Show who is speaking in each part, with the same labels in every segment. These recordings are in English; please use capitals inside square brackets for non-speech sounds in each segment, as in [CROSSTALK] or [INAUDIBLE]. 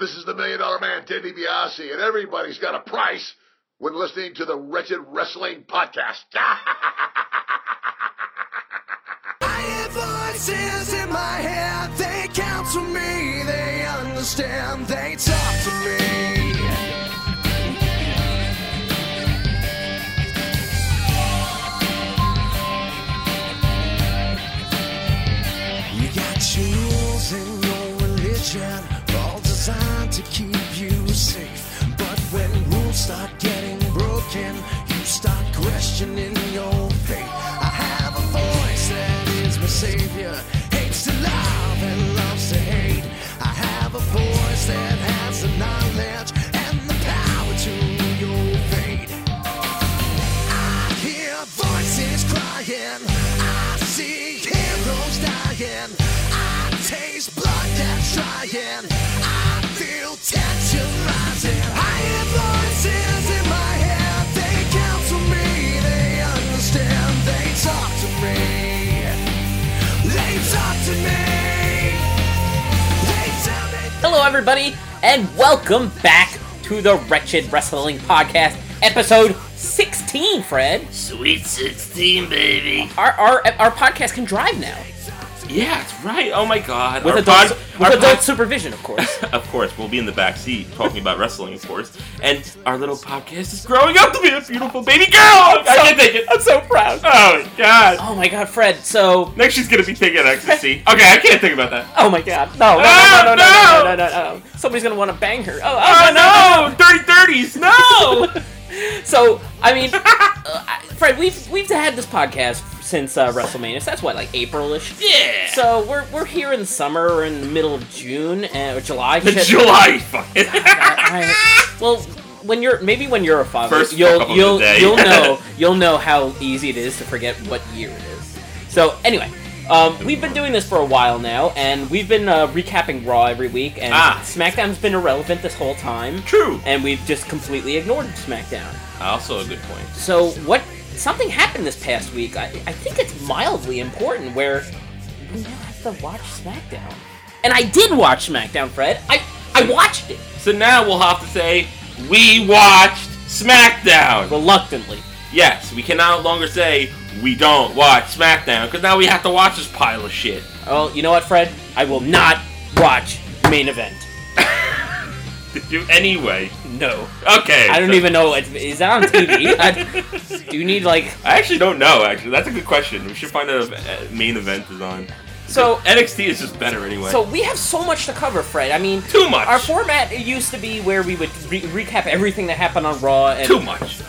Speaker 1: This is the Million Dollar Man, Ted DiBiase, and everybody's got a price when listening to the Wretched Wrestling Podcast. [LAUGHS]
Speaker 2: I hear voices in my head, they counsel me, they understand, they talk to me. You got jewels in your religion, all designed to keep you safe. But when rules start getting broken, you start questioning your faith. I have a voice that is my savior, hates to love and loves to hate. I have a voice that has the knowledge and the power to your fate. I hear voices crying. I see heroes dying. I taste blood that's trying. I feel tension rising. I hear voices in my head. They counsel me. They understand. They talk to me. They talk to me. They tell me.
Speaker 3: Hello, everybody, and welcome back to the Wretched Wrestling Podcast, episode 16. Fred,
Speaker 4: Sweet 16, baby.
Speaker 3: our our, our podcast can drive now
Speaker 4: Yeah, that's right. Oh my god.
Speaker 3: with
Speaker 4: Our
Speaker 3: adult
Speaker 4: pod-
Speaker 3: with
Speaker 4: our
Speaker 3: adult
Speaker 4: pod-
Speaker 3: supervision, of course. [LAUGHS]
Speaker 4: [LAUGHS] of course, we'll be in the back seat talking about wrestling, of course. And our little podcast is growing up to be a beautiful baby girl. Oh, I can't take it.
Speaker 3: I'm so proud.
Speaker 4: Oh my god.
Speaker 3: Oh my God, Fred. So,
Speaker 4: Next, she's gonna be taking ecstasy. Okay, I can't think about that.
Speaker 3: oh my God, no, no,
Speaker 4: Ah,
Speaker 3: no, no, no, no, no, no,
Speaker 4: no.
Speaker 3: no, no, no. Somebody's gonna want to bang her. Oh, oh,
Speaker 4: Oh no, dirty thirties. Oh, No.
Speaker 3: no. So, I
Speaker 4: [LAUGHS]
Speaker 3: mean, uh, I- Fred, we've we've had this podcast since uh, WrestleMania. So that's what, like Aprilish.
Speaker 4: Yeah.
Speaker 3: So we're we're here in the summer, we're in the middle of June uh, or July. shit.
Speaker 4: July. Fucking.
Speaker 3: I- I- well, when you're maybe when you're a father,
Speaker 4: First fuck
Speaker 3: you'll
Speaker 4: up of
Speaker 3: you'll
Speaker 4: the day. [LAUGHS]
Speaker 3: you'll know you'll know how easy it is to forget what year it is. So anyway, um, we've been doing this for a while now, and we've been uh, recapping Raw every week, and
Speaker 4: Ah.
Speaker 3: SmackDown's been irrelevant this whole time,
Speaker 4: True.
Speaker 3: and we've just completely ignored SmackDown.
Speaker 4: [LAUGHS] Also a good point.
Speaker 3: So what? Something happened this past week. I, I think it's mildly important where we now have to watch SmackDown, and I did watch SmackDown, Fred. I I watched it.
Speaker 4: So now we'll have to say we watched SmackDown.
Speaker 3: reluctantly.
Speaker 4: Yes, we can no longer say we don't watch SmackDown because now we have to watch this pile of shit. [LAUGHS]
Speaker 3: Oh, you know what, Fred? I will not watch main event.
Speaker 4: Did you anyway?
Speaker 3: No,
Speaker 4: Okay.
Speaker 3: I don't
Speaker 4: so-
Speaker 3: even know. It's, is that on
Speaker 4: [LAUGHS]
Speaker 3: TV? I, do you need like
Speaker 4: I actually don't know. Actually, that's a good question. We should find out if uh, main event is on.
Speaker 3: so?
Speaker 4: NXT is just better anyway.
Speaker 3: So we have so much to cover, Fred. I mean,
Speaker 4: Too much.
Speaker 3: Our format used to be where we would re- recap everything that happened on Raw, and
Speaker 4: Too much.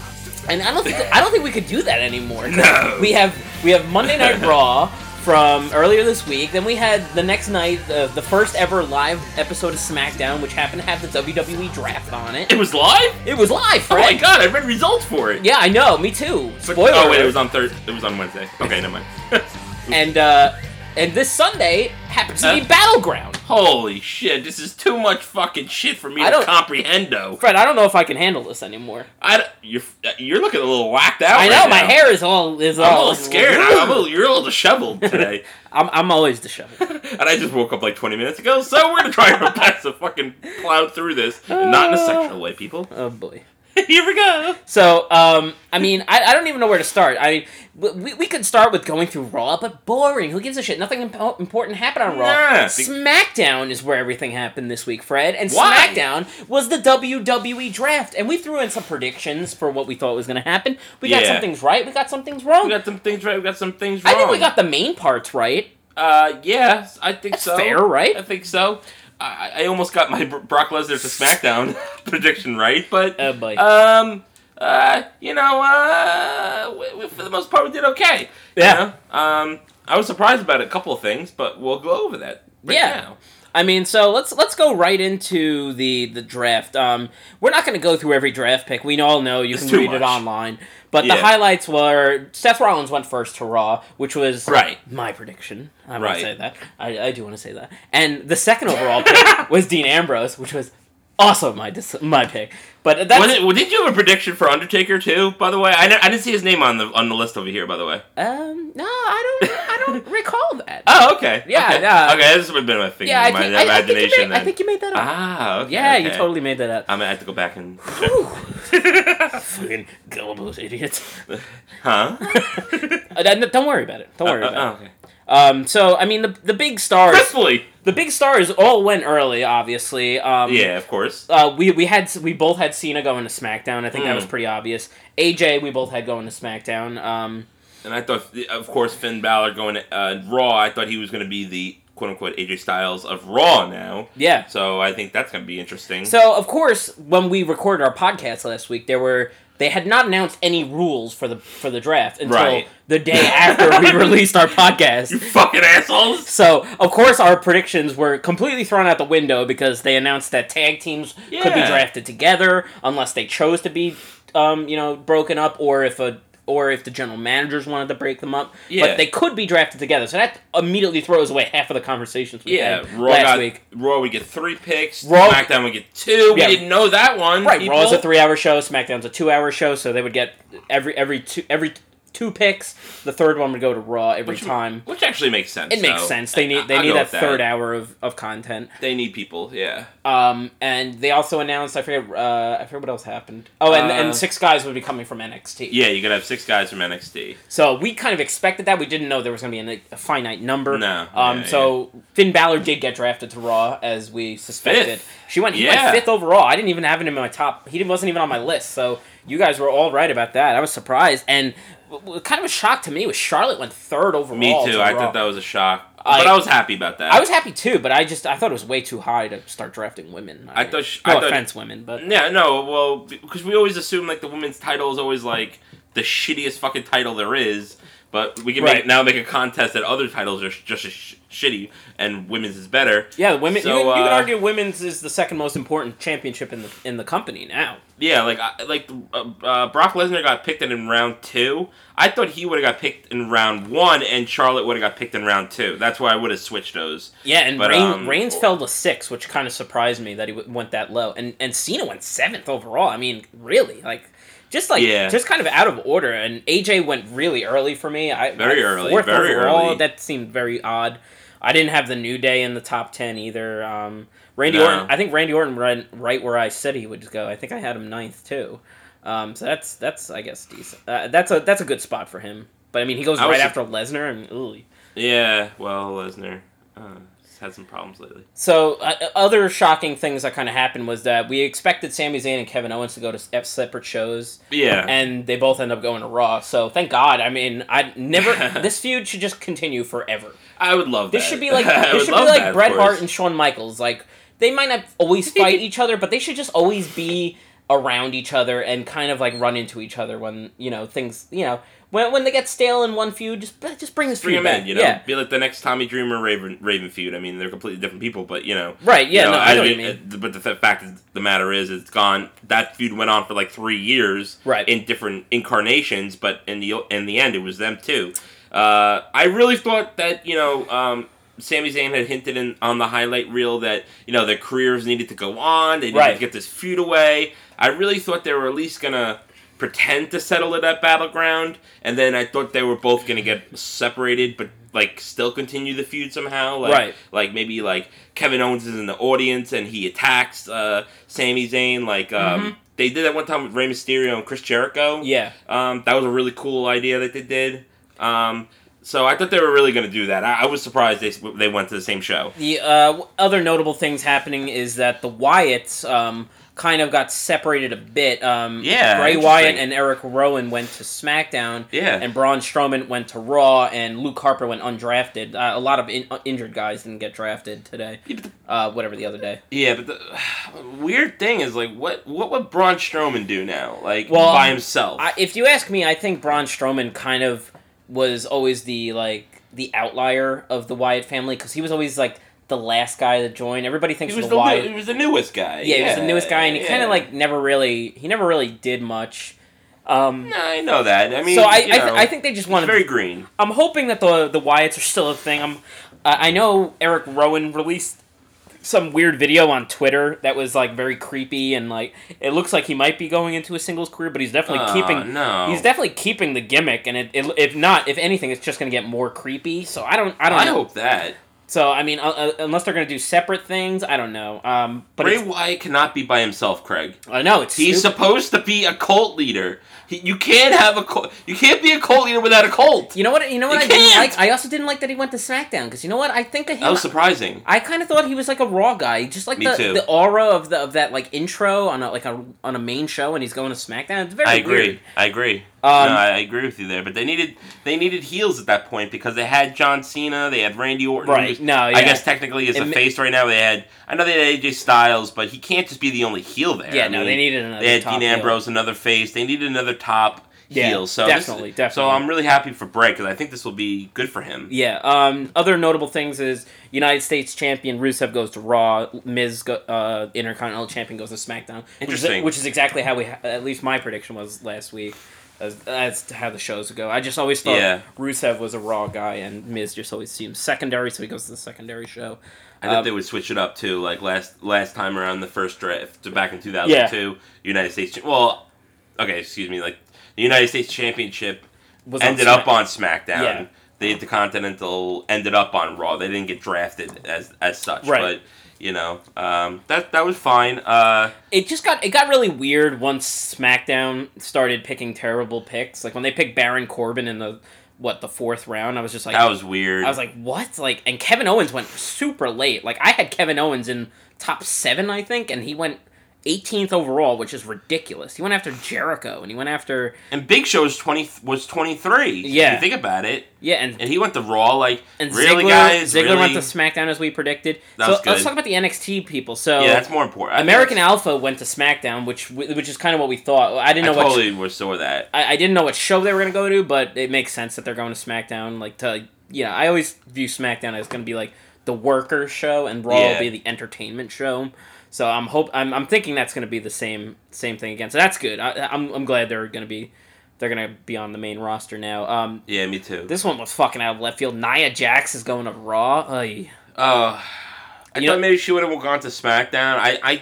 Speaker 3: and I don't think I don't think we could do that anymore.
Speaker 4: No.
Speaker 3: we have we have Monday
Speaker 4: [LAUGHS]
Speaker 3: Night Raw from earlier this week. Then we had the next night the, the first ever live episode of SmackDown, which happened to have the WWE draft on it.
Speaker 4: It was live.
Speaker 3: It was live,
Speaker 4: Oh
Speaker 3: Fred.
Speaker 4: my god! I read results for it.
Speaker 3: Yeah, I know. Me too.
Speaker 4: But-
Speaker 3: Spoiler.
Speaker 4: Oh wait, it
Speaker 3: alert.
Speaker 4: was on Thursday. It was on Wednesday. Okay, never mind. [LAUGHS]
Speaker 3: And uh, and this Sunday happens to be
Speaker 4: Huh?
Speaker 3: Battleground.
Speaker 4: Holy shit! This is too much fucking shit for me
Speaker 3: I
Speaker 4: to
Speaker 3: don't-
Speaker 4: comprehend. Though.
Speaker 3: Fred, I don't know if I can handle this anymore.
Speaker 4: I don't- you're uh, you're looking a little whacked out.
Speaker 3: I
Speaker 4: Oh, right
Speaker 3: know my
Speaker 4: now.
Speaker 3: hair is all is
Speaker 4: I'm a
Speaker 3: all
Speaker 4: little scared. I- I'm a little, you're a little disheveled today.
Speaker 3: I'm, I'm always disheveled.
Speaker 4: and I just woke up like 20 minutes ago, so we're gonna try our best to fucking plow through this. And not in a sexual way, people. [LAUGHS]
Speaker 3: oh boy.
Speaker 4: Here we go.
Speaker 3: So um, I mean, I, I don't even know where to start. I mean, w- we, we could start with going through Raw, but boring. Who gives a shit? Nothing impo- important happened on Raw.
Speaker 4: Nah, be-
Speaker 3: SmackDown is where everything happened this week, Fred. And
Speaker 4: Why?
Speaker 3: SmackDown was the WWE draft, and we threw in some predictions for what we thought was going to happen. We got
Speaker 4: Yeah.
Speaker 3: some things right. We got some things wrong.
Speaker 4: We got some things right. We got some things
Speaker 3: I
Speaker 4: wrong.
Speaker 3: think we got the main parts right.
Speaker 4: Uh, yeah, I think
Speaker 3: That's
Speaker 4: so.
Speaker 3: fair, right?
Speaker 4: I think so. I, I almost got my Bro- Brock
Speaker 3: [LAUGHS]
Speaker 4: Lesnar to SmackDown [LAUGHS] prediction right, but
Speaker 3: Oh, boy.
Speaker 4: um, uh, you know, uh, we, we, for the most part, we did okay. You
Speaker 3: Yeah.
Speaker 4: know? Um, I was surprised about a couple of things, but we'll go over that. Right
Speaker 3: Yeah.
Speaker 4: Now.
Speaker 3: I mean, so let's let's go right into the the draft. Um, we're not going to go through every draft pick. We all know you
Speaker 4: It's
Speaker 3: can
Speaker 4: too
Speaker 3: read it
Speaker 4: much.
Speaker 3: online, but the
Speaker 4: Yeah.
Speaker 3: highlights were Seth Rollins went first to Raw, which was
Speaker 4: Right.
Speaker 3: my prediction. I want
Speaker 4: Right. [LAUGHS]
Speaker 3: to say that. I, I do want to say that. And the second overall pick was Dean Ambrose, which was Also, my dis- my pick, but that's
Speaker 4: Was it, well, did you have a prediction for Undertaker too? By the way, I, ne- I didn't see his name on the on the list over here. By the way.
Speaker 3: um no, I don't I
Speaker 4: [LAUGHS]
Speaker 3: don't recall that.
Speaker 4: Oh, okay.
Speaker 3: Yeah,
Speaker 4: Okay,
Speaker 3: yeah.
Speaker 4: okay this would have been my thing.
Speaker 3: yeah, I
Speaker 4: in my
Speaker 3: think, I, I think you
Speaker 4: imagination.
Speaker 3: made,
Speaker 4: then.
Speaker 3: I think you made that up.
Speaker 4: ah. Okay,
Speaker 3: yeah, you
Speaker 4: okay.
Speaker 3: totally made that up.
Speaker 4: I'm gonna have to go back and. [LAUGHS]
Speaker 3: Whew. Fucking gullible idiots.
Speaker 4: [LAUGHS] Huh?
Speaker 3: Uh, don't don't worry about it. Don't worry about
Speaker 4: oh, okay.
Speaker 3: it. Um, so I mean the the big stars,
Speaker 4: Crisply.
Speaker 3: the big stars all went early, obviously. Um,
Speaker 4: Yeah, of course.
Speaker 3: Uh, we we had we both had Cena going to SmackDown. I think that
Speaker 4: Mm.
Speaker 3: was pretty obvious. AJ we both had going to SmackDown. Um,
Speaker 4: And I thought, of course, Finn Balor going to uh, Raw. I thought he was going to be the quote unquote AJ Styles of Raw now.
Speaker 3: yeah.
Speaker 4: So I think that's going to be interesting.
Speaker 3: So of course, when we recorded our podcast last week, there were they had not announced any rules for the for the draft until
Speaker 4: Right.
Speaker 3: the
Speaker 4: [LAUGHS]
Speaker 3: day after we released our podcast.
Speaker 4: you fucking assholes.
Speaker 3: So of course our predictions were completely thrown out the window because they announced that tag teams could be
Speaker 4: Yeah.
Speaker 3: drafted together unless they chose to be, um, you know, broken up or if a or if the general managers wanted to break them up.
Speaker 4: Yeah.
Speaker 3: But they could be drafted together, so that immediately throws away half of the conversations we
Speaker 4: Yeah,
Speaker 3: had
Speaker 4: Raw
Speaker 3: last
Speaker 4: got,
Speaker 3: week.
Speaker 4: Raw we get three picks.
Speaker 3: Raw-
Speaker 4: SmackDown we get two.
Speaker 3: Yeah.
Speaker 4: We didn't know that one.
Speaker 3: Right,
Speaker 4: people.
Speaker 3: Raw's a three-hour show, SmackDown's a two-hour show, so they would get every every two every two picks. The third one would go to Raw every
Speaker 4: Which-
Speaker 3: time.
Speaker 4: which actually makes sense.
Speaker 3: It makes
Speaker 4: so
Speaker 3: sense. They
Speaker 4: I-
Speaker 3: need they
Speaker 4: I'll
Speaker 3: need
Speaker 4: go
Speaker 3: that
Speaker 4: with
Speaker 3: third hour of, of content.
Speaker 4: They need people. Yeah.
Speaker 3: Um, and they also announced I forget uh, I forget what else happened. Oh, and,
Speaker 4: Uh,
Speaker 3: and six guys would be coming from NXT.
Speaker 4: Yeah, you gotta have six guys from NXT.
Speaker 3: So we kind of expected that. We didn't know there was going to be a, a finite number.
Speaker 4: No,
Speaker 3: Um.
Speaker 4: yeah,
Speaker 3: so Finn Balor did get drafted to Raw as we suspected.
Speaker 4: Fifth.
Speaker 3: She went. He
Speaker 4: Yeah.
Speaker 3: went fifth overall. I didn't even have him in my top. He didn't- wasn't even on my list. So you guys were all right about that. I was surprised and w- w- kind of a shock to me was Charlotte went third overall.
Speaker 4: Me too.
Speaker 3: to
Speaker 4: I
Speaker 3: Oh, Raw.
Speaker 4: thought that was a shock,
Speaker 3: I-
Speaker 4: but I was happy about that.
Speaker 3: I was happy too, but I just I thought it was way too high to start drafting women.
Speaker 4: I thought sh-
Speaker 3: no
Speaker 4: I thought-
Speaker 3: offense, women, but
Speaker 4: Yeah, no, well, because we always assume like the women's title is always like the shittiest fucking title there is. But we can
Speaker 3: Right.
Speaker 4: make, now make a contest that other titles are sh- just as sh- shitty and women's is better.
Speaker 3: Yeah, the women.
Speaker 4: So,
Speaker 3: you, could- you could
Speaker 4: uh,
Speaker 3: argue women's is the second most important championship in the in the company now.
Speaker 4: Yeah, like I- like uh, uh, Brock Lesnar got picked in round two. I thought he would have got picked in round one, and Charlotte would have got picked in round two. That's why I would have switched those.
Speaker 3: Yeah, and
Speaker 4: But,
Speaker 3: Reign,
Speaker 4: um,
Speaker 3: Reigns fell to six, which kind of surprised me that he w- went that low, and and Cena went seventh overall. I mean, really, like. Just like
Speaker 4: Yeah.
Speaker 3: just kind of out of order, and AJ went really early for me. I
Speaker 4: Very
Speaker 3: I-
Speaker 4: early,
Speaker 3: fourth
Speaker 4: very
Speaker 3: overall.
Speaker 4: early.
Speaker 3: That seemed very odd. I didn't have the New Day in the top ten either. Um, Randy
Speaker 4: No.
Speaker 3: Orton, I think Randy Orton ran right where I said he would go. I think I had him ninth too. Um, so that's that's I guess decent. Uh, that's a that's a good spot for him. But I mean, he goes
Speaker 4: I
Speaker 3: right
Speaker 4: was-
Speaker 3: after Lesnar, and ooh.
Speaker 4: Yeah, well, Lesnar uh, has had some problems lately.
Speaker 3: So uh, other shocking things that kind of happened was that we expected Sami Zayn and Kevin Owens to go to s- F separate shows,
Speaker 4: Yeah,
Speaker 3: and they both end up going to Raw. So thank God. I mean, I
Speaker 4: [LAUGHS]
Speaker 3: never. this feud should just continue forever.
Speaker 4: I would love
Speaker 3: This
Speaker 4: that.
Speaker 3: should
Speaker 4: [LAUGHS]
Speaker 3: be like
Speaker 4: I would
Speaker 3: this should be
Speaker 4: love
Speaker 3: like
Speaker 4: that, of
Speaker 3: Bret
Speaker 4: course.
Speaker 3: Hart and Shawn Michaels. Like they might not always fight each other, but they should just always be around each other and kind of like run into each other when you know things. You know when when they get stale in one feud, just just bring this
Speaker 4: Bring
Speaker 3: feud
Speaker 4: them
Speaker 3: back.
Speaker 4: in, you know.
Speaker 3: Yeah.
Speaker 4: Be like the next Tommy Dreamer Raven Raven feud. I mean, they're completely different people, but you know.
Speaker 3: Right, yeah,
Speaker 4: you
Speaker 3: no, I know what you
Speaker 4: mean,
Speaker 3: mean.
Speaker 4: uh, But the th- fact of the matter is, it's gone. That feud went on for like three years,
Speaker 3: Right.
Speaker 4: In different incarnations, but in the in the end, it was them too. Uh, I really thought that you know. Um, Sami Zayn had hinted in, on the highlight reel that you know their careers needed to go on. They needed
Speaker 3: Right.
Speaker 4: to get this feud away. I really thought they were at least gonna pretend to settle it at Battleground, and then I thought they were both gonna get separated, but like still continue the feud somehow. Like,
Speaker 3: Right.
Speaker 4: Like maybe like Kevin Owens is in the audience and he attacks uh, Sami Zayn. Like um, they did that one time with Rey Mysterio and Chris Jericho.
Speaker 3: Mm-hmm. Yeah.
Speaker 4: Um, that was a really cool idea that they did. Um, so I thought they were really gonna do that. I, I was surprised they s- they went to the same show.
Speaker 3: The uh, w- other notable things happening is that the Wyatts um, kind of got separated a bit. Um,
Speaker 4: Yeah,
Speaker 3: Bray
Speaker 4: interesting.
Speaker 3: Wyatt and Eric Rowan went to SmackDown.
Speaker 4: Yeah.
Speaker 3: And Braun Strowman went to Raw, and Luke Harper went undrafted. Uh, a lot of in- uh, injured guys didn't get drafted today. Uh, whatever the other day.
Speaker 4: Yeah, but the [SIGHS] weird thing is like what what would Braun Strowman do now? Like
Speaker 3: Well,
Speaker 4: by himself.
Speaker 3: I, if you ask me, I think Braun Strowman kind of was always the like the outlier of the Wyatt family because he was always like the last guy to join. Everybody thinks
Speaker 4: He was
Speaker 3: of
Speaker 4: the,
Speaker 3: the
Speaker 4: new,
Speaker 3: Wyatt.
Speaker 4: he was the newest guy.
Speaker 3: yeah, he was the newest guy, and he
Speaker 4: yeah.
Speaker 3: kind of like never really he never really did much. Um,
Speaker 4: Nah, I know that. I mean,
Speaker 3: so I I,
Speaker 4: you
Speaker 3: th-
Speaker 4: know,
Speaker 3: I think they just want
Speaker 4: it's
Speaker 3: to.
Speaker 4: very green.
Speaker 3: I'm hoping that the the Wyatts are still a thing. I'm uh, I know Eric Rowan released some weird video on Twitter that was like very creepy and like it looks like he might be going into a singles career, but he's definitely
Speaker 4: Aw,
Speaker 3: keeping
Speaker 4: no.
Speaker 3: he's definitely keeping the gimmick, and it, it, if not, if anything, it's just gonna get more creepy. So I don't I don't
Speaker 4: I
Speaker 3: know.
Speaker 4: hope that
Speaker 3: So I mean, uh, uh, unless they're gonna do separate things, I don't know. Um, but
Speaker 4: Bray
Speaker 3: it's,
Speaker 4: Wyatt cannot be by himself, Craig.
Speaker 3: I know it's
Speaker 4: He's
Speaker 3: stupid.
Speaker 4: supposed to be a cult leader. He, you can't have a cult. You can't be a cult leader without a cult.
Speaker 3: You know what? You know what?
Speaker 4: You
Speaker 3: I didn't
Speaker 4: can't!
Speaker 3: like. I also didn't like that he went to SmackDown because you know what? I think of him.
Speaker 4: That was surprising.
Speaker 3: I kind of thought he was like a raw guy, just like
Speaker 4: Me
Speaker 3: the,
Speaker 4: too.
Speaker 3: the aura of the of that like intro on a like a on a main show, and he's going to SmackDown. It's very.
Speaker 4: I agree.
Speaker 3: weird.
Speaker 4: I agree.
Speaker 3: Um,
Speaker 4: no, I I agree with you there. But they needed they needed heels at that point because they had John Cena, they had Randy Orton.
Speaker 3: Right,
Speaker 4: who's-
Speaker 3: no, yeah.
Speaker 4: I guess technically is
Speaker 3: It
Speaker 4: a
Speaker 3: ma-
Speaker 4: face right now. They had I know they had AJ Styles, but he can't just be the only heel there.
Speaker 3: Yeah,
Speaker 4: I
Speaker 3: no,
Speaker 4: mean,
Speaker 3: they needed another.
Speaker 4: They had
Speaker 3: top
Speaker 4: Dean
Speaker 3: heel.
Speaker 4: Ambrose, another face. They needed another top
Speaker 3: Yeah,
Speaker 4: heel. So this-
Speaker 3: definitely, definitely.
Speaker 4: So I'm really happy for Bray because I think this will be good for him.
Speaker 3: Yeah. Um. Other notable things is United States Champion Rusev goes to Raw. Miz, go, uh, Intercontinental Champion goes to SmackDown. Which
Speaker 4: Interesting.
Speaker 3: is, which is exactly how we. ha- At least my prediction was last week. As, as to how the shows go. I just always thought
Speaker 4: Yeah.
Speaker 3: Rusev was a Raw guy, and Miz just always seems secondary, so he goes to the secondary show.
Speaker 4: I think
Speaker 3: Um,
Speaker 4: they would switch it up too, like last last time around the first draft back in 2002, United States. Well, okay, excuse me, like the United States Championship
Speaker 3: Was on
Speaker 4: ended up
Speaker 3: Smack-
Speaker 4: on SmackDown.
Speaker 3: Yeah.
Speaker 4: The Intercontinental ended up on Raw. They didn't get drafted as as such,
Speaker 3: Right.
Speaker 4: but you know um, that that was fine. Uh,
Speaker 3: it just got it got really weird once SmackDown started picking terrible picks. Like when they picked Baron Corbin in the what the fourth round, I was just like,
Speaker 4: that was weird.
Speaker 3: I was like, what? Like, and Kevin Owens went super late. Like I had Kevin Owens in top seven, I think, and he went 18th overall, which is ridiculous. He went after Jericho, and he went after
Speaker 4: and Big Show was twenty was twenty three.
Speaker 3: Yeah.
Speaker 4: you think about it,
Speaker 3: yeah, and
Speaker 4: and he went to Raw. Like
Speaker 3: and
Speaker 4: really,
Speaker 3: Ziggler,
Speaker 4: guys,
Speaker 3: Ziggler
Speaker 4: really?
Speaker 3: went to SmackDown as we predicted.
Speaker 4: That
Speaker 3: so
Speaker 4: was
Speaker 3: let's
Speaker 4: good.
Speaker 3: talk about the NXT people. So
Speaker 4: yeah, that's more important. I think
Speaker 3: American
Speaker 4: that's-
Speaker 3: Alpha went to SmackDown, which which is kind of what we thought. I didn't know
Speaker 4: I
Speaker 3: what
Speaker 4: totally was saw that.
Speaker 3: I, I didn't know what show they were gonna go to, but it makes sense that they're going to SmackDown. Like to you know, I always view SmackDown as gonna be like the worker show, and Raw
Speaker 4: Yeah.
Speaker 3: will be the entertainment show. So I'm hope I'm, I'm thinking that's gonna be the same same thing again. So that's good. I, I'm I'm glad they're gonna be they're gonna be on the main roster now. Um,
Speaker 4: Yeah, me too.
Speaker 3: this one was fucking out of left field. Nia Jax is going to Raw. Ay.
Speaker 4: Uh, I
Speaker 3: You
Speaker 4: thought
Speaker 3: know-
Speaker 4: maybe she would have gone to SmackDown. I, I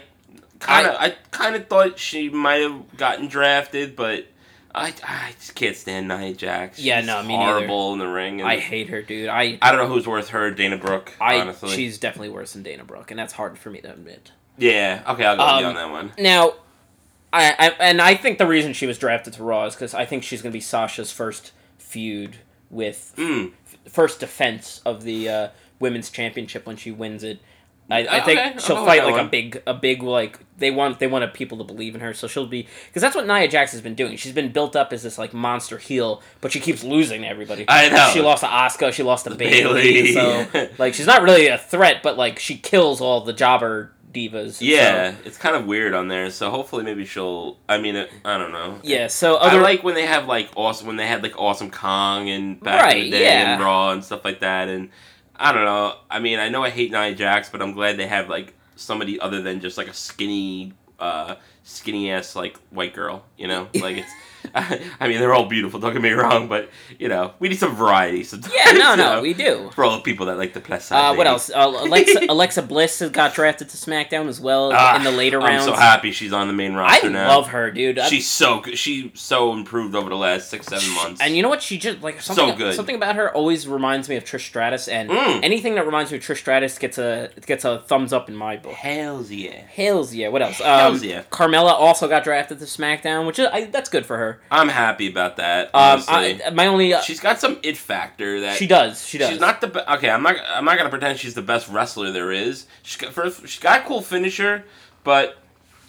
Speaker 4: kind of, I, kind of thought she might have gotten drafted, but I, I just can't stand Nia Jax.
Speaker 3: Yeah,
Speaker 4: She's
Speaker 3: no, me neither.
Speaker 4: horrible in the ring. And
Speaker 3: I hate her, dude. I
Speaker 4: I don't know who's worth her, Dana Brooke.
Speaker 3: I
Speaker 4: honestly,
Speaker 3: she's definitely worse than Dana Brooke, and that's hard for me to admit.
Speaker 4: yeah. Okay, I'll go with you
Speaker 3: Um,
Speaker 4: on that one.
Speaker 3: Now, I, I and I think the reason she was drafted to Raw is because I think she's going to be Sasha's first feud with
Speaker 4: Mm.
Speaker 3: first defense of the uh, women's championship when she wins it. I, I
Speaker 4: Uh,
Speaker 3: think
Speaker 4: okay, I'll go
Speaker 3: she'll
Speaker 4: with
Speaker 3: fight
Speaker 4: that
Speaker 3: like
Speaker 4: one.
Speaker 3: a big, a big like they want they wanted people to believe in her, so she'll be because that's what Nia Jax has been doing. She's been built up as this like monster heel, but she keeps losing to everybody.
Speaker 4: I know.
Speaker 3: she lost to Asuka, she lost to Bailey,
Speaker 4: Bayley.
Speaker 3: so like she's not really a threat, but like she kills all the jobber divas. so-
Speaker 4: Yeah, it's kind of weird on there. So hopefully, maybe she'll. I mean, uh, I don't know.
Speaker 3: yeah. So
Speaker 4: I
Speaker 3: other
Speaker 4: like when they have like awesome when they had like awesome Kong and back in
Speaker 3: Right,
Speaker 4: the day
Speaker 3: yeah.
Speaker 4: and Raw and stuff like that. And I don't know. I mean, I know I hate Nia Jax, but I'm glad they have like somebody other than just like a skinny, uh, skinny ass like white girl.
Speaker 3: [LAUGHS]
Speaker 4: You know, like it's. [LAUGHS] I mean, they're all beautiful. Don't get me wrong, but you know, we need some variety. Sometimes, [LAUGHS]
Speaker 3: Yeah, no,
Speaker 4: you
Speaker 3: no,
Speaker 4: know,
Speaker 3: we do.
Speaker 4: for all the people that like the plus size.
Speaker 3: Uh, what
Speaker 4: ladies.
Speaker 3: else? Uh, Alexa, [LAUGHS] Alexa Bliss has got drafted to SmackDown as well
Speaker 4: Ah,
Speaker 3: in the later rounds.
Speaker 4: I'm so happy she's on the main
Speaker 3: I
Speaker 4: roster now.
Speaker 3: love her, dude. I-
Speaker 4: She's so good. She's so improved over the last six, seven months.
Speaker 3: and you know what? She just like something.
Speaker 4: good.
Speaker 3: Something about her always reminds me of Trish Stratus, and
Speaker 4: Mm.
Speaker 3: anything that reminds me of Trish Stratus gets a gets a thumbs up in my book.
Speaker 4: Hells yeah.
Speaker 3: Hells yeah! What else? Um,
Speaker 4: Hells yeah.
Speaker 3: Carmella also got drafted to SmackDown, which is I, that's good for her.
Speaker 4: I'm happy about that.
Speaker 3: Um,
Speaker 4: Honestly.
Speaker 3: I, my only uh,
Speaker 4: she's got some it factor that
Speaker 3: she does she does
Speaker 4: She's not the be- okay. I'm not. I'm not gonna pretend she's the best wrestler there is. She's got first. She's got a cool finisher, but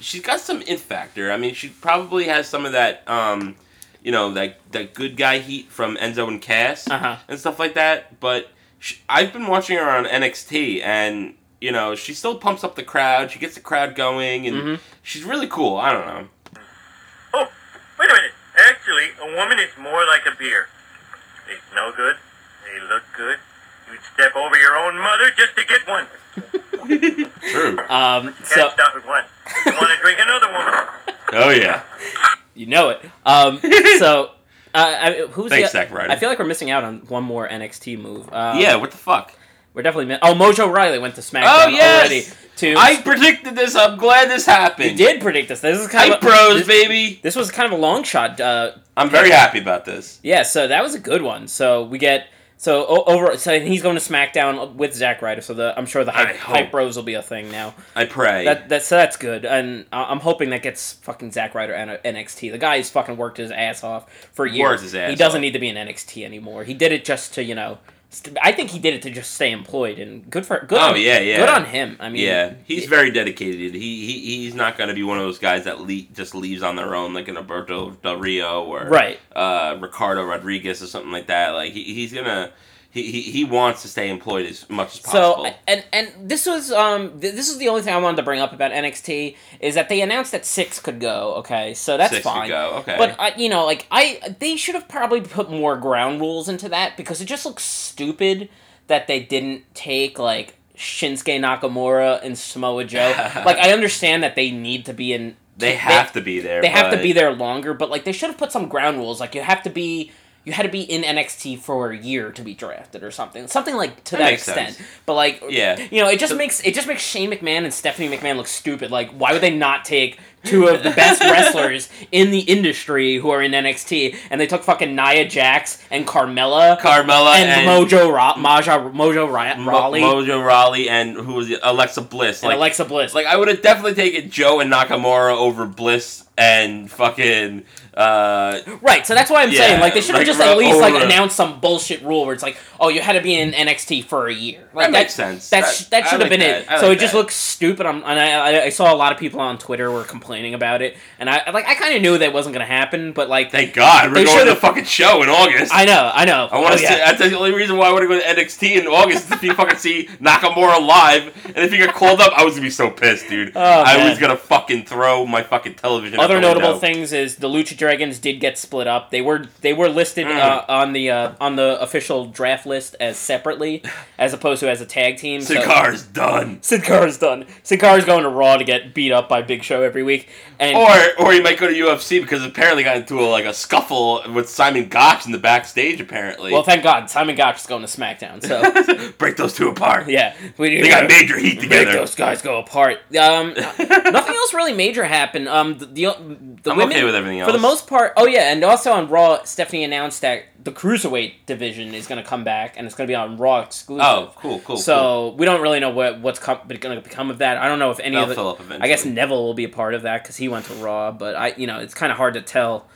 Speaker 4: she's got some it factor. I mean, she probably has some of that. Um, you know that that good guy heat from Enzo and Cass
Speaker 3: Uh-huh.
Speaker 4: and stuff like that. But sh I've been watching her on NXT, and you know she still pumps up the crowd. She gets the crowd going, and
Speaker 3: Mhm.
Speaker 4: she's really cool. I
Speaker 3: [LAUGHS]
Speaker 4: don't know.
Speaker 5: Oh, wait a minute. Actually, a woman is more like a beer. They smell good. They look good. You'd step over your own mother just to get one.
Speaker 4: True.
Speaker 3: um,
Speaker 5: Can't
Speaker 3: so
Speaker 5: stop at one. You want to drink another woman?
Speaker 4: oh yeah.
Speaker 3: You know it.
Speaker 4: [LAUGHS]
Speaker 3: Um, so, uh, I, who's
Speaker 4: Thanks,
Speaker 3: the,
Speaker 4: Zack Ryder.
Speaker 3: I feel like we're missing out on one more NXT move. Um,
Speaker 4: yeah. What the fuck?
Speaker 3: We're definitely mi- oh Mojo Riley went to SmackDown
Speaker 4: Oh, yes!
Speaker 3: already. To
Speaker 4: I predicted this. I'm glad this happened.
Speaker 3: you did predict this. This is kind
Speaker 4: Hype
Speaker 3: of this,
Speaker 4: Bros, baby.
Speaker 3: This was kind of a long shot. Uh,
Speaker 4: I'm very happy about this.
Speaker 3: yeah, so that was a good one. So we get so o- over. So he's going to SmackDown with Zack Ryder. So the I'm sure the
Speaker 4: I
Speaker 3: hype, hype
Speaker 4: hope.
Speaker 3: bros will be a thing now.
Speaker 4: I pray.
Speaker 3: That that's so that's good, and I- I'm hoping that gets fucking Zack Ryder uh, and NXT. The guy's fucking worked his ass off for years.
Speaker 4: his ass
Speaker 3: he doesn't
Speaker 4: off.
Speaker 3: need to be in NXT anymore. He did it just to you know. St- I think he did it to just stay employed, and good for good.
Speaker 4: Oh,
Speaker 3: on,
Speaker 4: yeah, yeah.
Speaker 3: Good on him. I mean,
Speaker 4: yeah, he's very dedicated. He, he he's not going to be one of those guys that le- just leaves on their own, like an Alberto Del Rio or
Speaker 3: right.
Speaker 4: uh, Ricardo Rodriguez or something like that. Like he, he's gonna he, he he wants to stay employed as much as
Speaker 3: So
Speaker 4: possible.
Speaker 3: I- and and this was um th- this is the only thing I wanted to bring up about NXT is that they announced that six could go. Okay, so that's
Speaker 4: Six to
Speaker 3: fine.
Speaker 4: go. Okay,
Speaker 3: But I, you know, like I, they should have probably put more ground rules into that because it just looks stupid that they didn't take like Shinsuke Nakamura and Samoa
Speaker 4: [LAUGHS]
Speaker 3: Joe. like I understand that they need to be in.
Speaker 4: they have to be there.
Speaker 3: They have to
Speaker 4: but-
Speaker 3: be there longer, but like they should have put some ground rules. Like you have to be. You had to be in NXT for a year to be drafted or something, something like to
Speaker 4: That
Speaker 3: that,
Speaker 4: makes
Speaker 3: extent.
Speaker 4: sense.
Speaker 3: But like,
Speaker 4: Yeah.
Speaker 3: you know, it just
Speaker 4: So-
Speaker 3: makes it just makes Shane McMahon and Stephanie McMahon look stupid. Like, why would they not take two of the best
Speaker 4: [LAUGHS]
Speaker 3: wrestlers in the industry who are in NXT, and they took fucking Nia Jax and Carmella
Speaker 4: Carmella
Speaker 3: and,
Speaker 4: and,
Speaker 3: Mojo Ra- Maja Mojo Ra-
Speaker 4: Mo-
Speaker 3: Raleigh
Speaker 4: Mojo Raleigh, and who was it? Alexa Bliss.
Speaker 3: and
Speaker 4: Like
Speaker 3: Alexa Bliss.
Speaker 4: like I would have definitely taken Joe and Nakamura over Bliss and fucking uh
Speaker 3: Right, so that's why I'm
Speaker 4: Yeah,
Speaker 3: saying like they should have
Speaker 4: like,
Speaker 3: just at
Speaker 4: ro-
Speaker 3: least like
Speaker 4: over-
Speaker 3: announced some bullshit rule where it's like, oh, you had to be in NXT for a year. Like,
Speaker 4: That makes sense.
Speaker 3: That
Speaker 4: That-
Speaker 3: sh- that
Speaker 4: I
Speaker 3: should have
Speaker 4: like
Speaker 3: been
Speaker 4: that.
Speaker 3: it.
Speaker 4: I
Speaker 3: so
Speaker 4: like
Speaker 3: it just
Speaker 4: that.
Speaker 3: looks stupid. I'm, and I, I I saw a lot of people on Twitter were complaining about it, and I like I kind of knew that wasn't gonna happen, but like
Speaker 4: thank God
Speaker 3: They
Speaker 4: we're going to
Speaker 3: should've-
Speaker 4: the fucking show in August.
Speaker 3: I know, I know.
Speaker 4: I want
Speaker 3: Oh,
Speaker 4: to see.
Speaker 3: yeah.
Speaker 4: That's the only reason why I want to go to NXT in August is to fucking see Nakamura live. And if he got called up, I was gonna be so pissed, dude.
Speaker 3: Oh,
Speaker 4: I
Speaker 3: man.
Speaker 4: was gonna fucking throw my fucking television. out
Speaker 3: Other
Speaker 4: the
Speaker 3: notable
Speaker 4: window.
Speaker 3: things is the Lucha Dragons did get split up. They were they were listed
Speaker 4: Mm.
Speaker 3: uh, on the uh, on the official draft list as separately, as opposed to as a tag team. so-
Speaker 4: Cigar's done.
Speaker 3: Sin Cara's done. Sin Cara's going to Raw to get beat up by Big Show every week, and
Speaker 4: Or or he might go to UFC because apparently got into a, like a scuffle with Simon Gotch in the backstage. Apparently,
Speaker 3: well, thank God Simon Gotch is going to SmackDown.
Speaker 4: [LAUGHS]
Speaker 3: So [LAUGHS]
Speaker 4: break those two apart.
Speaker 3: yeah, we
Speaker 4: They got major heat
Speaker 3: make
Speaker 4: together.
Speaker 3: those guys go apart.
Speaker 4: [LAUGHS]
Speaker 3: Um, nothing else really major happened. Um, the the, the
Speaker 4: I'm
Speaker 3: women
Speaker 4: okay with everything else.
Speaker 3: for the most part. Oh yeah, and also on Raw, Stephanie announced that the cruiserweight division is going to come back, and it's going to be on Raw exclusive.
Speaker 4: Oh, cool, cool. cool.
Speaker 3: So we don't really know what what's com- going to become of that. I don't know if any
Speaker 4: That'll
Speaker 3: of the.
Speaker 4: fill up eventually.
Speaker 3: I guess Neville will be a part of that because he went to Raw, but I, you know, it's kind of hard to tell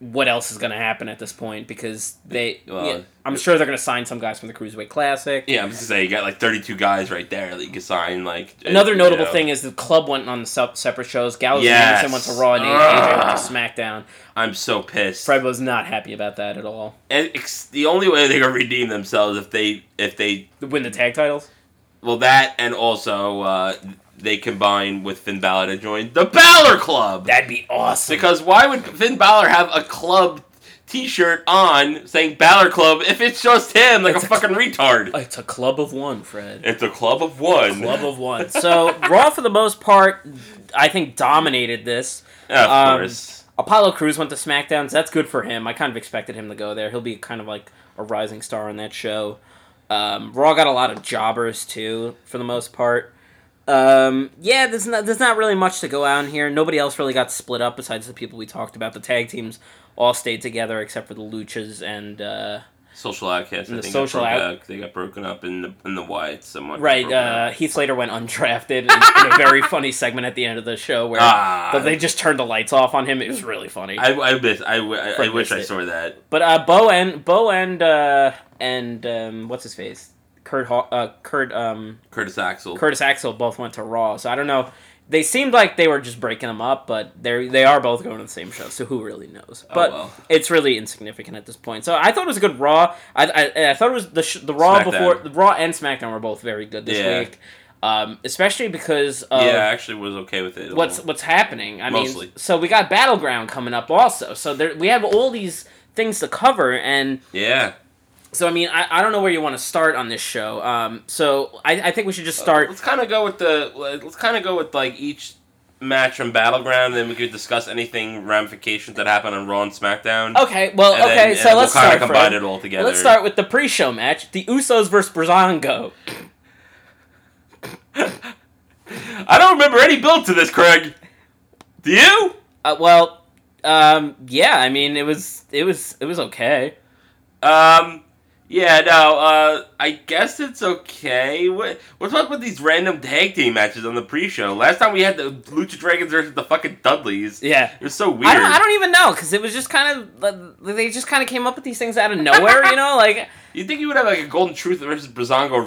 Speaker 3: what else is going to happen at this point because they.
Speaker 4: Well,
Speaker 3: yeah, I'm sure they're going to sign some guys from the Cruiserweight Classic.
Speaker 4: Yeah, I'm just gonna say you got like 32 guys right there that you can sign. Like
Speaker 3: Another
Speaker 4: you
Speaker 3: notable
Speaker 4: know.
Speaker 3: thing is the club went on sep- separate shows. Gallows
Speaker 4: Yes. Ah.
Speaker 3: and Anderson went to Raw and AJ
Speaker 4: Ugh.
Speaker 3: went to SmackDown.
Speaker 4: I'm so pissed.
Speaker 3: Fred was not happy about that at all.
Speaker 4: And ex- the only way they're gonna redeem themselves if they if they
Speaker 3: Win the tag titles.
Speaker 4: well that and also uh, they combine with Finn Balor to join the Balor Club.
Speaker 3: That'd be awesome.
Speaker 4: because why would Finn Balor have a club T-shirt on saying Balor Club if it's just him like
Speaker 3: It's
Speaker 4: a
Speaker 3: a cl-
Speaker 4: fucking retard?
Speaker 3: it's a club of one, Fred.
Speaker 4: it's a club of one.
Speaker 3: Club of one. So Raw, for the most part, I think dominated this.
Speaker 4: Yeah, of
Speaker 3: um,
Speaker 4: course.
Speaker 3: Apollo Crews went to SmackDown, so that's good for him. I kind of expected him to go there. He'll be kind of like a rising star on that show. Um, Raw got a lot of jobbers too, for the most part. Um, yeah, there's not there's not really much to go on here. Nobody else really got split up besides the people we talked about. The tag teams all stayed together except for the Luchas and uh,
Speaker 4: Social outcast. I
Speaker 3: the
Speaker 4: think
Speaker 3: social
Speaker 4: social got
Speaker 3: out-
Speaker 4: out- they got broken up in the in the Wyatts somewhat.
Speaker 3: Right, uh, Heath Slater went undrafted in, in a
Speaker 4: [LAUGHS]
Speaker 3: very funny segment at the end of the show where
Speaker 4: Ah.
Speaker 3: but they just turned the lights off on him. It was really funny.
Speaker 4: I I miss, I, w- I- I
Speaker 3: Fred
Speaker 4: wish
Speaker 3: missed
Speaker 4: I
Speaker 3: it.
Speaker 4: saw that.
Speaker 3: but uh, Bo and Bo and uh, and um, what's his face, Kurt Haw- uh, Kurt um,
Speaker 4: Curtis Axel.
Speaker 3: Curtis Axel both went to Raw, so I don't know. They seemed like they were just breaking them up, but they they are both going to the same show, so who really knows? But
Speaker 4: Oh, well.
Speaker 3: it's really insignificant at this point. So I thought it was a good Raw. I I, I thought it was the sh- the Raw
Speaker 4: Smackdown.
Speaker 3: before the Raw and SmackDown were both very good this
Speaker 4: Yeah.
Speaker 3: week, um, especially because of
Speaker 4: yeah, I actually was okay with it.
Speaker 3: uh, what's what's happening. I
Speaker 4: Mostly.
Speaker 3: mean, so we got Battleground coming up also. So there we have all these things to cover and
Speaker 4: yeah?
Speaker 3: so i mean i, I don't know where you want to start on this show um, so I, I think we should
Speaker 4: Uh,
Speaker 3: just start
Speaker 4: Let's kind of go with the. Let's kind of go with like each match from Battleground, then we could discuss anything ramifications that happen on Raw and SmackDown.
Speaker 3: okay well
Speaker 4: And then-
Speaker 3: okay
Speaker 4: and
Speaker 3: so
Speaker 4: then
Speaker 3: let's
Speaker 4: we'll kinda
Speaker 3: start
Speaker 4: combine
Speaker 3: Fred.
Speaker 4: it all together.
Speaker 3: let's start with the pre-show match the usos versus brazongo
Speaker 4: I don't remember any build to this, Craig. Do you?
Speaker 3: Uh, well, um, yeah. I mean, it was it was it was okay.
Speaker 4: Um, yeah, no. Uh, I guess it's okay. What, what's up with these random tag team matches on the pre-show? Last time we had the Lucha Dragons versus the fucking Dudleys.
Speaker 3: Yeah.
Speaker 4: It was so weird.
Speaker 3: I don't, I don't even know because it was just kind of like, they just kind of came up with these things out of nowhere, you know? Like, [LAUGHS]
Speaker 4: You'd think you would have like a Golden Truth versus Brazongo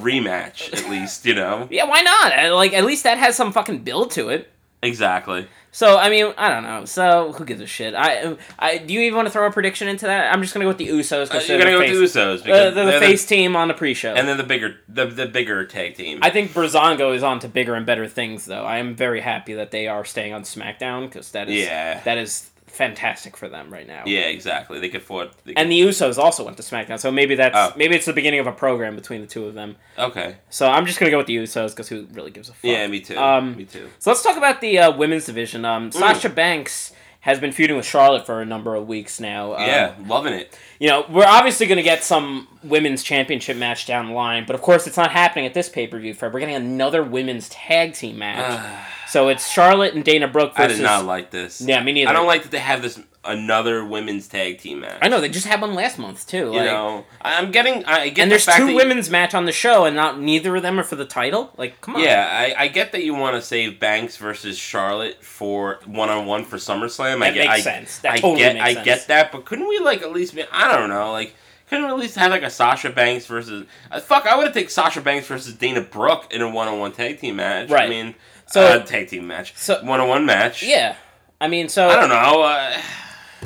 Speaker 3: [LAUGHS]
Speaker 4: rematch, at least, you know?
Speaker 3: yeah, why not? Uh, Like, at least that has some fucking build to it.
Speaker 4: Exactly.
Speaker 3: So I mean, I don't know. So who gives a shit? I, I do you even want to throw a prediction into that? I'm just gonna go with the Usos.
Speaker 4: Uh,
Speaker 3: because
Speaker 4: you're gonna go with the Usos because
Speaker 3: Uh, they're the
Speaker 4: they're
Speaker 3: face team on the pre-show.
Speaker 4: and then the bigger the, the bigger tag team.
Speaker 3: I think Brazongo is on to bigger and better things, though. I am very happy that they are staying on SmackDown because that is
Speaker 4: Yeah.
Speaker 3: that is fantastic for them right now.
Speaker 4: yeah, exactly. They could afford. They
Speaker 3: And the Usos also went to SmackDown, so maybe that's
Speaker 4: Oh.
Speaker 3: maybe it's the beginning of a program between the two of them.
Speaker 4: could- okay.
Speaker 3: So I'm just gonna go with the Usos because who really gives a fuck?
Speaker 4: Yeah, me too.
Speaker 3: Um,
Speaker 4: me Mm. too.
Speaker 3: So let's talk about the uh, women's division. Um, Sasha Banks has been feuding with Charlotte for a number of weeks now. Um,
Speaker 4: yeah, loving it.
Speaker 3: you know, we're obviously going to get some women's championship match down the line, but of course it's not happening at this pay per view, Fred. We're getting another women's tag team
Speaker 4: [SIGHS]
Speaker 3: match. so it's Charlotte and Dana Brooke
Speaker 4: I
Speaker 3: versus.
Speaker 4: did not like this.
Speaker 3: Yeah, me neither.
Speaker 4: I don't like that they have this another women's tag team match.
Speaker 3: I know, they just had one last month, too.
Speaker 4: You
Speaker 3: like-
Speaker 4: know, I- I'm getting. I I get.
Speaker 3: and
Speaker 4: the
Speaker 3: there's
Speaker 4: fact that
Speaker 3: two
Speaker 4: you-
Speaker 3: women's match on the show, and not neither of them are for the title. Like, come on.
Speaker 4: yeah, I, I get that you want to save Banks versus Charlotte for one on one for SummerSlam. I
Speaker 3: That
Speaker 4: get,
Speaker 3: makes
Speaker 4: I,
Speaker 3: sense. That
Speaker 4: I
Speaker 3: totally
Speaker 4: get,
Speaker 3: makes
Speaker 4: I
Speaker 3: sense.
Speaker 4: get that, but couldn't we like at least? Be, I don't know, like. Couldn't we at least have like a Sasha Banks versus uh, fuck? I would have taken Sasha Banks versus Dana Brooke in a one on one tag team match. I
Speaker 3: Right.
Speaker 4: mean,
Speaker 3: So-
Speaker 4: uh, tag team match,
Speaker 3: so-
Speaker 4: one on one match.
Speaker 3: Yeah. I mean, so
Speaker 4: I don't know. Uh,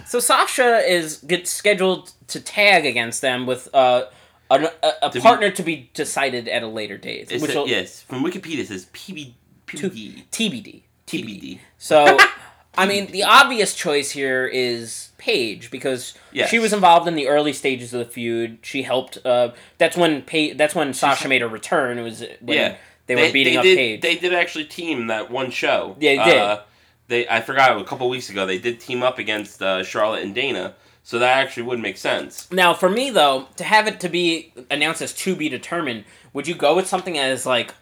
Speaker 3: so Sasha is get scheduled to tag against them with uh, an, a, a
Speaker 4: be-
Speaker 3: partner to be decided at a later date,
Speaker 4: it's
Speaker 3: which
Speaker 4: a-
Speaker 3: will
Speaker 4: yes, from Wikipedia it says PB, PBD.
Speaker 3: TBD.
Speaker 4: TBD.
Speaker 3: So, I mean, the obvious choice here is Paige because
Speaker 4: Yes.
Speaker 3: she was involved in the early stages of the feud. She helped. Uh, that's when pa- That's when Sasha made her return. It was when
Speaker 4: Yeah.
Speaker 3: they, were beating up
Speaker 4: did,
Speaker 3: Paige.
Speaker 4: They did actually team that one show.
Speaker 3: Yeah, they did.
Speaker 4: Uh, they I forgot a couple weeks ago they did team up against uh, Charlotte and Dana, so that actually would make sense.
Speaker 3: now, for me though, to have it to be announced as to be determined, would you go with something as like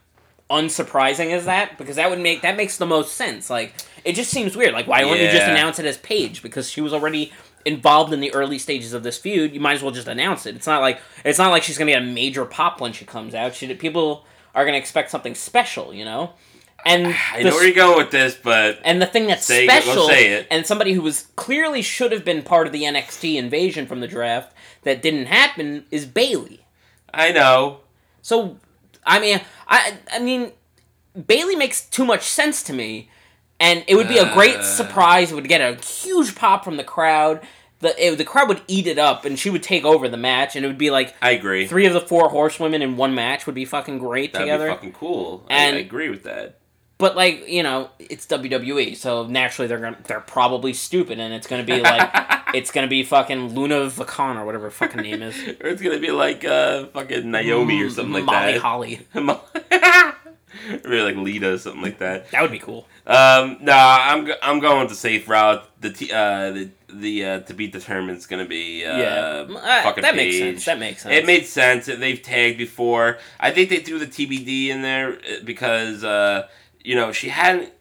Speaker 3: unsurprising as that? Because that would make that makes the most sense. Like, it just seems weird. Like, why wouldn't you just
Speaker 4: Yeah.
Speaker 3: announce it as Paige because she was already involved in the early stages of this feud? You might as well just announce it. It's not like it's not like she's gonna get a major pop when she comes out. She people are gonna expect something special, you know. And
Speaker 4: [SIGHS] I
Speaker 3: the
Speaker 4: know where you're going with this, but
Speaker 3: and the thing that's
Speaker 4: Say it, let's
Speaker 3: special,
Speaker 4: say it.
Speaker 3: and somebody who was clearly should have been part of the NXT invasion from the draft that didn't happen is Bailey.
Speaker 4: I know.
Speaker 3: So, I mean, I I mean, Bailey makes too much sense to me, and it would be a great
Speaker 4: Uh.
Speaker 3: surprise. It would get a huge pop from the crowd. The it, the crowd would eat it up, and she would take over the match, and it would be like
Speaker 4: I agree.
Speaker 3: three of the four horsewomen in one match would be fucking great
Speaker 4: That'd
Speaker 3: together.
Speaker 4: be fucking cool. I-
Speaker 3: And-
Speaker 4: I, agree with that.
Speaker 3: But like you know, it's WWE, so naturally they're gonna they're probably stupid, and it's gonna be
Speaker 4: [LAUGHS]
Speaker 3: like it's gonna be fucking Luna Vacan or whatever her fucking name
Speaker 4: [LAUGHS]
Speaker 3: is,
Speaker 4: Or it's gonna be like uh, fucking Naomi or something like
Speaker 3: Molly
Speaker 4: that.
Speaker 3: Holly.
Speaker 4: [LAUGHS] Maybe like Lita or something like that.
Speaker 3: That would be cool.
Speaker 4: Um, nah, I'm go- I'm going with the safe route. The t- uh, the the uh, to be determined is gonna be uh,
Speaker 3: yeah, Uh,
Speaker 4: fucking
Speaker 3: that makes
Speaker 4: Paige.
Speaker 3: sense. That makes sense.
Speaker 4: It made sense. They've tagged before. I think they threw the TBD in there uh, because uh, you know she hadn't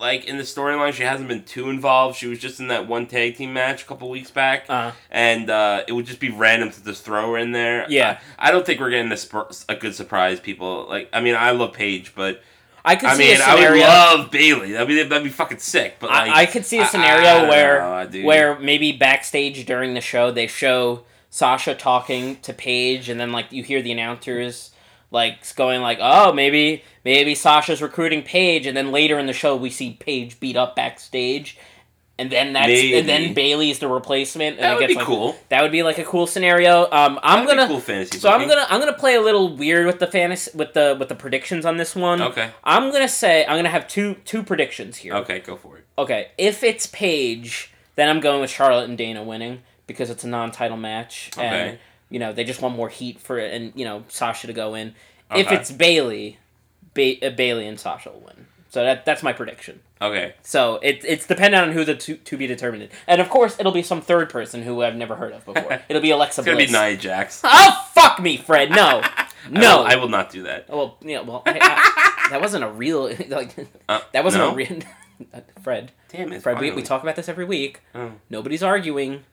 Speaker 4: like in the storyline she hasn't been too involved. She was just in that one tag team match a couple weeks back,
Speaker 3: Uh-huh.
Speaker 4: and uh, it would just be random to just throw her in there.
Speaker 3: Yeah.
Speaker 4: I, I don't think we're getting a, spur- a good surprise. People like I mean I love Paige, but
Speaker 3: I could
Speaker 4: I
Speaker 3: see
Speaker 4: mean
Speaker 3: a
Speaker 4: I would
Speaker 3: scenario.
Speaker 4: love Bailey. That'd be that'd be fucking sick. But like,
Speaker 3: I, I could see
Speaker 4: I-
Speaker 3: a
Speaker 4: I-
Speaker 3: scenario
Speaker 4: I don't
Speaker 3: where
Speaker 4: know, dude.
Speaker 3: where maybe backstage during the show they show Sasha talking to Paige, and then like you hear the announcers like going like, "Oh, maybe maybe Sasha's recruiting Paige," and then later in the show we see Paige beat up backstage. And then that's and
Speaker 4: Maybe.
Speaker 3: then Bailey's the replacement. And
Speaker 4: That
Speaker 3: it
Speaker 4: would
Speaker 3: gets,
Speaker 4: be
Speaker 3: like-
Speaker 4: cool.
Speaker 3: That would be like a cool scenario. Um, I'm
Speaker 4: That'd be
Speaker 3: gonna
Speaker 4: cool fantasy.
Speaker 3: so I'm
Speaker 4: booking.
Speaker 3: gonna I'm gonna play a little weird with the fantasy with the with the predictions on this one.
Speaker 4: Okay.
Speaker 3: I'm gonna say I'm gonna have two two predictions here.
Speaker 4: okay go for it.
Speaker 3: Okay, if it's Paige, then I'm going with Charlotte and Dana winning because it's a non-title match, and
Speaker 4: Okay.
Speaker 3: you know they just want more heat for it, and you know Sasha to go in. If
Speaker 4: Okay.
Speaker 3: it's Bailey, ba- uh, Bailey and Sasha will win. So that that's my prediction.
Speaker 4: Okay.
Speaker 3: So it, it's dependent on who the two to be determined, is. and of course it'll be some third person who I've never heard of
Speaker 4: [LAUGHS]
Speaker 3: before. it'll be Alexa
Speaker 4: It's gonna
Speaker 3: Bliss.
Speaker 4: be Nia Jax.
Speaker 3: [LAUGHS] Oh fuck me, Fred! No,
Speaker 4: I [LAUGHS]
Speaker 3: no. Oh,
Speaker 4: will, I will not do that.
Speaker 3: Well, yeah. Well, I, I, that wasn't a real [LAUGHS] like
Speaker 4: Uh,
Speaker 3: that wasn't
Speaker 4: no?
Speaker 3: a real [LAUGHS] Fred.
Speaker 4: Damn it,
Speaker 3: Fred, we, we
Speaker 4: finally.
Speaker 3: talk about this every week.
Speaker 4: Oh.
Speaker 3: Nobody's arguing.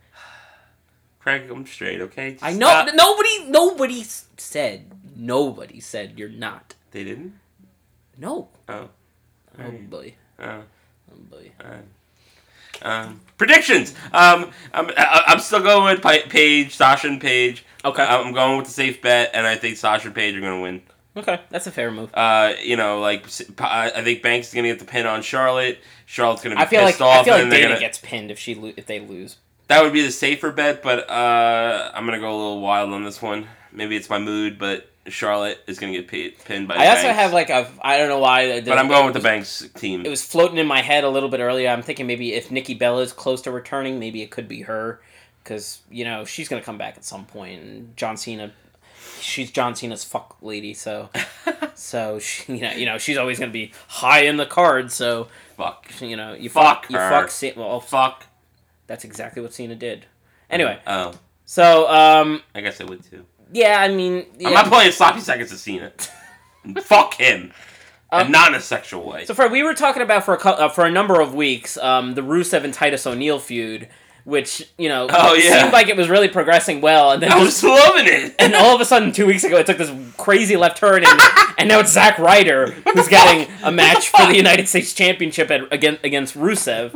Speaker 4: Craig, I'm straight, okay? Just
Speaker 3: I know
Speaker 4: stop.
Speaker 3: nobody. Nobody s- said. Nobody said you're not.
Speaker 4: They didn't?
Speaker 3: No.
Speaker 4: Oh.
Speaker 3: Oh
Speaker 4: Alright.
Speaker 3: boy. Oh
Speaker 4: Oh.
Speaker 3: boy.
Speaker 4: Um, predictions. Um, I'm, I- I'm still going with Pa- Paige, Sasha, and Paige. Uh,
Speaker 3: Okay.
Speaker 4: I'm going with the safe bet, and I think Sasha and Paige are going to win.
Speaker 3: Okay, that's a fair move.
Speaker 4: Uh, you know, like s- Pa- I I think Banks is going to get the pin on Charlotte. Charlotte's going to
Speaker 3: I
Speaker 4: be
Speaker 3: feel like
Speaker 4: pissed off.
Speaker 3: I feel
Speaker 4: and
Speaker 3: like
Speaker 4: they're
Speaker 3: Dana
Speaker 4: gonna-
Speaker 3: gets pinned if she lo- if they lose.
Speaker 4: That would be the safer bet, but uh, I'm gonna go a little wild on this one. Maybe it's my mood, but Charlotte is gonna get pi- pinned by.
Speaker 3: I also
Speaker 4: Banks.
Speaker 3: have like a I don't know why. I
Speaker 4: but
Speaker 3: didn't-
Speaker 4: I'm going with the
Speaker 3: it was-
Speaker 4: Banks team.
Speaker 3: It was floating in my head a little bit earlier. I'm thinking maybe if Nikki Bella is close to returning, maybe it could be her because you know she's gonna come back at some point. And John Cena, she's John Cena's fuck lady,
Speaker 4: [LAUGHS]
Speaker 3: so so she, you know you know she's always gonna be high in the card. So
Speaker 4: fuck,
Speaker 3: you know you
Speaker 4: Fuck
Speaker 3: fuck, you
Speaker 4: her.
Speaker 3: fuck Cena. Well, fuck.
Speaker 4: fuck.
Speaker 3: that's exactly what Cena did. Anyway,
Speaker 4: Oh,
Speaker 3: so um
Speaker 4: I guess I would too.
Speaker 3: yeah, I mean yeah.
Speaker 4: I'm not playing sloppy seconds
Speaker 3: [LAUGHS]
Speaker 4: of Cena. fuck him, and not in a sexual way.
Speaker 3: Um, So, Fred, we were talking about for a cou- uh, for a number of weeks um, the Rusev and Titus O'Neil feud, which you know
Speaker 4: Oh, yeah.
Speaker 3: seemed like it was really progressing well, and then
Speaker 4: [LAUGHS]
Speaker 3: [LAUGHS]
Speaker 4: I was loving it.
Speaker 3: and all of a sudden two weeks ago it took this crazy left turn,
Speaker 4: [LAUGHS]
Speaker 3: and, and now it's Zack Ryder who's getting a match for the United States Championship at, against against Rusev.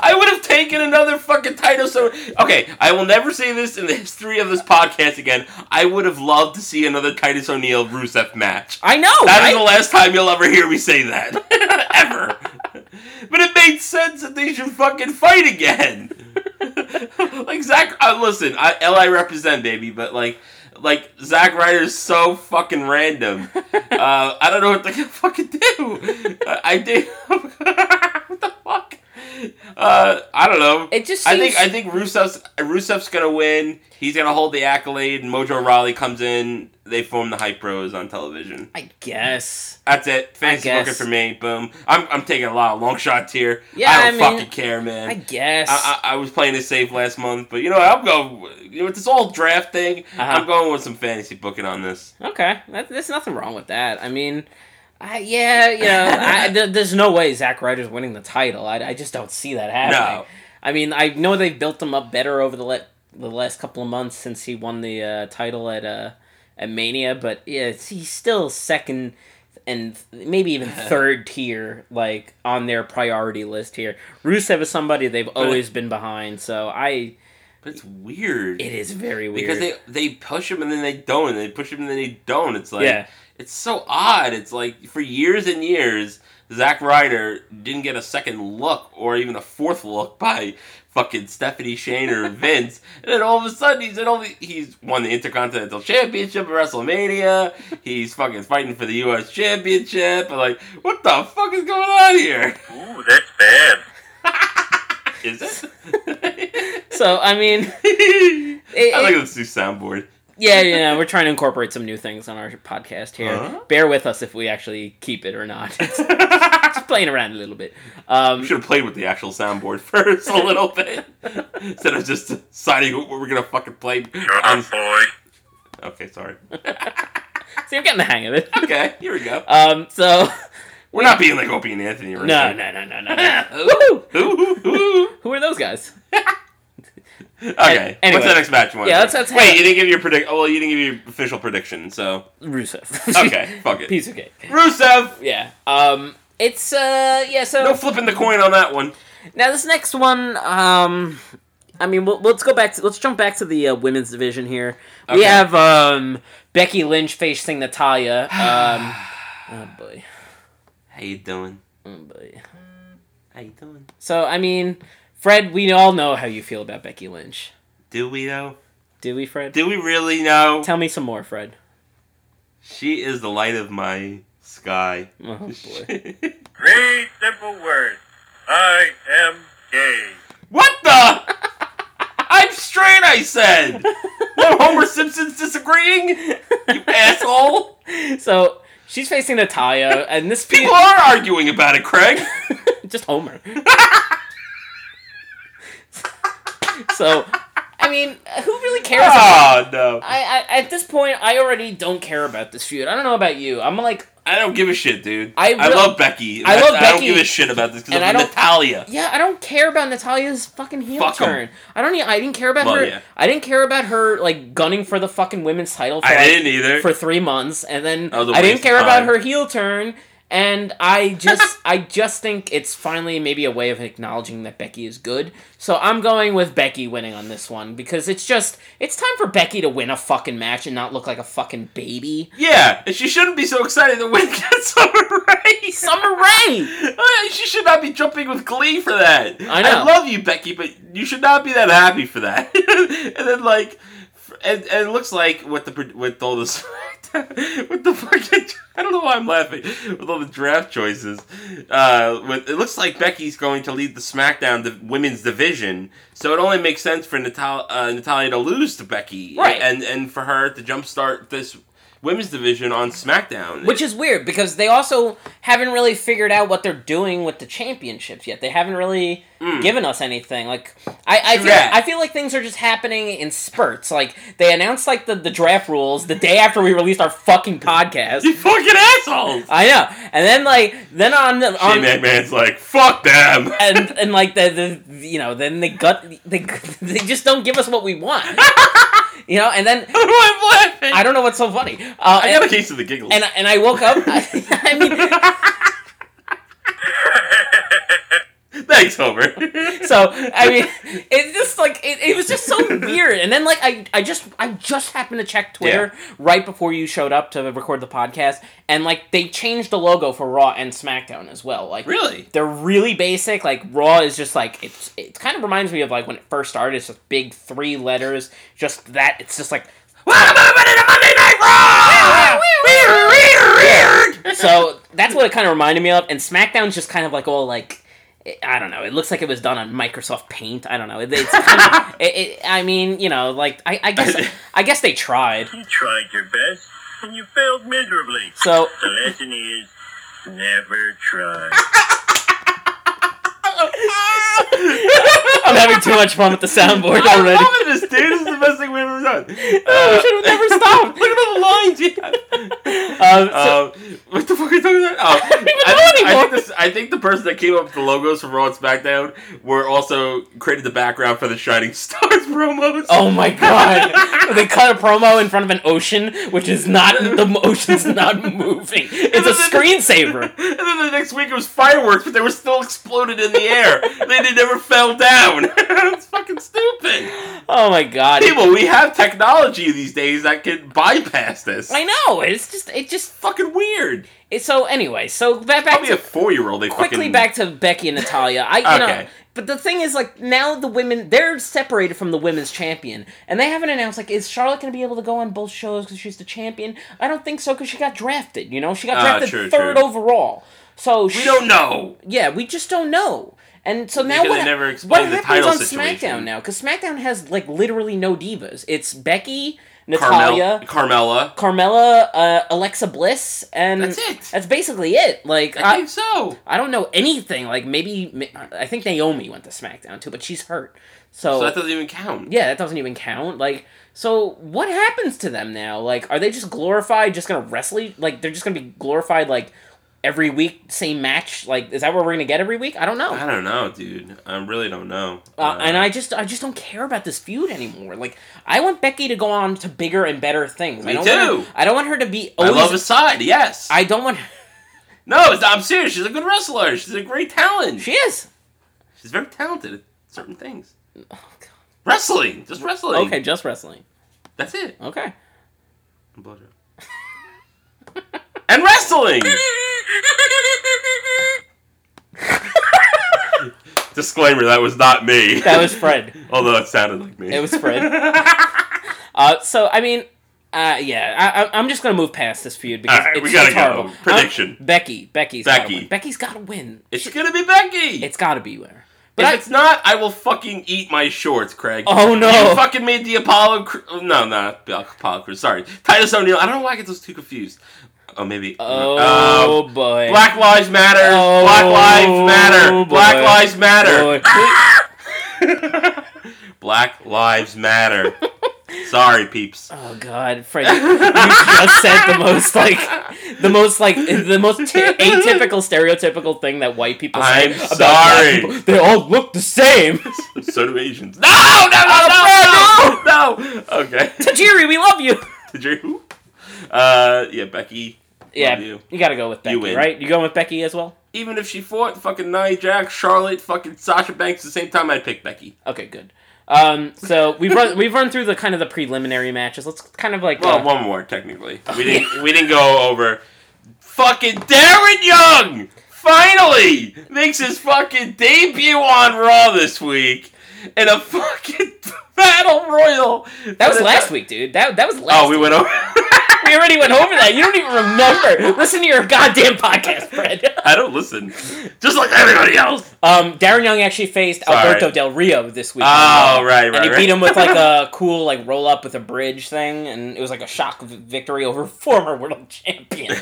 Speaker 4: I would have taken another fucking title. So okay, I will never say this in the history of this podcast again. I would have loved to see another Titus O'Neil Rusev match.
Speaker 3: I know,
Speaker 4: That is
Speaker 3: right?
Speaker 4: the last time you'll ever hear me say that. [LAUGHS] ever. But it made sense that they should fucking fight again. [LAUGHS] like Zach, uh, listen, I LI represent baby, but like like Zack Ryder is so fucking
Speaker 3: [LAUGHS]
Speaker 4: random. Uh, I don't know [LAUGHS] what to fucking do. I, I did. [LAUGHS] what the fuck? Uh, I don't know.
Speaker 3: It just
Speaker 4: I think
Speaker 3: seems-
Speaker 4: I think Rusev's Rusev's gonna win. He's gonna hold the accolade, and Mojo Raleigh comes in. They form the Hype Bros on television.
Speaker 3: I guess.
Speaker 4: That's it. Fantasy
Speaker 3: guess.
Speaker 4: booking for me. Boom. I'm, I'm taking a lot of long shots here.
Speaker 3: Yeah,
Speaker 4: I don't
Speaker 3: I mean,
Speaker 4: fucking care, man.
Speaker 3: I
Speaker 4: I,
Speaker 3: guess.
Speaker 4: I, I was playing this safe last month, but you know what? I'm going you know, with this all draft thing.
Speaker 3: Uh-huh.
Speaker 4: I'm going with some fantasy booking on this.
Speaker 3: Okay, that, there's nothing wrong with that. I mean, I, yeah, you know,
Speaker 4: [LAUGHS]
Speaker 3: I, th- there's no way Zack Ryder's winning the title. I, I just don't see that happening.
Speaker 4: No.
Speaker 3: I mean, I know they've built him up better over the le- the last couple of months since he won the uh, title at uh, at Mania, but yeah, it's, he's still second and th- maybe
Speaker 4: [LAUGHS]
Speaker 3: even third tier, like on their priority list here. Rusev is somebody they've always been behind, so I
Speaker 4: But it's weird
Speaker 3: it is very weird.
Speaker 4: because they they push him and then they don't, and they push him and then they don't. It's like
Speaker 3: Yeah.
Speaker 4: it's so odd. It's like for years and years, Zack Ryder didn't get a second look or even a fourth look by fucking Stephanie Shane
Speaker 3: [LAUGHS]
Speaker 4: or Vince, and then all of a sudden he's in all the, he's won the Intercontinental Championship at WrestleMania. He's fucking fighting for the U.S. Championship. And like, what the fuck is going on here?
Speaker 5: Ooh, that's bad.
Speaker 4: [LAUGHS] Is
Speaker 3: [LAUGHS]
Speaker 4: it?
Speaker 3: so I mean, [LAUGHS]
Speaker 4: [LAUGHS] I
Speaker 3: it-
Speaker 4: like this new soundboard.
Speaker 3: Yeah, yeah, we're trying to incorporate some new things on our podcast here.
Speaker 4: Huh?
Speaker 3: Bear with us if we actually keep it or [LAUGHS] not. It's just playing around a little bit.
Speaker 4: We
Speaker 3: Um,
Speaker 4: should have played with the actual soundboard [LAUGHS] first a little bit instead of just deciding what we're gonna fucking play.
Speaker 5: Shut
Speaker 4: on-
Speaker 5: up, boy.
Speaker 4: Okay, sorry.
Speaker 3: see, I'm getting the hang of it.
Speaker 4: Okay, here we go.
Speaker 3: Um, so
Speaker 4: We're not being like Opie and Anthony
Speaker 3: [LAUGHS]
Speaker 4: or
Speaker 3: no,
Speaker 4: anything.
Speaker 3: no, no, no, no. [LAUGHS] no.
Speaker 4: Ooh, ooh,
Speaker 3: [LAUGHS]
Speaker 4: ooh.
Speaker 3: Who are those guys?
Speaker 4: Okay.
Speaker 3: Anyway.
Speaker 4: What's the next match? One.
Speaker 3: Yeah, let's- let's
Speaker 4: Wait,
Speaker 3: have-
Speaker 4: you didn't give your predict. Oh, well, you didn't give your official
Speaker 3: [LAUGHS]
Speaker 4: prediction. So
Speaker 3: Rusev.
Speaker 4: okay, fuck it.
Speaker 3: piece of cake.
Speaker 4: Rusev.
Speaker 3: Yeah. Um, it's uh, yeah. So
Speaker 4: No flipping the coin on that one.
Speaker 3: Now this next one, um, I mean, we'll, let's go back to let's jump back to the uh, women's division here. We
Speaker 4: Okay.
Speaker 3: have um, Becky Lynch facing [SIGHS] Natalia. Um, oh boy,
Speaker 4: How you doing?
Speaker 3: oh boy.
Speaker 4: How you doing?
Speaker 3: So I mean, Fred, we all know how you feel about Becky Lynch,
Speaker 4: Do we though?
Speaker 3: do we, Fred?
Speaker 4: Do we really know?
Speaker 3: Tell me some more, Fred.
Speaker 4: she is the light of my sky.
Speaker 3: Oh [LAUGHS] boy.
Speaker 5: Three simple words. I am gay.
Speaker 4: What the? [LAUGHS] I'm straight, I said. What, Homer Simpson's disagreeing? You asshole.
Speaker 3: so she's facing Natalia, and this
Speaker 4: People are arguing about
Speaker 3: [LAUGHS]
Speaker 4: it, Craig.
Speaker 3: just
Speaker 4: [LAUGHS]
Speaker 3: Homer. so, I mean, who really cares? about
Speaker 4: Oh, no.
Speaker 3: I, I at this point I already don't care about this feud. I don't know about you. I'm like
Speaker 4: I don't give a shit, dude.
Speaker 3: I
Speaker 4: I
Speaker 3: will-
Speaker 4: love Becky.
Speaker 3: I
Speaker 4: I
Speaker 3: love
Speaker 4: I don't
Speaker 3: Becky.
Speaker 4: give a shit about this because
Speaker 3: And
Speaker 4: of
Speaker 3: I don't-
Speaker 4: Natalia.
Speaker 3: Yeah, I don't care about Natalia's fucking heel
Speaker 4: Fuck 'em.
Speaker 3: turn. I don't. e- I didn't care about
Speaker 4: Well,
Speaker 3: her.
Speaker 4: yeah.
Speaker 3: I didn't care about her like gunning for the fucking women's title. For,
Speaker 4: I
Speaker 3: like,
Speaker 4: didn't either.
Speaker 3: for three months, and then
Speaker 4: That was a
Speaker 3: I
Speaker 4: waste
Speaker 3: didn't
Speaker 4: of
Speaker 3: care about
Speaker 4: time.
Speaker 3: her heel turn. And I
Speaker 4: [LAUGHS]
Speaker 3: just, I just think it's finally maybe a way of acknowledging that Becky is good. So I'm going with Becky winning on this one because it's just, it's time for Becky to win a fucking match and not look like a fucking
Speaker 4: [LAUGHS]
Speaker 3: baby.
Speaker 4: yeah, and she shouldn't be so excited that Wynn gets [LAUGHS] Summer Rae.
Speaker 3: Summer Rae.
Speaker 4: Uh, She should not be jumping with glee for that.
Speaker 3: I know.
Speaker 4: I love you, Becky, but you should not be that happy for that. [LAUGHS] and then like, f- and, and it looks like with the pro- with all this [LAUGHS] with the fucking I don't know why I'm laughing with all the draft choices. Uh, with, it looks like Becky's going to lead the SmackDown the women's division, so it only makes sense for Natal- uh, Natalia to lose to Becky,
Speaker 3: Right.
Speaker 4: And and for her to jumpstart this women's division on SmackDown,
Speaker 3: Which is weird because they also haven't really figured out what they're doing with the championships yet. They haven't really given us anything. Like I, I feel
Speaker 4: Correct.
Speaker 3: I feel like things are just happening in spurts. Like they announced like the, the draft rules the day after we released our fucking podcast.
Speaker 4: you fucking assholes.
Speaker 3: I know. And then like then on the on
Speaker 4: Shane McMahon's like, fuck them.
Speaker 3: [LAUGHS] and and like the, the you know then they gut they [LAUGHS] they just don't give us what we want. you know, and then
Speaker 4: I'm laughing.
Speaker 3: I don't know what's so funny. Uh,
Speaker 4: I got a case of the giggles.
Speaker 3: and, and and I woke up. [LAUGHS] I mean,
Speaker 4: [LAUGHS] Thanks, Homer.
Speaker 3: So I mean, it's just like it, it was just so weird. And then like I, I just I just happened to check Twitter right before you showed up to record the podcast, and like they changed the logo for Raw and SmackDown as well. Like
Speaker 4: [LAUGHS] really?
Speaker 3: they're [LAUGHS] really basic. Like Raw is just like it's it kind of reminds me of like when it first started. It's just big three letters. Just that. It's just like. so that's what it kind of reminded me of, and SmackDown's just kind of like all like eh, I don't know. It looks like it was done on Microsoft Paint. I don't know. It, it's kind [LAUGHS] of, it, it, I mean, you know, like I, I guess I guess they tried.
Speaker 5: You tried your best, and you failed miserably.
Speaker 3: [LAUGHS] So
Speaker 5: The lesson is never try.
Speaker 3: I'm having too much fun with the
Speaker 4: [LAUGHS]
Speaker 3: soundboard
Speaker 4: I'm
Speaker 3: already.
Speaker 4: loving this, dude. This is the best thing we've ever done.
Speaker 3: Oh, [LAUGHS] we should have never [LAUGHS] stopped.
Speaker 4: Look at all the lines you
Speaker 3: [LAUGHS]
Speaker 4: have.
Speaker 3: Um, so-
Speaker 4: Um, what the fuck are you talking about? Oh, I,
Speaker 3: don't [LAUGHS] even know
Speaker 4: think, I,
Speaker 3: anymore.
Speaker 4: think this, I think the person that came up with the logos for Raw and SmackDown were also created the background for the Shining [LAUGHS] Stars promos.
Speaker 3: oh my god! they cut a promo in front of an ocean, which is not the ocean's not [LAUGHS] moving. It's a [LAUGHS] screensaver.
Speaker 4: [LAUGHS] And then the next week it was fireworks, but they were still exploded in
Speaker 3: [LAUGHS]
Speaker 4: the air. they, they never fell down. [LAUGHS] it's fucking stupid.
Speaker 3: Oh my god!
Speaker 4: People, we have technology these days that can bypass this.
Speaker 3: I know. It's just it just
Speaker 4: fucking weird.
Speaker 3: it, so anyway. So back back
Speaker 4: Probably a
Speaker 3: to,
Speaker 4: four year old. They
Speaker 3: quickly
Speaker 4: fucking,
Speaker 3: back to Becky and Natalia. I you know,
Speaker 4: Okay.
Speaker 3: but the thing is like now the women they're separated from the women's champion, and they haven't announced like is Charlotte going to be able to go on both shows because she's the champion? I don't think so because she got drafted. You know, she got
Speaker 4: Ah,
Speaker 3: drafted
Speaker 4: true,
Speaker 3: third
Speaker 4: true.
Speaker 3: overall. So she,
Speaker 4: We don't know.
Speaker 3: yeah, we just don't know. And so now
Speaker 4: they
Speaker 3: what,
Speaker 4: never
Speaker 3: what
Speaker 4: explained the
Speaker 3: happens
Speaker 4: title
Speaker 3: on
Speaker 4: situation.
Speaker 3: SmackDown now? Because SmackDown has like literally no divas. It's Becky, Natalia,
Speaker 4: Carmel, Carmella.
Speaker 3: Carmella, uh, Alexa Bliss, and
Speaker 4: That's it.
Speaker 3: That's basically it. Like
Speaker 4: I
Speaker 3: Mm. I,
Speaker 4: think so.
Speaker 3: I don't know anything. Like maybe ma- I think Naomi went to SmackDown too, but she's hurt. So,
Speaker 4: So that doesn't even count.
Speaker 3: Oh. yeah, that doesn't even count. Like so, what happens to them now? Like, are they just glorified? Just gonna wrestle? e- Like they're just gonna be glorified like every week, same match? Like is that what we're gonna get every week? I don't know.
Speaker 4: I don't know, dude. I really don't know.
Speaker 3: Uh, and I just I just don't care about this feud anymore. Like I want Becky to go on to bigger and better things.
Speaker 4: Me
Speaker 3: I don't
Speaker 4: too.
Speaker 3: Want her, I don't want her to be
Speaker 4: I
Speaker 3: always. I,
Speaker 4: love his side. Yes.
Speaker 3: don't want.
Speaker 4: no, it's- I'm serious. She's a good wrestler. She's a great talent.
Speaker 3: She is.
Speaker 4: She's very talented at certain things.
Speaker 3: Oh,
Speaker 4: Wrestling, just
Speaker 3: God.
Speaker 4: wrestling.
Speaker 3: Okay, just wrestling.
Speaker 4: that's it. [LAUGHS]
Speaker 3: Okay.
Speaker 4: Blowjob.
Speaker 3: [LAUGHS]
Speaker 4: and wrestling. Disclaimer: That was not me.
Speaker 3: That was Fred.
Speaker 4: [LAUGHS] Although it sounded like me.
Speaker 3: It was Fred. uh, so I mean, uh, yeah, I, I, I'm just gonna move past this feud because
Speaker 4: All right,
Speaker 3: it's,
Speaker 4: we gotta
Speaker 3: it's
Speaker 4: go.
Speaker 3: horrible. Uh,
Speaker 4: Prediction.
Speaker 3: Becky, Becky's Becky. Gotta
Speaker 4: Becky.
Speaker 3: win. Becky's gotta win.
Speaker 4: It's gonna be Becky.
Speaker 3: It's gotta be winner. But
Speaker 4: if
Speaker 3: I,
Speaker 4: it's not, I will fucking eat my shorts, Craig.
Speaker 3: oh
Speaker 4: You
Speaker 3: no,
Speaker 4: fucking made the Apollo. Cr- no, not the Apollo Crew. Sorry, Titus O'Neil. I don't know why I get those two confused. Oh, maybe.
Speaker 3: oh boy,
Speaker 4: Um, Black Lives Matter.
Speaker 3: Oh,
Speaker 4: Black Lives Matter.
Speaker 3: boy.
Speaker 4: Black Lives Matter.
Speaker 3: Boy.
Speaker 4: Black Lives Matter. Sorry, peeps.
Speaker 3: Oh God, Frank! You just said the most like, the most like, the most t- atypical, stereotypical thing that white people say.
Speaker 4: I'm
Speaker 3: about black
Speaker 4: sorry.
Speaker 3: people. They all look the
Speaker 4: [LAUGHS]
Speaker 3: same.
Speaker 4: so do Asians. No, no, no, no, no, no. Okay. [LAUGHS]
Speaker 3: Tajiri, we love you.
Speaker 4: Did you? Uh, yeah, Becky. love
Speaker 3: Yeah, you.
Speaker 4: you.
Speaker 3: gotta go with Becky,
Speaker 4: win.
Speaker 3: right? You going with Becky as well?
Speaker 4: Even if she fought fucking Nia Jax, Charlotte, fucking Sasha Banks at the same time, I'd pick Becky.
Speaker 3: Okay, good. Um, so we've run we've run through the kind of the preliminary matches. Let's kind of like
Speaker 4: Well,
Speaker 3: uh,
Speaker 4: one
Speaker 3: [LAUGHS]
Speaker 4: more technically. We didn't. we didn't go over. Fucking Darren Young finally makes his fucking debut on Raw this week in a fucking [LAUGHS] battle royal.
Speaker 3: that was last week, dude. That that was last.
Speaker 4: Oh, we went over. [LAUGHS]
Speaker 3: week. [LAUGHS] we already went over that. You don't even remember. Listen to your goddamn podcast, Fred. [LAUGHS]
Speaker 4: I don't listen. Just like everybody else.
Speaker 3: Um, Darren Young actually faced
Speaker 4: Sorry.
Speaker 3: Alberto Del Rio this week. Um,
Speaker 4: Oh, right, right,
Speaker 3: and he
Speaker 4: right.
Speaker 3: beat him with like a cool like roll up with a bridge thing, and it was like a shock v- victory over [LAUGHS] former world champion.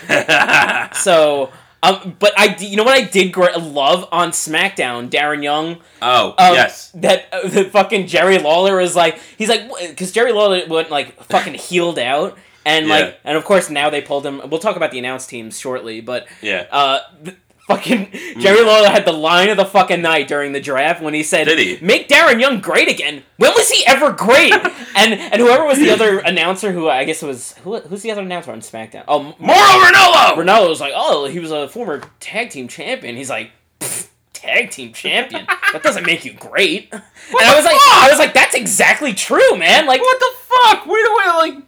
Speaker 3: so, um, but I, d- you know what I did gr- love on SmackDown, Darren Young.
Speaker 4: [LAUGHS] oh,
Speaker 3: Um,
Speaker 4: yes.
Speaker 3: That uh, the fucking Jerry Lawler is like he's like because Jerry Lawler went like
Speaker 4: [LAUGHS]
Speaker 3: fucking healed out. And
Speaker 4: Yeah.
Speaker 3: like, and of course now they pulled him. We'll talk about the announce teams shortly, but
Speaker 4: Yeah.
Speaker 3: uh, th- fucking
Speaker 4: Mm.
Speaker 3: Jerry Lawler had the line of the fucking night during the draft when he said,
Speaker 4: Did he?
Speaker 3: "Make Darren Young great again." When was he ever
Speaker 4: [LAUGHS]
Speaker 3: great? and and whoever was the other announcer, who I guess it was who who's the other announcer on SmackDown? Oh, M-
Speaker 4: Moro Ranallo!
Speaker 3: Ronaldo was like, "Oh, he was a former tag team champion." He's like. "Pfft, Tag team champion. That doesn't make you
Speaker 4: [LAUGHS]
Speaker 3: great. and I
Speaker 4: the
Speaker 3: was like,
Speaker 4: fuck?
Speaker 3: I was like, that's exactly true, man. Like,
Speaker 4: What the fuck? Way to way to, like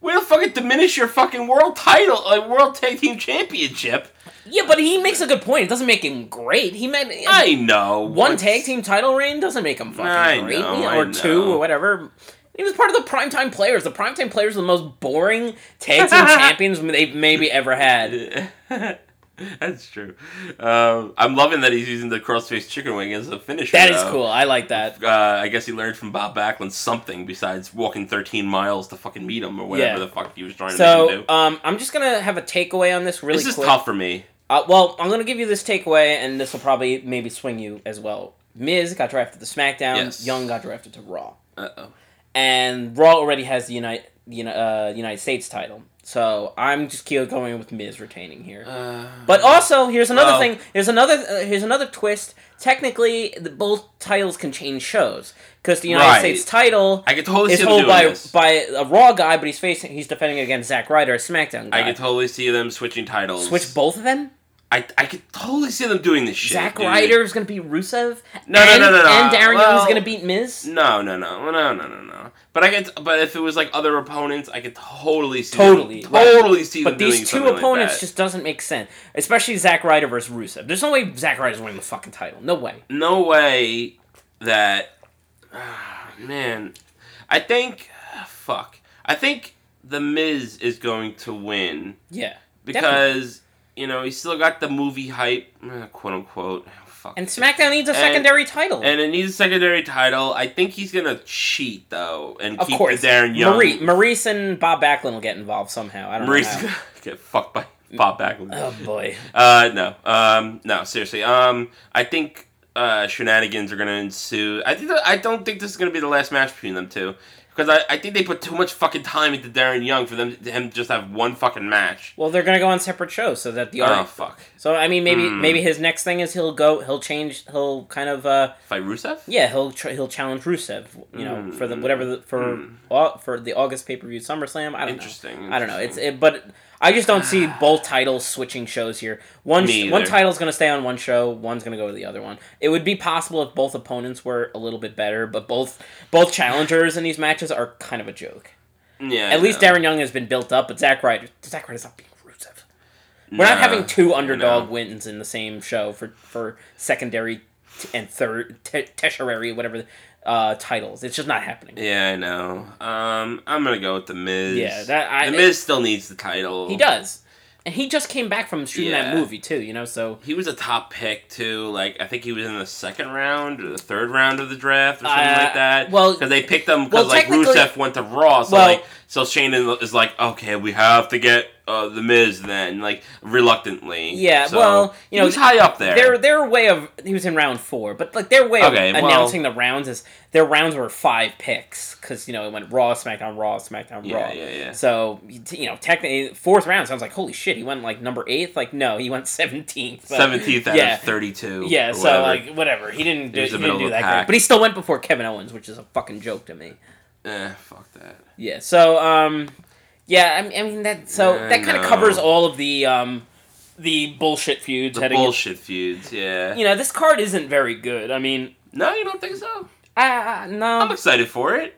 Speaker 4: way to fucking diminish your fucking world title, like world tag team championship.
Speaker 3: yeah, but he makes a good point. It doesn't make him great. He meant uh,
Speaker 4: I know
Speaker 3: one
Speaker 4: It's-
Speaker 3: tag team title reign doesn't make him fucking
Speaker 4: I
Speaker 3: great,
Speaker 4: know,
Speaker 3: yeah,
Speaker 4: I
Speaker 3: or two
Speaker 4: know.
Speaker 3: or whatever. He was part of the primetime players. The primetime players are the most boring tag
Speaker 4: [LAUGHS]
Speaker 3: team champions they've maybe ever had.
Speaker 4: [LAUGHS] That's true. Um, I'm loving that he's using the crossface chicken wing as a finisher.
Speaker 3: That is
Speaker 4: though.
Speaker 3: cool. I like that.
Speaker 4: Uh, I guess he learned from Bob Backlund something besides walking 13 miles to fucking meet him or whatever
Speaker 3: Yeah.
Speaker 4: the fuck he was trying to make him
Speaker 3: So,
Speaker 4: do.
Speaker 3: um, I'm just gonna have a takeaway on this really
Speaker 4: this is
Speaker 3: quick.
Speaker 4: tough for me.
Speaker 3: Uh, well, I'm gonna give you this takeaway, and this will probably maybe swing you as well. Miz got drafted to SmackDown.
Speaker 4: Yes.
Speaker 3: Young got drafted to Raw,
Speaker 4: Uh oh.
Speaker 3: and Raw already has the United uh, United States title. So I'm just keep going with Miz retaining here. But also, here's another
Speaker 4: Uh, Well-
Speaker 3: thing. Here's another. Uh, here's another twist. Technically, the, both titles can change shows because the United
Speaker 4: Right.
Speaker 3: States title
Speaker 4: I could totally
Speaker 3: is
Speaker 4: see them
Speaker 3: held
Speaker 4: doing
Speaker 3: by
Speaker 4: this.
Speaker 3: by a Raw guy, but he's facing he's defending against Zack Ryder, a SmackDown guy.
Speaker 4: I could totally see them switching titles.
Speaker 3: Switch both of them.
Speaker 4: I, I could totally see them doing this shit.
Speaker 3: Zack
Speaker 4: dude.
Speaker 3: Ryder is going to beat Rusev.
Speaker 4: No, no,
Speaker 3: and,
Speaker 4: no, no, no.
Speaker 3: And Darren Young is
Speaker 4: Well-
Speaker 3: going to beat Miz.
Speaker 4: No, no, no, no, no, no, no. But I could. But if it was like other opponents, I could totally see.
Speaker 3: Totally,
Speaker 4: them, totally see.
Speaker 3: But
Speaker 4: them
Speaker 3: these
Speaker 4: doing
Speaker 3: two
Speaker 4: something
Speaker 3: opponents
Speaker 4: like that.
Speaker 3: just doesn't make sense, especially Zack Ryder versus Rusev. There's no way Zack Ryder's winning the fucking title. No way.
Speaker 4: No way that. ah, man, I think. fuck. I think the Miz is going to win
Speaker 3: Yeah.
Speaker 4: because
Speaker 3: Definitely.
Speaker 4: you know he's still got the movie hype, eh, quote unquote. Fuck.
Speaker 3: and SmackDown needs a secondary title.
Speaker 4: And it needs a secondary title. I think he's gonna cheat though and
Speaker 3: of
Speaker 4: keep
Speaker 3: course,
Speaker 4: the Darren Young.
Speaker 3: Maurice, Maurice and Bob Backlund will get involved somehow. I don't
Speaker 4: Maurice
Speaker 3: know.
Speaker 4: is
Speaker 3: how.
Speaker 4: gonna [LAUGHS] get fucked by Bob Backlund.
Speaker 3: Oh boy.
Speaker 4: Uh, no. Um, no. Seriously. Um, I think uh, shenanigans are gonna ensue. I think that, I don't think this is gonna be the last match between them two because I, I think they put too much fucking time into Darren Young for them to him just have one fucking match.
Speaker 3: Well, they're going to go on separate shows so that the
Speaker 4: Oh Hmm.
Speaker 3: art.
Speaker 4: fuck!
Speaker 3: So I mean, maybe maybe his next thing is he'll go, he'll change, he'll kind of uh,
Speaker 4: Fight Rusev.
Speaker 3: Yeah, he'll tr- he'll challenge Rusev, you know, for the whatever the, for au- for the August pay per view SummerSlam. I don't
Speaker 4: Mm-hmm. Interesting,
Speaker 3: know. I don't know. It's it, but I just don't see both titles switching shows here. One
Speaker 4: Me
Speaker 3: sh- one
Speaker 4: either.
Speaker 3: title's gonna stay on one show. One's gonna go to the other one. It would be possible if both opponents were a little bit better, but both both challengers in these matches are kind of a joke.
Speaker 4: Yeah.
Speaker 3: At least Darren Young has been built up, but Zack Ryder Zack Ryder's not being Rusev. We're not having two underdog wins in the same show for for secondary t- and third te- tertiary whatever uh, titles. It's just not happening.
Speaker 4: Yeah, I know. Um, I'm gonna go with the Miz.
Speaker 3: Yeah, that- I-
Speaker 4: the Miz still needs the title.
Speaker 3: He does, and he just came back from shooting that
Speaker 4: Yeah.
Speaker 3: movie too. You know, so
Speaker 4: He was a top pick too. Like I think he was in the second round or the third round of the draft or something
Speaker 3: Uh,
Speaker 4: like that.
Speaker 3: well-
Speaker 4: because they picked him
Speaker 3: well,
Speaker 4: because like
Speaker 3: technically-
Speaker 4: Rusev went to Raw, so
Speaker 3: well-
Speaker 4: like So Shane is like, okay, we have to get uh, the Miz then, like reluctantly.
Speaker 3: Yeah,
Speaker 4: So,
Speaker 3: well, you know,
Speaker 4: he's high up there.
Speaker 3: Their their way of he was in round four, but like their way
Speaker 4: Okay,
Speaker 3: of
Speaker 4: well-
Speaker 3: announcing the rounds is their rounds were five picks because you know it went Raw, SmackDown, Raw, SmackDown,
Speaker 4: Yeah,
Speaker 3: Raw.
Speaker 4: yeah, yeah.
Speaker 3: So you t- you know, technically fourth round sounds like holy shit. He went like number eighth. Like no, he went seventeenth. so-
Speaker 4: seventeenth out
Speaker 3: yeah.
Speaker 4: of thirty-two.
Speaker 3: Yeah,
Speaker 4: or
Speaker 3: so
Speaker 4: whatever.
Speaker 3: like whatever, he didn't do,
Speaker 4: He was
Speaker 3: he
Speaker 4: the
Speaker 3: didn't
Speaker 4: middle
Speaker 3: do
Speaker 4: of the
Speaker 3: that great,
Speaker 4: pack.
Speaker 3: but he still went before Kevin Owens, which is a fucking joke to me.
Speaker 4: eh, fuck that.
Speaker 3: Yeah. So um, yeah, I mean, I mean that so
Speaker 4: Yeah,
Speaker 3: that kind of
Speaker 4: no.
Speaker 3: covers all of the um, the bullshit feuds
Speaker 4: The
Speaker 3: heading.
Speaker 4: bullshit feuds. Yeah.
Speaker 3: You know, this card isn't very good. I mean,
Speaker 4: no, you don't think
Speaker 3: Um,
Speaker 4: so?
Speaker 3: I, I no.
Speaker 4: I'm excited for it.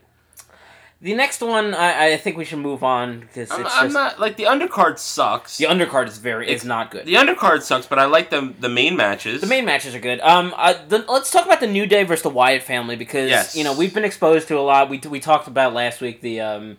Speaker 3: The next one, I, I think we should move on because it's
Speaker 4: I'm,
Speaker 3: just
Speaker 4: I'm not like the undercard sucks.
Speaker 3: the undercard is very it's
Speaker 4: It's-
Speaker 3: not good.
Speaker 4: The undercard sucks, but I like the the main matches.
Speaker 3: The main matches are good. Um, uh, the, let's talk about the New Day versus the Wyatt family because
Speaker 4: Yes.
Speaker 3: you know we've been exposed to a lot. We we talked about last week the um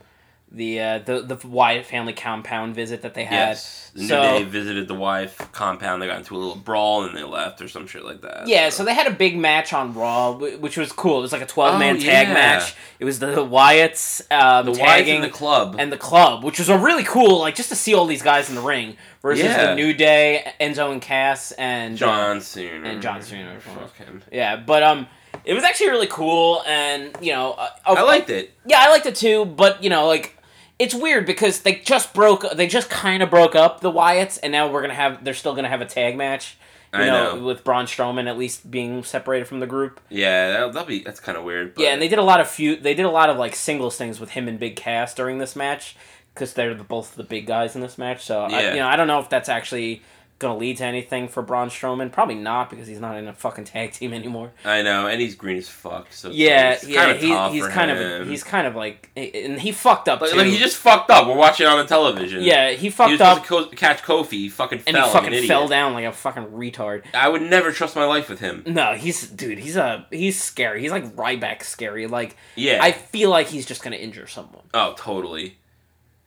Speaker 3: the uh, the the Wyatt family compound visit that they had.
Speaker 4: Yes. The New
Speaker 3: So-
Speaker 4: Day visited the wife compound. They got into a little brawl and they left or some shit like that.
Speaker 3: Yeah, so they had a big match on Raw, wh- which was cool. It was like a twelve man
Speaker 4: Oh,
Speaker 3: tag
Speaker 4: yeah.
Speaker 3: match. It was the Wyatts um,
Speaker 4: the wife
Speaker 3: tagging
Speaker 4: in the club.
Speaker 3: and the club, which was a really cool like just to see all these guys in the ring versus
Speaker 4: Yeah.
Speaker 3: the New Day, Enzo and Cass, and
Speaker 4: John Cena.
Speaker 3: and John Cena.
Speaker 4: Fuck him.
Speaker 3: Yeah, but um, it was actually really cool, and you know, uh,
Speaker 4: I liked it.
Speaker 3: Yeah, I liked it too, but you know, like it's weird because they just broke, they just kind of broke up the Wyatts, and now we're gonna have, they're still gonna have a tag match. You
Speaker 4: I know.
Speaker 3: with Braun Strowman at least being separated from the group.
Speaker 4: Yeah, that'll, that'll be that's kind of weird. But
Speaker 3: Yeah, and they did a lot of few, they did a lot of like singles things with him and Big Cass during this match because they're the, both the big guys in this match. So I,
Speaker 4: Yeah.
Speaker 3: you know, I don't know if that's actually. Gonna lead to anything for Braun Strowman? Probably not because he's not in a fucking tag team anymore.
Speaker 4: I know, and he's green as fuck. So
Speaker 3: Yeah,
Speaker 4: it's
Speaker 3: yeah,
Speaker 4: kinda tough
Speaker 3: he, he's
Speaker 4: for
Speaker 3: kind of
Speaker 4: him.
Speaker 3: he's kind of like, and he fucked up
Speaker 4: like,
Speaker 3: too.
Speaker 4: like, he just fucked up. We're watching it on the television.
Speaker 3: yeah, he
Speaker 4: he was
Speaker 3: fucked
Speaker 4: supposed
Speaker 3: up
Speaker 4: to co- catch Kofi. He fucking
Speaker 3: and
Speaker 4: fell.
Speaker 3: he
Speaker 4: like an
Speaker 3: fucking
Speaker 4: idiot.
Speaker 3: fell down like a fucking retard.
Speaker 4: I would never trust my life with him.
Speaker 3: No, he's dude, he's a he's scary. He's like Ryback scary. Like
Speaker 4: Yeah.
Speaker 3: I feel like he's just gonna injure someone.
Speaker 4: Oh, totally.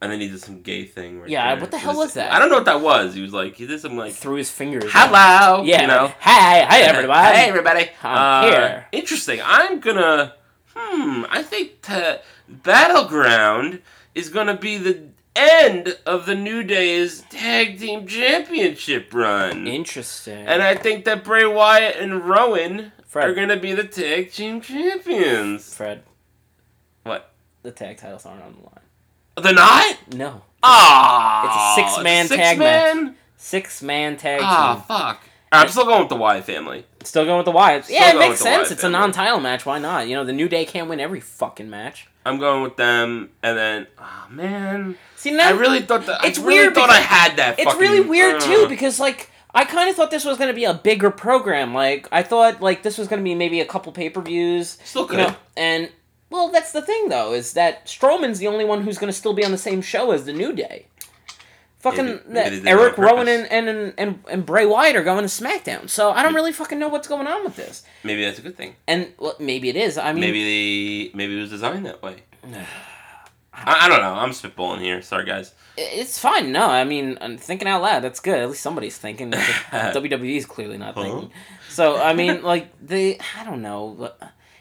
Speaker 4: And then he did some gay thing. Right
Speaker 3: Yeah,
Speaker 4: there.
Speaker 3: what the
Speaker 4: It
Speaker 3: hell was that?
Speaker 4: I don't know what that was. He was like, he did some like,
Speaker 3: Through his fingers.
Speaker 4: hello,
Speaker 3: Yeah.
Speaker 4: you know,
Speaker 3: Hi, hi everybody.
Speaker 4: hey everybody,
Speaker 3: I'm
Speaker 4: Uh,
Speaker 3: here.
Speaker 4: Interesting. I'm gonna, hmm, I think ta- battleground is gonna be the end of the New Day's tag team championship run.
Speaker 3: Interesting.
Speaker 4: and I think that Bray Wyatt and Rowan
Speaker 3: Fred.
Speaker 4: are gonna be the tag team champions.
Speaker 3: Fred,
Speaker 4: What?
Speaker 3: the tag titles aren't on the line.
Speaker 4: They're not?
Speaker 3: No.
Speaker 4: Ah,
Speaker 3: It's a six-man tag match.
Speaker 4: match.
Speaker 3: Six man tag
Speaker 4: Ah, fuck. I'm still going with the Wyatt family.
Speaker 3: team. Still going with the Wyatts.
Speaker 4: Still
Speaker 3: Yeah, it
Speaker 4: going
Speaker 3: makes
Speaker 4: with the Wyatt
Speaker 3: sense. It's a
Speaker 4: family.
Speaker 3: non title match. Why not? You know, the New Day can't win every fucking match.
Speaker 4: I'm going with them, and then, oh man,
Speaker 3: See, now
Speaker 4: I really thought that.
Speaker 3: It's
Speaker 4: I really
Speaker 3: weird
Speaker 4: thought I
Speaker 3: because-
Speaker 4: had that.
Speaker 3: it's
Speaker 4: fucking- uh.
Speaker 3: really weird too
Speaker 4: Ugh.
Speaker 3: because like I kind of thought this was going to be a bigger program. Like I thought like this was going to be maybe a couple pay per views.
Speaker 4: Still
Speaker 3: you
Speaker 4: could.
Speaker 3: know, and well, that's the thing though is that Strowman's the only one who's going to still be on the same show as the New Day. Fucking
Speaker 4: Maybe- maybe
Speaker 3: that-
Speaker 4: they did that
Speaker 3: Eric
Speaker 4: on purpose.
Speaker 3: Rowan and, and and and Bray Wyatt are going to SmackDown, so I don't really fucking know what's going on with this.
Speaker 4: Maybe that's a good thing.
Speaker 3: And well, maybe it is. I mean,
Speaker 4: Maybe they. Maybe it was designed that [SIGHS] way. I, I don't know. I'm spitballing here. Sorry, guys.
Speaker 3: i- it's fine. No, I mean, I'm thinking out loud. That's good. At least somebody's thinking.
Speaker 4: [LAUGHS]
Speaker 3: WWE E is clearly not
Speaker 4: Huh?
Speaker 3: thinking. So I
Speaker 4: [LAUGHS]
Speaker 3: mean, like they, I don't know.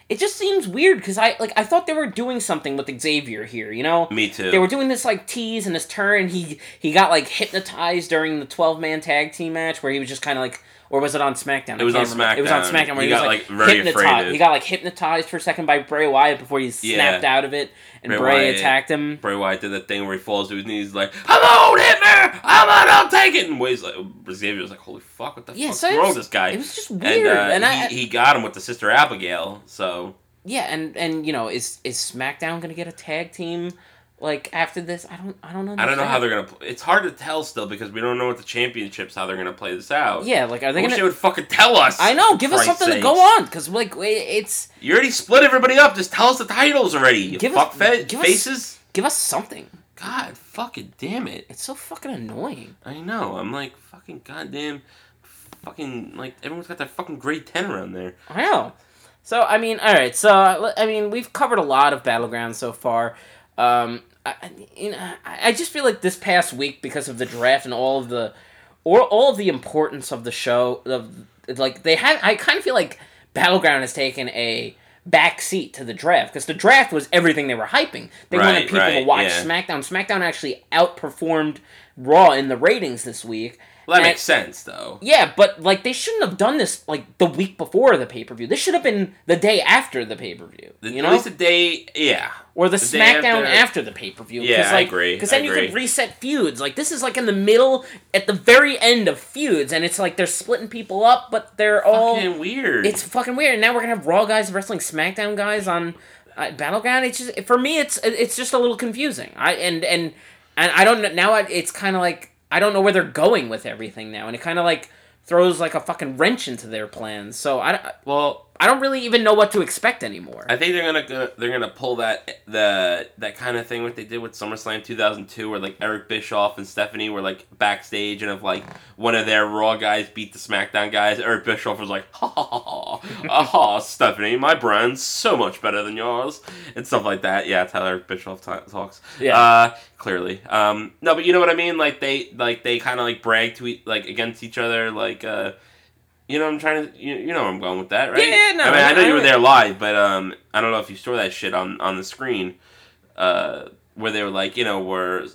Speaker 3: It just seems weird because I like I thought they were doing something with Xavier here. You know,
Speaker 4: Me too.
Speaker 3: they were doing this like tease and this turn. He he got like hypnotized during the twelve man tag team match where he was just kind of like, or was it on SmackDown? I
Speaker 4: It was
Speaker 3: can't
Speaker 4: on
Speaker 3: remember. It was on
Speaker 4: SmackDown.
Speaker 3: SmackDown where he,
Speaker 4: He
Speaker 3: was
Speaker 4: got,
Speaker 3: like,
Speaker 4: like, very
Speaker 3: hypnotized.
Speaker 4: afraid.
Speaker 3: He got like hypnotized for a second by Bray Wyatt before he snapped out of it, and Bray,
Speaker 4: Bray Wyatt.
Speaker 3: attacked him.
Speaker 4: Bray Wyatt did that thing where he falls to his knees, like, "Come on, Hitler! I'm on, I'll take it." And Wade's like, Xavier was like, "Holy fuck, what the
Speaker 3: Yeah,
Speaker 4: fuck's
Speaker 3: so it
Speaker 4: wrong
Speaker 3: was-
Speaker 4: with this guy?"
Speaker 3: It was just weird,
Speaker 4: and, uh,
Speaker 3: and
Speaker 4: he,
Speaker 3: I
Speaker 4: he got him with the sister Abigail. So
Speaker 3: yeah and and you know is is smackdown gonna get a tag team like after this i don't i don't know
Speaker 4: I don't know how they're gonna. Pl- it's hard to tell still because we don't know what the championships how they're gonna play this out.
Speaker 3: yeah like are
Speaker 4: I
Speaker 3: they
Speaker 4: wish
Speaker 3: gonna
Speaker 4: they would fucking tell us.
Speaker 3: i know give us
Speaker 4: Christ's
Speaker 3: something to go
Speaker 4: sakes.
Speaker 3: on because like it- it's
Speaker 4: You already split everybody up. Just tell us the titles already. You
Speaker 3: Give us-
Speaker 4: fuck fe-
Speaker 3: give us-
Speaker 4: faces.
Speaker 3: give us something
Speaker 4: God, fucking damn it.
Speaker 3: it's so fucking annoying
Speaker 4: I know. I'm like fucking goddamn. Fucking like everyone's got their fucking grade ten around there.
Speaker 3: i know so i mean all right so i mean we've covered a lot of battlegrounds so far um I, I- you know, I I just feel like this past week because of the draft and all of the or all of the importance of the show of like they had I kind of feel like Battleground has taken a backseat to the draft because the draft was everything they were hyping. They
Speaker 4: Right,
Speaker 3: wanted people to
Speaker 4: right,
Speaker 3: watch
Speaker 4: yeah.
Speaker 3: SmackDown. SmackDown actually outperformed Raw in the ratings this week.
Speaker 4: Well, that
Speaker 3: And-
Speaker 4: makes sense, though.
Speaker 3: Yeah, but like they shouldn't have done this like the week before the pay per view. This should have been the day after the pay per view.
Speaker 4: The-
Speaker 3: You
Speaker 4: At
Speaker 3: know,
Speaker 4: least the day, yeah.
Speaker 3: or the,
Speaker 4: the day
Speaker 3: SmackDown
Speaker 4: after-
Speaker 3: after, the pay per view.
Speaker 4: Yeah, I
Speaker 3: like,
Speaker 4: agree,
Speaker 3: Because
Speaker 4: I
Speaker 3: then you
Speaker 4: agree.
Speaker 3: could reset feuds. Like this is like in the middle, at the very end of feuds, and it's like they're splitting people up, but they're all
Speaker 4: Fucking weird.
Speaker 3: it's fucking weird. And now we're gonna have Raw guys wrestling SmackDown guys on uh, Battleground. It's just for me, it's it's just a little confusing. I and and and I don't know now. I, it's kind of like I don't know where they're going with everything now, and it kind of like throws like a fucking wrench into their plans. So I don't-
Speaker 4: well.
Speaker 3: I don't really even know what to expect anymore.
Speaker 4: I think they're gonna, gonna they're gonna pull that the that kind of thing what they did with SummerSlam 2002, where like Eric Bischoff and Stephanie were like backstage, and if like one of their Raw guys beat the SmackDown guys, Eric Bischoff was like, ha ha
Speaker 3: [LAUGHS]
Speaker 4: ha, ha, aha, Stephanie, my brand's so much better than yours, and stuff like that. Yeah, that's how Eric Bischoff ta talks.
Speaker 3: Yeah.
Speaker 4: Uh, clearly. Um, no, but you know what I mean. Like they like they kind of like brag to each, like against each other, like uh. You know what I'm trying to. You, you know where I'm going with that, right?
Speaker 3: Yeah, yeah, no,
Speaker 4: I mean, I know
Speaker 3: I-
Speaker 4: you were there live, but um, I don't know if you saw that shit on on the screen, uh, where they were like, you know, where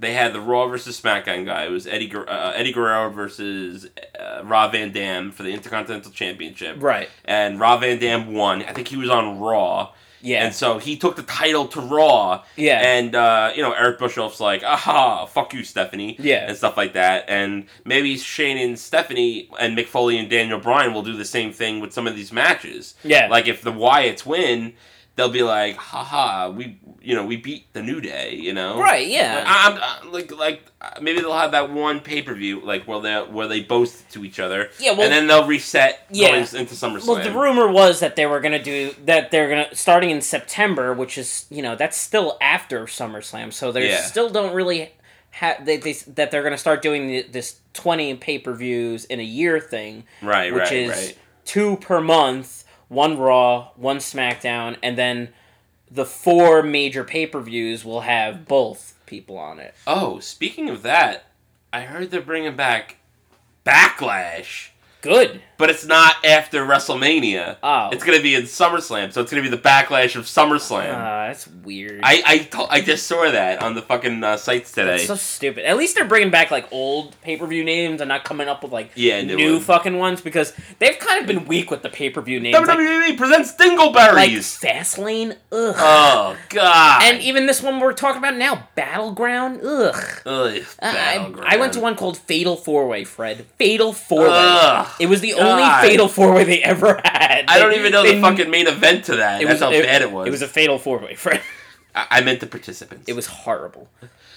Speaker 4: they had the Raw versus SmackDown guy. It was Eddie Guer- uh, Eddie Guerrero versus uh, Rob Van Dam for the Intercontinental Championship,
Speaker 3: right.
Speaker 4: and Rob Van Dam won. I think he was on Raw.
Speaker 3: Yeah.
Speaker 4: And so he took the title to Raw.
Speaker 3: Yeah.
Speaker 4: And, uh, you know, Eric Bischoff's like, aha, fuck you, Stephanie.
Speaker 3: Yeah.
Speaker 4: And stuff like that. And maybe Shane and Stephanie and Mick Foley and Daniel Bryan will do the same thing with some of these matches.
Speaker 3: Yeah.
Speaker 4: Like, if the Wyatts win, they'll be like, haha, we, you know, we beat the New Day, you know?
Speaker 3: Right, yeah.
Speaker 4: Like, I- I'm, I- like, like, uh, maybe they'll have that one pay per view, like, where they where they boast to each other.
Speaker 3: Yeah, well-
Speaker 4: and then they'll reset
Speaker 3: Yeah.
Speaker 4: going into SummerSlam.
Speaker 3: Well, the rumor was that they were going to do that. They're going to starting in September, which is you know that's still after SummerSlam, so they
Speaker 4: Yeah.
Speaker 3: still don't really have they, they, that they're going to start doing the, this twenty pay per views in a year thing,
Speaker 4: Right,
Speaker 3: Which
Speaker 4: right,
Speaker 3: is
Speaker 4: right.
Speaker 3: two per month, one Raw, one SmackDown, and then the four major pay per views will have both people on it.
Speaker 4: Oh, speaking of that, I heard they're bringing back Backlash,
Speaker 3: Good.
Speaker 4: but it's not after WrestleMania.
Speaker 3: Oh.
Speaker 4: It's going to be in SummerSlam, so it's going to be the Backlash of SummerSlam.
Speaker 3: Uh, that's weird.
Speaker 4: I I, to- I just saw that on the fucking uh, sites today.
Speaker 3: That's so stupid. At least they're bringing back like old pay per view names and not coming up with like
Speaker 4: Yeah, new
Speaker 3: new,
Speaker 4: one.
Speaker 3: fucking ones because they've kind of been weak with the pay per view names. Like,
Speaker 4: WWE E presents
Speaker 3: like
Speaker 4: Dingleberries.
Speaker 3: Fastlane, ugh.
Speaker 4: oh god.
Speaker 3: and even this one we're talking about now, Battleground, ugh.
Speaker 4: Ugh,
Speaker 3: uh, I,
Speaker 4: Battleground.
Speaker 3: I went to one called Fatal Four Way, Fred. Fatal Four Way.
Speaker 4: Ugh,
Speaker 3: It was the
Speaker 4: God.
Speaker 3: only Fatal Four Way they ever had.
Speaker 4: I don't even know
Speaker 3: They-
Speaker 4: the fucking main event to that.
Speaker 3: It
Speaker 4: That's
Speaker 3: was,
Speaker 4: how bad it was.
Speaker 3: It was a Fatal Four Way, Fred.
Speaker 4: I, I meant the participants.
Speaker 3: It was horrible.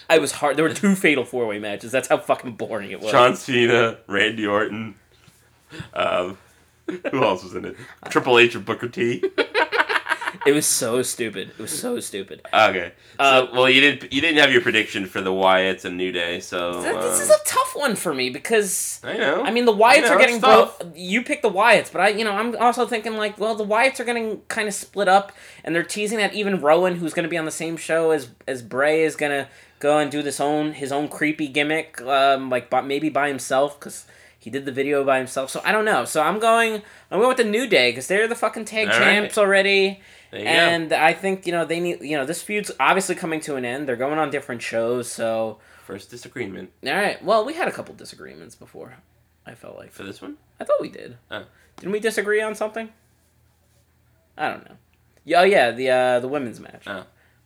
Speaker 3: I was hard. There were two Fatal Four Way matches. That's how fucking boring it was.
Speaker 4: John Cena, Randy Orton. Um, who else was in it? Triple H or Booker T.
Speaker 3: It was so stupid. It was so stupid.
Speaker 4: Okay. So,
Speaker 3: Uh,
Speaker 4: well, you didn't you didn't have your prediction for the Wyatts and New Day, so
Speaker 3: Th- This
Speaker 4: uh,
Speaker 3: is a tough one for me because
Speaker 4: I know.
Speaker 3: I mean the Wyatts
Speaker 4: know,
Speaker 3: are getting
Speaker 4: it's tough.
Speaker 3: both. You pick the Wyatts, but I, you know, I'm also thinking like, well, the Wyatts are getting kind of split up, and they're teasing that even Rowan, who's going to be on the same show as as Bray, is going to go and do this own his own creepy gimmick, um, like but maybe by himself because. He did the video by himself, so I don't know. So I'm going, I'm going with the New Day because they're the fucking tag
Speaker 4: All right.
Speaker 3: champs already.
Speaker 4: There you go.
Speaker 3: And I think you know they need you know this feud's obviously coming to an end. They're going on different shows, so
Speaker 4: first disagreement
Speaker 3: all right. Well, we had a couple disagreements before. I felt like
Speaker 4: for this one.
Speaker 3: I thought we did.
Speaker 4: Oh.
Speaker 3: Didn't we disagree on something? I don't know. Yeah, oh yeah, the uh, the women's match,
Speaker 4: Oh.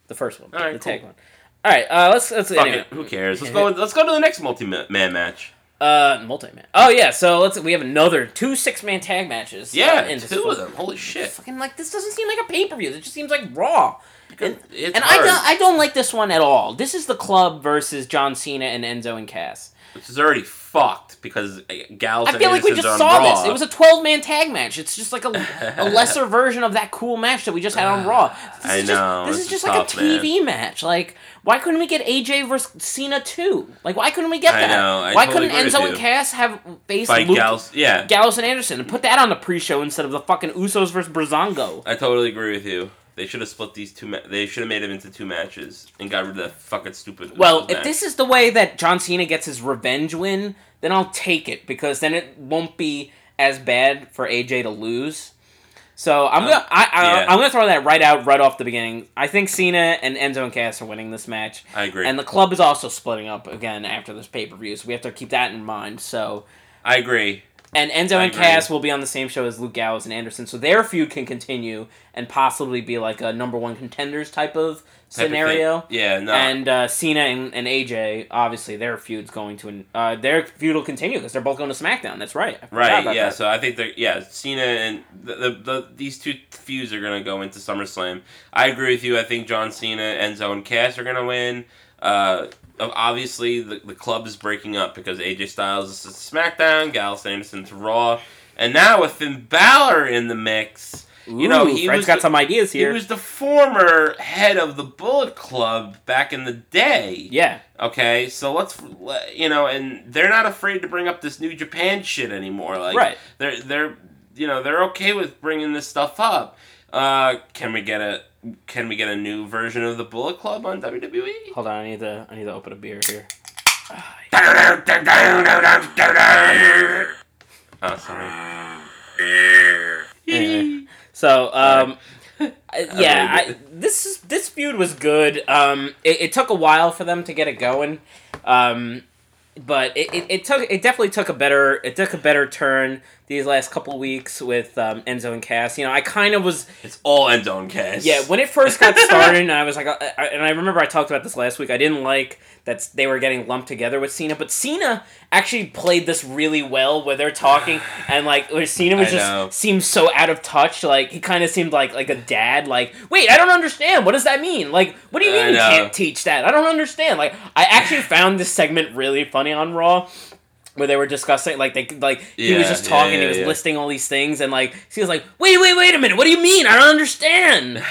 Speaker 3: the first one,
Speaker 4: All right,
Speaker 3: the
Speaker 4: cool.
Speaker 3: tag one. All right, uh, let's let's
Speaker 4: Fuck
Speaker 3: anyway.
Speaker 4: it. Who cares? Let's go. Let's go to the next multi man match.
Speaker 3: Uh, multi man. Oh yeah, so let's we have another two six man tag matches. uh,
Speaker 4: Yeah,
Speaker 3: in this
Speaker 4: two
Speaker 3: one.
Speaker 4: of them. Holy shit!
Speaker 3: Fucking like this doesn't seem like a pay per view. It just seems like raw. And,
Speaker 4: it's
Speaker 3: and I
Speaker 4: hard.
Speaker 3: don't I don't like this one at all. This is the club versus John Cena and Enzo and Cass.
Speaker 4: This is already fucked because uh, gals.
Speaker 3: I
Speaker 4: and
Speaker 3: feel like we
Speaker 4: innocents are
Speaker 3: just
Speaker 4: on
Speaker 3: saw
Speaker 4: Raw.
Speaker 3: this. It was a 12 man tag match. It's just like a,
Speaker 4: [LAUGHS]
Speaker 3: a lesser version of that cool match that we just had on
Speaker 4: [SIGHS]
Speaker 3: Raw. This
Speaker 4: I
Speaker 3: is
Speaker 4: know,
Speaker 3: Just, this
Speaker 4: it's
Speaker 3: is just
Speaker 4: tough,
Speaker 3: like a TV match. Like, why couldn't we get AJ versus Cena too? Like, why couldn't we get
Speaker 4: I
Speaker 3: that?
Speaker 4: know, I
Speaker 3: why
Speaker 4: totally
Speaker 3: couldn't
Speaker 4: agree with
Speaker 3: Enzo
Speaker 4: you.
Speaker 3: and Cass have faced
Speaker 4: fight
Speaker 3: Luke, Gallus.
Speaker 4: gals. Yeah,
Speaker 3: and Anderson and put that on the pre show instead of the fucking Usos versus Brazongo?
Speaker 4: I totally agree with you. They should have split these two. Ma- they should have made them into two matches and got rid of that fucking stupid.
Speaker 3: Well,
Speaker 4: match.
Speaker 3: if this is the way that John Cena gets his revenge win, then I'll take it because then it won't be as bad for AJ to lose. So I'm gonna I, I,
Speaker 4: Um, yeah.
Speaker 3: I'm gonna throw that right out right off the beginning. I think Cena and Enzo and Cass are winning this match.
Speaker 4: I agree.
Speaker 3: And the club is also splitting up again after this pay per view, so we have to keep that in mind. So
Speaker 4: I agree.
Speaker 3: and Enzo
Speaker 4: I
Speaker 3: and
Speaker 4: agree.
Speaker 3: Cass will be on the same show as Luke Gallows and Anderson, so their feud can continue and possibly be like a number one contenders type of
Speaker 4: Type of thing.
Speaker 3: scenario.
Speaker 4: Yeah, no.
Speaker 3: And uh, Cena and, and AJ, obviously, their feud's going to uh, their feud will continue because they're both going to SmackDown. That's right. I forgot
Speaker 4: right,
Speaker 3: about
Speaker 4: yeah.
Speaker 3: that.
Speaker 4: So I think they're yeah, Cena and the, the, the these two feuds are gonna go into SummerSlam. I agree with you. I think John Cena, Enzo, and Cass are gonna win. Uh, obviously, the, the club is breaking up because AJ Styles is to SmackDown, Gallus Anderson to Raw, and now with Finn Balor in the mix.
Speaker 3: Ooh,
Speaker 4: you know, he
Speaker 3: Fred's
Speaker 4: was
Speaker 3: got
Speaker 4: the-
Speaker 3: some ideas
Speaker 4: He
Speaker 3: here.
Speaker 4: was the former head of the Bullet Club back in the day.
Speaker 3: yeah,
Speaker 4: Okay, so let's let- you know, and they're not afraid to bring up this New Japan shit anymore. Like,
Speaker 3: Right.
Speaker 4: They're they're you know they're okay with bringing this stuff up. Uh, can we get a can we get a new version of the Bullet Club on E? WWE?
Speaker 3: hold on, I need to I need to open a beer
Speaker 4: [LAUGHS]
Speaker 3: here.
Speaker 4: Oh, sorry.
Speaker 5: Beer.
Speaker 3: Anyway, so um, I- yeah,
Speaker 4: [LAUGHS] I
Speaker 3: I, this is this feud was good. Um, it, it took a while for them to get it going, um, but it, it, it took it definitely took a better it took a better turn these last couple weeks with um, Enzo and Cass. You know, I kind of was
Speaker 4: It's all end zone cast.
Speaker 3: Yeah, when it first got started, and I was like, I, I- and I remember I talked about this last week. I didn't like that they were getting lumped together with Cena, but Cena actually played this really well where they're
Speaker 4: [SIGHS]
Speaker 3: talking, and like where Cena was
Speaker 4: I
Speaker 3: just
Speaker 4: know.
Speaker 3: seemed so out of touch. Like he kind of seemed like like a dad. Like, wait, I don't understand. What does that mean? Like, what do you
Speaker 4: I
Speaker 3: mean you
Speaker 4: know.
Speaker 3: can't teach that? I don't understand. Like, I actually found this segment really funny on Raw. Where they were discussing, like they like he was
Speaker 4: Yeah,
Speaker 3: just
Speaker 4: yeah,
Speaker 3: talking,
Speaker 4: yeah,
Speaker 3: he was
Speaker 4: yeah.
Speaker 3: listing all these things, and like she was like, "Wait, wait, wait a minute! What do you mean? I don't understand."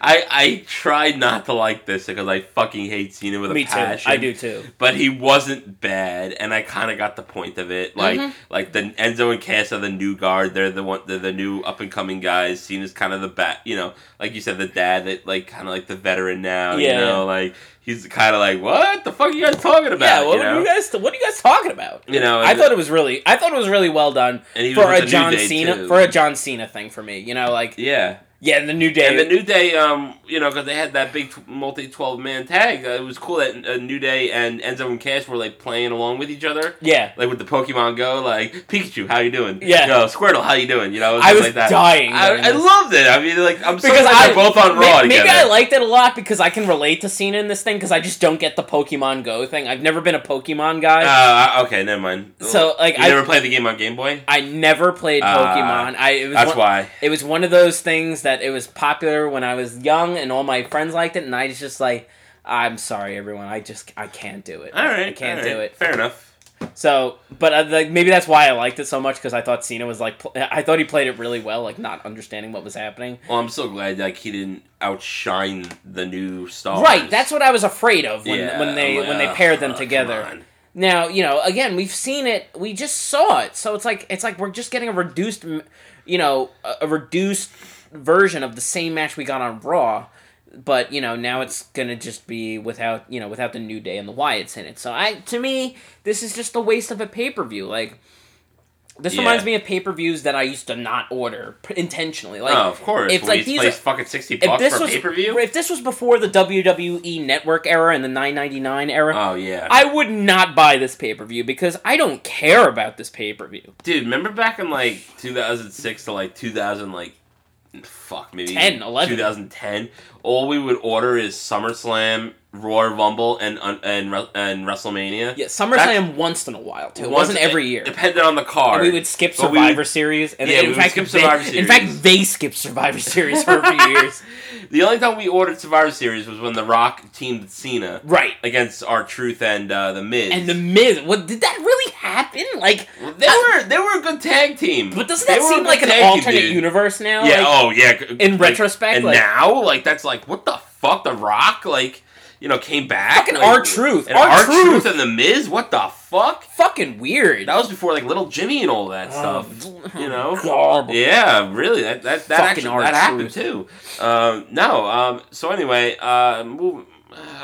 Speaker 4: I I tried not to like this because I fucking hate Cena with a
Speaker 3: Me too.
Speaker 4: passion.
Speaker 3: I do too.
Speaker 4: but he wasn't bad, and I kind of got the point of it. Like,
Speaker 3: Mm-hmm.
Speaker 4: like the Enzo and Cass are the new guard. They're the one. They're the new up and coming guys. Seen as kind of the bat. You know, like you said, the dad that like kind of like the veteran now.
Speaker 3: Yeah.
Speaker 4: You know, like he's kind of like, what the fuck are you guys talking about?
Speaker 3: yeah, what
Speaker 4: you
Speaker 3: are
Speaker 4: know?
Speaker 3: you guys? What are you guys talking about?
Speaker 4: You know,
Speaker 3: I
Speaker 4: and-
Speaker 3: thought it was really, I thought it was really well done
Speaker 4: And he was
Speaker 3: for
Speaker 4: with
Speaker 3: a
Speaker 4: the New
Speaker 3: John
Speaker 4: Day,
Speaker 3: Cena
Speaker 4: too.
Speaker 3: for a John Cena thing for me. You know, like
Speaker 4: yeah.
Speaker 3: yeah, the New Day.
Speaker 4: And the New Day, um, you know, because they had that big multi twelve man tag. uh, It was cool that uh, New Day and Enzo and Cass were like playing along with each other.
Speaker 3: yeah,
Speaker 4: like with the Pokemon Go, like Pikachu, how you doing?
Speaker 3: Yeah.
Speaker 4: Yo, Squirtle, how you doing? You know, it
Speaker 3: I
Speaker 4: just
Speaker 3: was
Speaker 4: like that.
Speaker 3: dying during
Speaker 4: I, I
Speaker 3: this.
Speaker 4: loved it. I mean, like I'm so glad they're both on
Speaker 3: may-
Speaker 4: Raw
Speaker 3: maybe,
Speaker 4: together.
Speaker 3: I liked it a lot because I can relate to Cena in this thing because I just don't get the Pokemon Go thing. I've never been a Pokemon guy.
Speaker 4: Uh, okay, never mind.
Speaker 3: So, like,
Speaker 4: you
Speaker 3: I-
Speaker 4: never played the game on Game Boy.
Speaker 3: I never played
Speaker 4: Ah,
Speaker 3: Pokemon. I it was
Speaker 4: That's
Speaker 3: one-
Speaker 4: why.
Speaker 3: It was one of those things that it was popular when I was young and all my friends liked it, and I was just like, I'm sorry, everyone. I just I can't do it.
Speaker 4: All right,
Speaker 3: I can't
Speaker 4: all right.
Speaker 3: do it.
Speaker 4: Fair enough.
Speaker 3: So, but uh, like maybe that's why I liked it so much because I thought Cena was like pl- I thought he played it really well, like not understanding what was happening.
Speaker 4: Well, I'm so glad like he didn't outshine the new stars.
Speaker 3: Right, that's what I was afraid of when
Speaker 4: Yeah,
Speaker 3: when they
Speaker 4: I'm like,
Speaker 3: when they
Speaker 4: "Ah,
Speaker 3: paired them
Speaker 4: come
Speaker 3: together.
Speaker 4: on."
Speaker 3: Now you know again we've seen it, we just saw it, so it's like it's like we're just getting a reduced, m- you know, a, a reduced version of the same match we got on Raw. But you know now it's gonna just be without you know without the New Day and the Wyatts in it. So I to me this is just a waste of a pay per view. Like this
Speaker 4: Yeah.
Speaker 3: reminds me of pay per views that I used to not order p- intentionally. Like
Speaker 4: Oh, of course.
Speaker 3: If
Speaker 4: If
Speaker 3: like
Speaker 4: like
Speaker 3: these
Speaker 4: plays
Speaker 3: are-
Speaker 4: fucking sixty
Speaker 3: if
Speaker 4: bucks
Speaker 3: this
Speaker 4: for
Speaker 3: was
Speaker 4: pay per view.
Speaker 3: if this was before the WWE Network era and the 9.99 era,
Speaker 4: Oh yeah.
Speaker 3: I would not buy this pay per view because I don't care about this pay per view.
Speaker 4: Dude, remember back in like 2006 to like 2000, like fuck maybe
Speaker 3: 10, 11.
Speaker 4: 2010. All we would order is SummerSlam, Royal Rumble, and and Re- and WrestleMania.
Speaker 3: Yeah, SummerSlam once in a while too. It wasn't
Speaker 4: Once-
Speaker 3: every year.
Speaker 4: Depended on the card.
Speaker 3: And we would skip
Speaker 4: But we
Speaker 3: Survivor
Speaker 4: would-
Speaker 3: Series, and
Speaker 4: Yeah,
Speaker 3: in
Speaker 4: we would
Speaker 3: fact,
Speaker 4: skip
Speaker 3: they-
Speaker 4: Survivor
Speaker 3: In
Speaker 4: Series.
Speaker 3: fact, they skipped Survivor Series for a
Speaker 4: [LAUGHS]
Speaker 3: few years.
Speaker 4: the only time we ordered Survivor Series was when The Rock teamed Cena
Speaker 3: Right.
Speaker 4: against our Truth and uh, the Miz.
Speaker 3: And the Miz, what did that really happen? Like,
Speaker 4: they were they were a good tag team.
Speaker 3: but doesn't
Speaker 4: They
Speaker 3: that
Speaker 4: were a
Speaker 3: seem
Speaker 4: good
Speaker 3: like an
Speaker 4: tag team,
Speaker 3: alternate
Speaker 4: dude.
Speaker 3: universe now?
Speaker 4: Yeah.
Speaker 3: Like,
Speaker 4: oh, yeah. g-
Speaker 3: in
Speaker 4: like,
Speaker 3: retrospect,
Speaker 4: and
Speaker 3: like-
Speaker 4: now, like that's like what the fuck? The Rock, like you know, came back.
Speaker 3: Fucking
Speaker 4: like,
Speaker 3: R-Truth,
Speaker 4: and our
Speaker 3: R-Truth.
Speaker 4: truth and the Miz. What the fuck?
Speaker 3: fucking weird.
Speaker 4: oh. That was before like Little Jimmy and all that
Speaker 3: Oh,
Speaker 4: stuff.
Speaker 3: [LAUGHS]
Speaker 4: You know.
Speaker 3: God.
Speaker 4: Yeah, really. That that that
Speaker 3: Fucking
Speaker 4: actually,
Speaker 3: R-Truth.
Speaker 4: that happened too. Um, no. Um, so anyway, uh, move,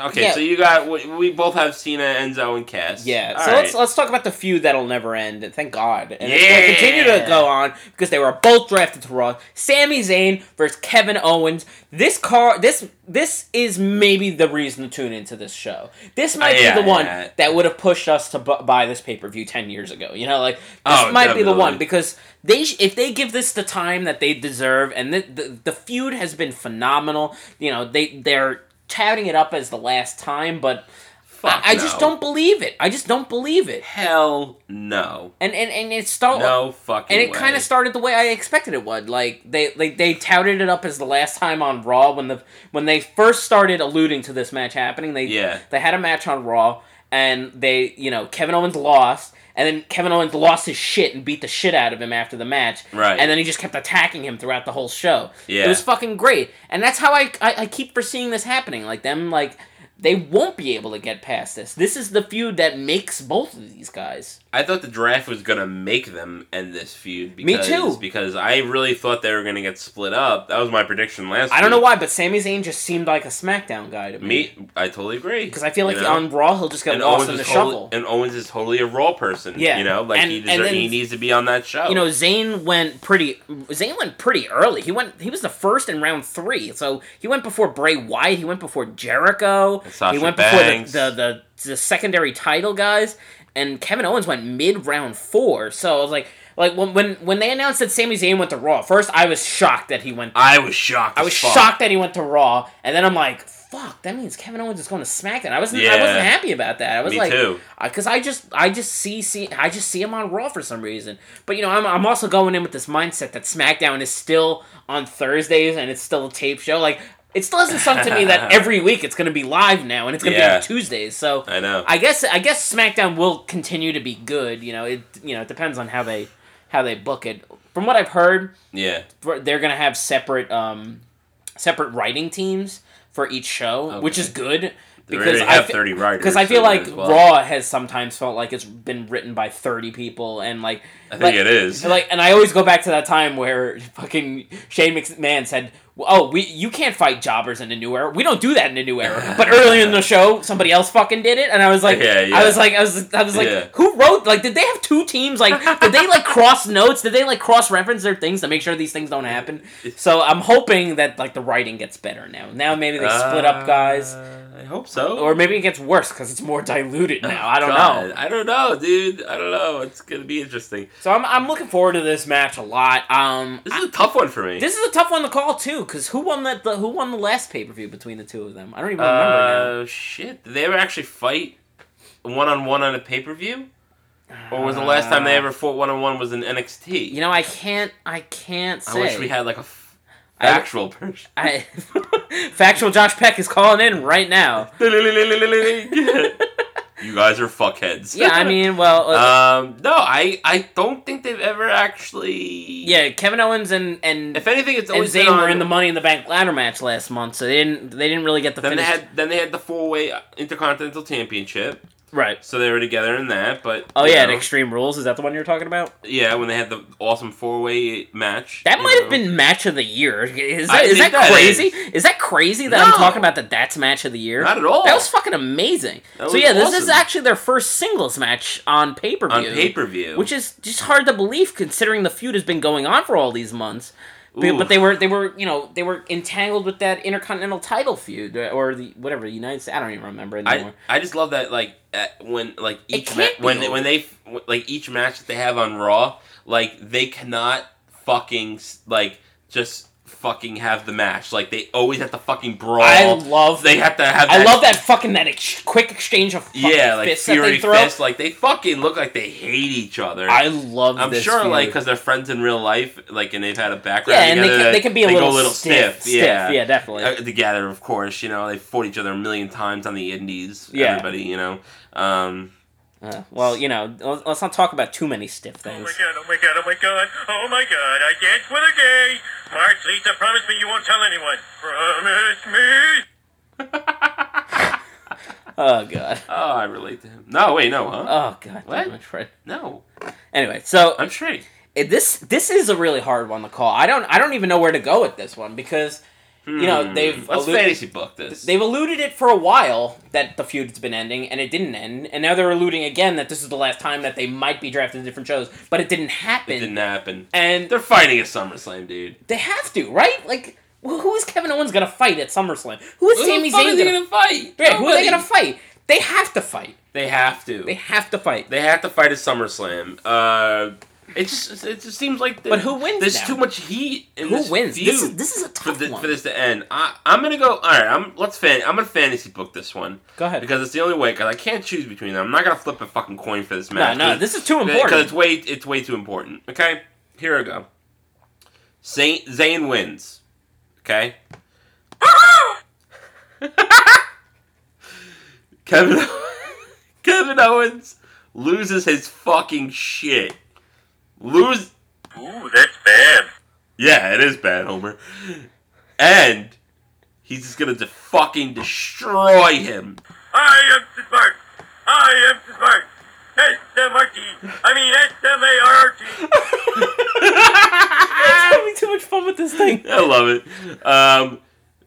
Speaker 4: Okay,
Speaker 3: Yeah.
Speaker 4: so you got we- we both have Cena, Enzo, and Cass.
Speaker 3: Yeah,
Speaker 4: All
Speaker 3: so let's uh,
Speaker 4: right.
Speaker 3: let's talk about the feud that'll never end. and Thank God, and it's gonna
Speaker 4: Yeah.
Speaker 3: continue to go on because they were both drafted to Raw. Sami Zayn versus Kevin Owens. This car, this this is maybe the reason to tune into this show. This might
Speaker 4: Uh, yeah,
Speaker 3: be the one
Speaker 4: yeah.
Speaker 3: that would have pushed us to bu- buy this pay per view ten years ago. You know, like this
Speaker 4: Oh,
Speaker 3: might be the
Speaker 4: definitely.
Speaker 3: one because they sh- if they give this the time that they deserve, and the, the the feud has been phenomenal. You know, they they're touting it up as the last time, but.
Speaker 4: Fuck
Speaker 3: I, I just
Speaker 4: no.
Speaker 3: don't believe it. I just don't believe it.
Speaker 4: Hell no.
Speaker 3: And and, and it started
Speaker 4: No fucking
Speaker 3: and it
Speaker 4: way.
Speaker 3: kind of started the way I expected it would. Like they like they touted it up as the last time on Raw when the when they first started alluding to this match happening. They
Speaker 4: Yeah.
Speaker 3: they had a match on Raw and they you know Kevin Owens lost and then Kevin Owens lost his shit and beat the shit out of him after the match.
Speaker 4: Right.
Speaker 3: And then he just kept attacking him throughout the whole show.
Speaker 4: Yeah.
Speaker 3: It was fucking great. And that's how I I, I keep foreseeing this happening. Like them like. They won't be able to get past this. This is the feud that makes both of these guys.
Speaker 4: I thought the draft was gonna make them end this feud.
Speaker 3: Me
Speaker 4: Because,
Speaker 3: too.
Speaker 4: Because I really thought they were gonna get split up. That was my prediction last.
Speaker 3: I don't know
Speaker 4: week.
Speaker 3: why, but Sami Zayn just seemed like a SmackDown guy to me.
Speaker 4: Me, I totally agree.
Speaker 3: Because I feel like
Speaker 4: You know?
Speaker 3: on Raw he'll just get
Speaker 4: and
Speaker 3: lost
Speaker 4: Owens
Speaker 3: in the
Speaker 4: is totally-
Speaker 3: shuffle.
Speaker 4: and Owens is totally a raw person.
Speaker 3: Yeah.
Speaker 4: you know, like
Speaker 3: And-
Speaker 4: he
Speaker 3: and
Speaker 4: deserves,
Speaker 3: then-
Speaker 4: he needs to be on that show.
Speaker 3: you know, Zayn went pretty. Zayn went pretty early. He went. He was the first in round three, so he went before Bray Wyatt. He went before Jericho.
Speaker 4: Sasha
Speaker 3: he went
Speaker 4: Banks.
Speaker 3: before the the, the the secondary title guys, and Kevin Owens went mid round four. So I was like, like when when when they announced that Sami Zayn went to Raw, first I was shocked that he went
Speaker 4: I was shocked.
Speaker 3: I was shocked that he went to Raw, and then I'm like, "Fuck, that means Kevin Owens is going to SmackDown." I wasn't, I
Speaker 4: Yeah.
Speaker 3: wasn't happy about that. I was
Speaker 4: Me
Speaker 3: like,
Speaker 4: too.
Speaker 3: because I just, I just see, see, I just see him on Raw for some reason. But you know, I'm, I'm also going in with this mindset that SmackDown is still on Thursdays and it's still a tape show. Like, it still hasn't sunk to me that
Speaker 4: [LAUGHS]
Speaker 3: every week it's going to be live now and it's going to be
Speaker 4: Yeah.
Speaker 3: on Tuesdays. So
Speaker 4: I know.
Speaker 3: I guess, I guess SmackDown will continue to be good. You know, it, you know, it depends on how they, how they book it. From what I've heard
Speaker 4: yeah,
Speaker 3: for- they're gonna have separate um separate writing teams for each show, which is good because
Speaker 4: already
Speaker 3: I
Speaker 4: have
Speaker 3: fe-
Speaker 4: 30 writers,
Speaker 3: Because I
Speaker 4: so
Speaker 3: feel
Speaker 4: might
Speaker 3: like
Speaker 4: as well.
Speaker 3: Raw has sometimes felt like it's been written by thirty people, and like
Speaker 4: I think
Speaker 3: like-
Speaker 4: it is.
Speaker 3: so, like, and I always go back to that time where fucking Shane McMahon said, "Oh, we you can't fight jobbers in the new era. We don't do that in the new
Speaker 4: [LAUGHS]
Speaker 3: era." But earlier in the show, somebody else fucking did it, and I was like,
Speaker 4: Yeah, yeah.
Speaker 3: I was like, I was, I was like,
Speaker 4: Yeah.
Speaker 3: who wrote? Like, did they have two teams? Like, did they like cross notes? Did they like cross reference their things to make sure these things don't happen? So I'm hoping that like the writing gets better now. Now maybe they split up guys,
Speaker 4: Uh, I hope so.
Speaker 3: or maybe it gets worse because it's more diluted now. I don't know.
Speaker 4: God, I don't know, dude. I don't know. It's gonna be interesting.
Speaker 3: So I'm I'm looking forward to this match a lot. Um,
Speaker 4: This is a tough one for me.
Speaker 3: This is a tough one to call too, because who won that? The, who won the last pay per view between the two of them? I don't even remember now.
Speaker 4: uh, shit. Did they ever actually fight one on one on a pay per view? Or was the last time they ever fought one on one was in NXT?
Speaker 3: You know, I can't. I can't say.
Speaker 4: I wish we had like a f-
Speaker 3: I-
Speaker 4: actual [LAUGHS] version.
Speaker 3: I- [LAUGHS] factual Josh Peck is calling in right
Speaker 4: [LAUGHS]
Speaker 3: now.
Speaker 4: you guys are fuckheads.
Speaker 3: Yeah, I mean, well, uh,
Speaker 4: [LAUGHS] Um, no, I I don't think they've ever actually.
Speaker 3: yeah, Kevin Owens and and
Speaker 4: If anything, it's
Speaker 3: and
Speaker 4: always
Speaker 3: Zayn
Speaker 4: been on,
Speaker 3: were in the Money in the Bank ladder match last month, so they didn't they didn't really get the
Speaker 4: Then they
Speaker 3: finish.
Speaker 4: had then they had the four way intercontinental championship,
Speaker 3: right.
Speaker 4: so they were together in that. But
Speaker 3: Oh
Speaker 4: you
Speaker 3: yeah, at
Speaker 4: know,
Speaker 3: Extreme Rules is that the one you're talking about?
Speaker 4: yeah, when they had the awesome four way match.
Speaker 3: That
Speaker 4: you
Speaker 3: might have
Speaker 4: know.
Speaker 3: been match of the year. Is
Speaker 4: I
Speaker 3: that, is that
Speaker 4: think that
Speaker 3: crazy?
Speaker 4: is.
Speaker 3: Is. that crazy that I'm
Speaker 4: No.
Speaker 3: talking about that that's match of the year?
Speaker 4: Not at all.
Speaker 3: That was fucking amazing.
Speaker 4: Oh. That
Speaker 3: so
Speaker 4: was
Speaker 3: yeah, this is
Speaker 4: awesome.
Speaker 3: actually their first singles match on pay per view.
Speaker 4: on pay per view,
Speaker 3: which is just hard to believe considering the feud has been going on for all these months. But,
Speaker 4: Ooh.
Speaker 3: but they were they were you know they were entangled with that intercontinental title feud uh, or the whatever the United States I don't even remember anymore.
Speaker 4: I Oh, I just love that like at- when like each ma-
Speaker 3: can't be
Speaker 4: when
Speaker 3: over.
Speaker 4: when they like each match that they have on Raw, like they cannot fucking like just fucking have the match. Like they always have to fucking brawl.
Speaker 3: I, love
Speaker 4: they have to have.
Speaker 3: I love that fucking that ex- quick exchange of fucking
Speaker 4: Yeah, like
Speaker 3: fists that they
Speaker 4: fury
Speaker 3: throw.
Speaker 4: fist. Like they fucking look like they hate each other.
Speaker 3: I love.
Speaker 4: I'm
Speaker 3: this
Speaker 4: sure,
Speaker 3: feud.
Speaker 4: like, because they're friends in real life, like, and they've had a background.
Speaker 3: yeah, and they
Speaker 4: together,
Speaker 3: can, they can be a
Speaker 4: go
Speaker 3: little, stiff,
Speaker 4: Yeah,
Speaker 3: yeah, definitely.
Speaker 4: Uh, together, of course, you know, they fought each other a million times on the Indies.
Speaker 3: Yeah.
Speaker 4: Everybody, you know. Um,
Speaker 3: Uh, well, you know, let's let's not talk about too many stiff
Speaker 5: Oh my
Speaker 3: things.
Speaker 5: god, oh my god, oh my god, oh my god, I danced with a gay! Marge, Lisa, promise me you won't tell anyone! Promise me!
Speaker 3: Oh god.
Speaker 4: oh, I relate to him. No, wait, no, huh?
Speaker 3: Oh god.
Speaker 4: What?
Speaker 3: damn it, Fred.
Speaker 4: no,
Speaker 3: Anyway, so
Speaker 4: I'm straight.
Speaker 3: it- this this is a really hard one to call. I don't I don't even know where to go with this one because You know, they've
Speaker 4: Hmm. Let's
Speaker 3: alluded-
Speaker 4: fantasy book this.
Speaker 3: they've alluded it for a while that the feud's been ending, and it didn't end, and now they're alluding again that this is the last time that they might be drafted to different shows, but it didn't happen.
Speaker 4: it didn't happen.
Speaker 3: And
Speaker 4: They're fighting a SummerSlam, dude.
Speaker 3: they have to, right? Like, wh- who is Kevin Owens gonna fight at SummerSlam? Who is
Speaker 4: Who the
Speaker 3: Sami
Speaker 4: fuck
Speaker 3: Zayn
Speaker 4: is he
Speaker 3: gonna?
Speaker 4: gonna fight?
Speaker 3: Yeah, who are they gonna
Speaker 4: Nobody.
Speaker 3: fight? They have to fight.
Speaker 4: They have to.
Speaker 3: They have to fight.
Speaker 4: They have to fight at SummerSlam. Uh, it just it just seems like the,
Speaker 3: But who wins
Speaker 4: There's
Speaker 3: now?
Speaker 4: too much heat. In
Speaker 3: Who
Speaker 4: this
Speaker 3: wins?
Speaker 4: feud
Speaker 3: This is this is a
Speaker 4: for,
Speaker 3: tough
Speaker 4: thi-
Speaker 3: one.
Speaker 4: for this to end. I I'm gonna go. All right, I'm let's fan. I'm gonna fantasy book this one
Speaker 3: Go ahead.
Speaker 4: because it's the only way. Because I can't choose between them. I'm not gonna flip a fucking coin for this
Speaker 3: no,
Speaker 4: match.
Speaker 3: no, this is too important.
Speaker 4: Because it's way it's way too important. Okay, here I go. Saint Zayn wins. Okay. [LAUGHS] Kevin [LAUGHS] Kevin Owens loses his fucking shit. Lose.
Speaker 5: Ooh, that's bad.
Speaker 4: Yeah, it is bad, Homer. And he's just gonna de- fucking destroy him. [LAUGHS]
Speaker 5: I am too smart. I am too smart. S-M-R-T. I mean S-M-A-R-T.
Speaker 3: It's [LAUGHS] having too much fun with this thing.
Speaker 4: [LAUGHS] I love it. Um,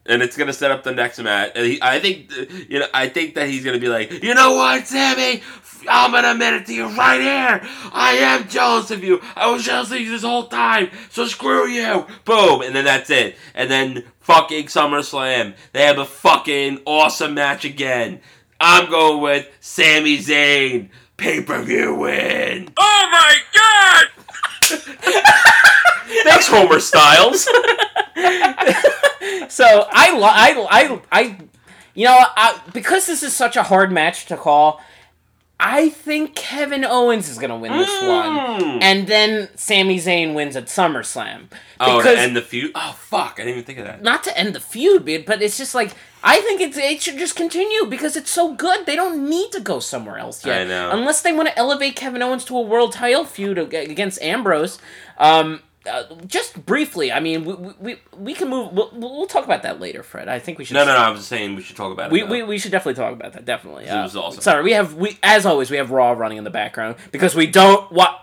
Speaker 4: and it's gonna set up the next match. And he, I think, uh, you know, I think that he's gonna be like, you know what, Sammy, I'm gonna admit it to you right here. I am jealous of you. I was jealous of you this whole time. So screw you. Boom. And then that's it. And then fucking SummerSlam. They have a fucking awesome match again. I'm going with Sami Zayn. Pay per view win.
Speaker 5: Oh my god!
Speaker 4: Thanks, Homer Styles.
Speaker 3: So I, lo- I, I, I, you know, I, because this is such a hard match to call, I think Kevin Owens is gonna win this one, and then Sami Zayn wins at SummerSlam.
Speaker 4: oh,
Speaker 3: Because-
Speaker 4: and the feud. Oh fuck! I didn't even think of that.
Speaker 3: not to end the feud, but- but it's just like I think it's, it should just continue because it's so good. They don't need to go somewhere else yet,
Speaker 4: I know.
Speaker 3: unless they want to elevate Kevin Owens to a world title feud ag- against Ambrose. Um, uh, just briefly, I mean, we we, we can move. We'll, we'll talk about that later, Fred. I think we should.
Speaker 4: No, no, no. I was just saying we should talk about it.
Speaker 3: We,
Speaker 4: now.
Speaker 3: we, we should definitely talk about that. Definitely. Uh,
Speaker 4: was awesome.
Speaker 3: Sorry, we have we as always we have Raw running in the background because we don't what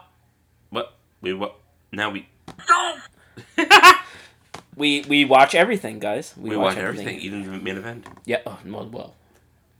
Speaker 4: what we what now we
Speaker 5: Don't
Speaker 3: we we watch everything, guys.
Speaker 4: we watch everything, even the main event.
Speaker 3: Yeah. Oh, well, well,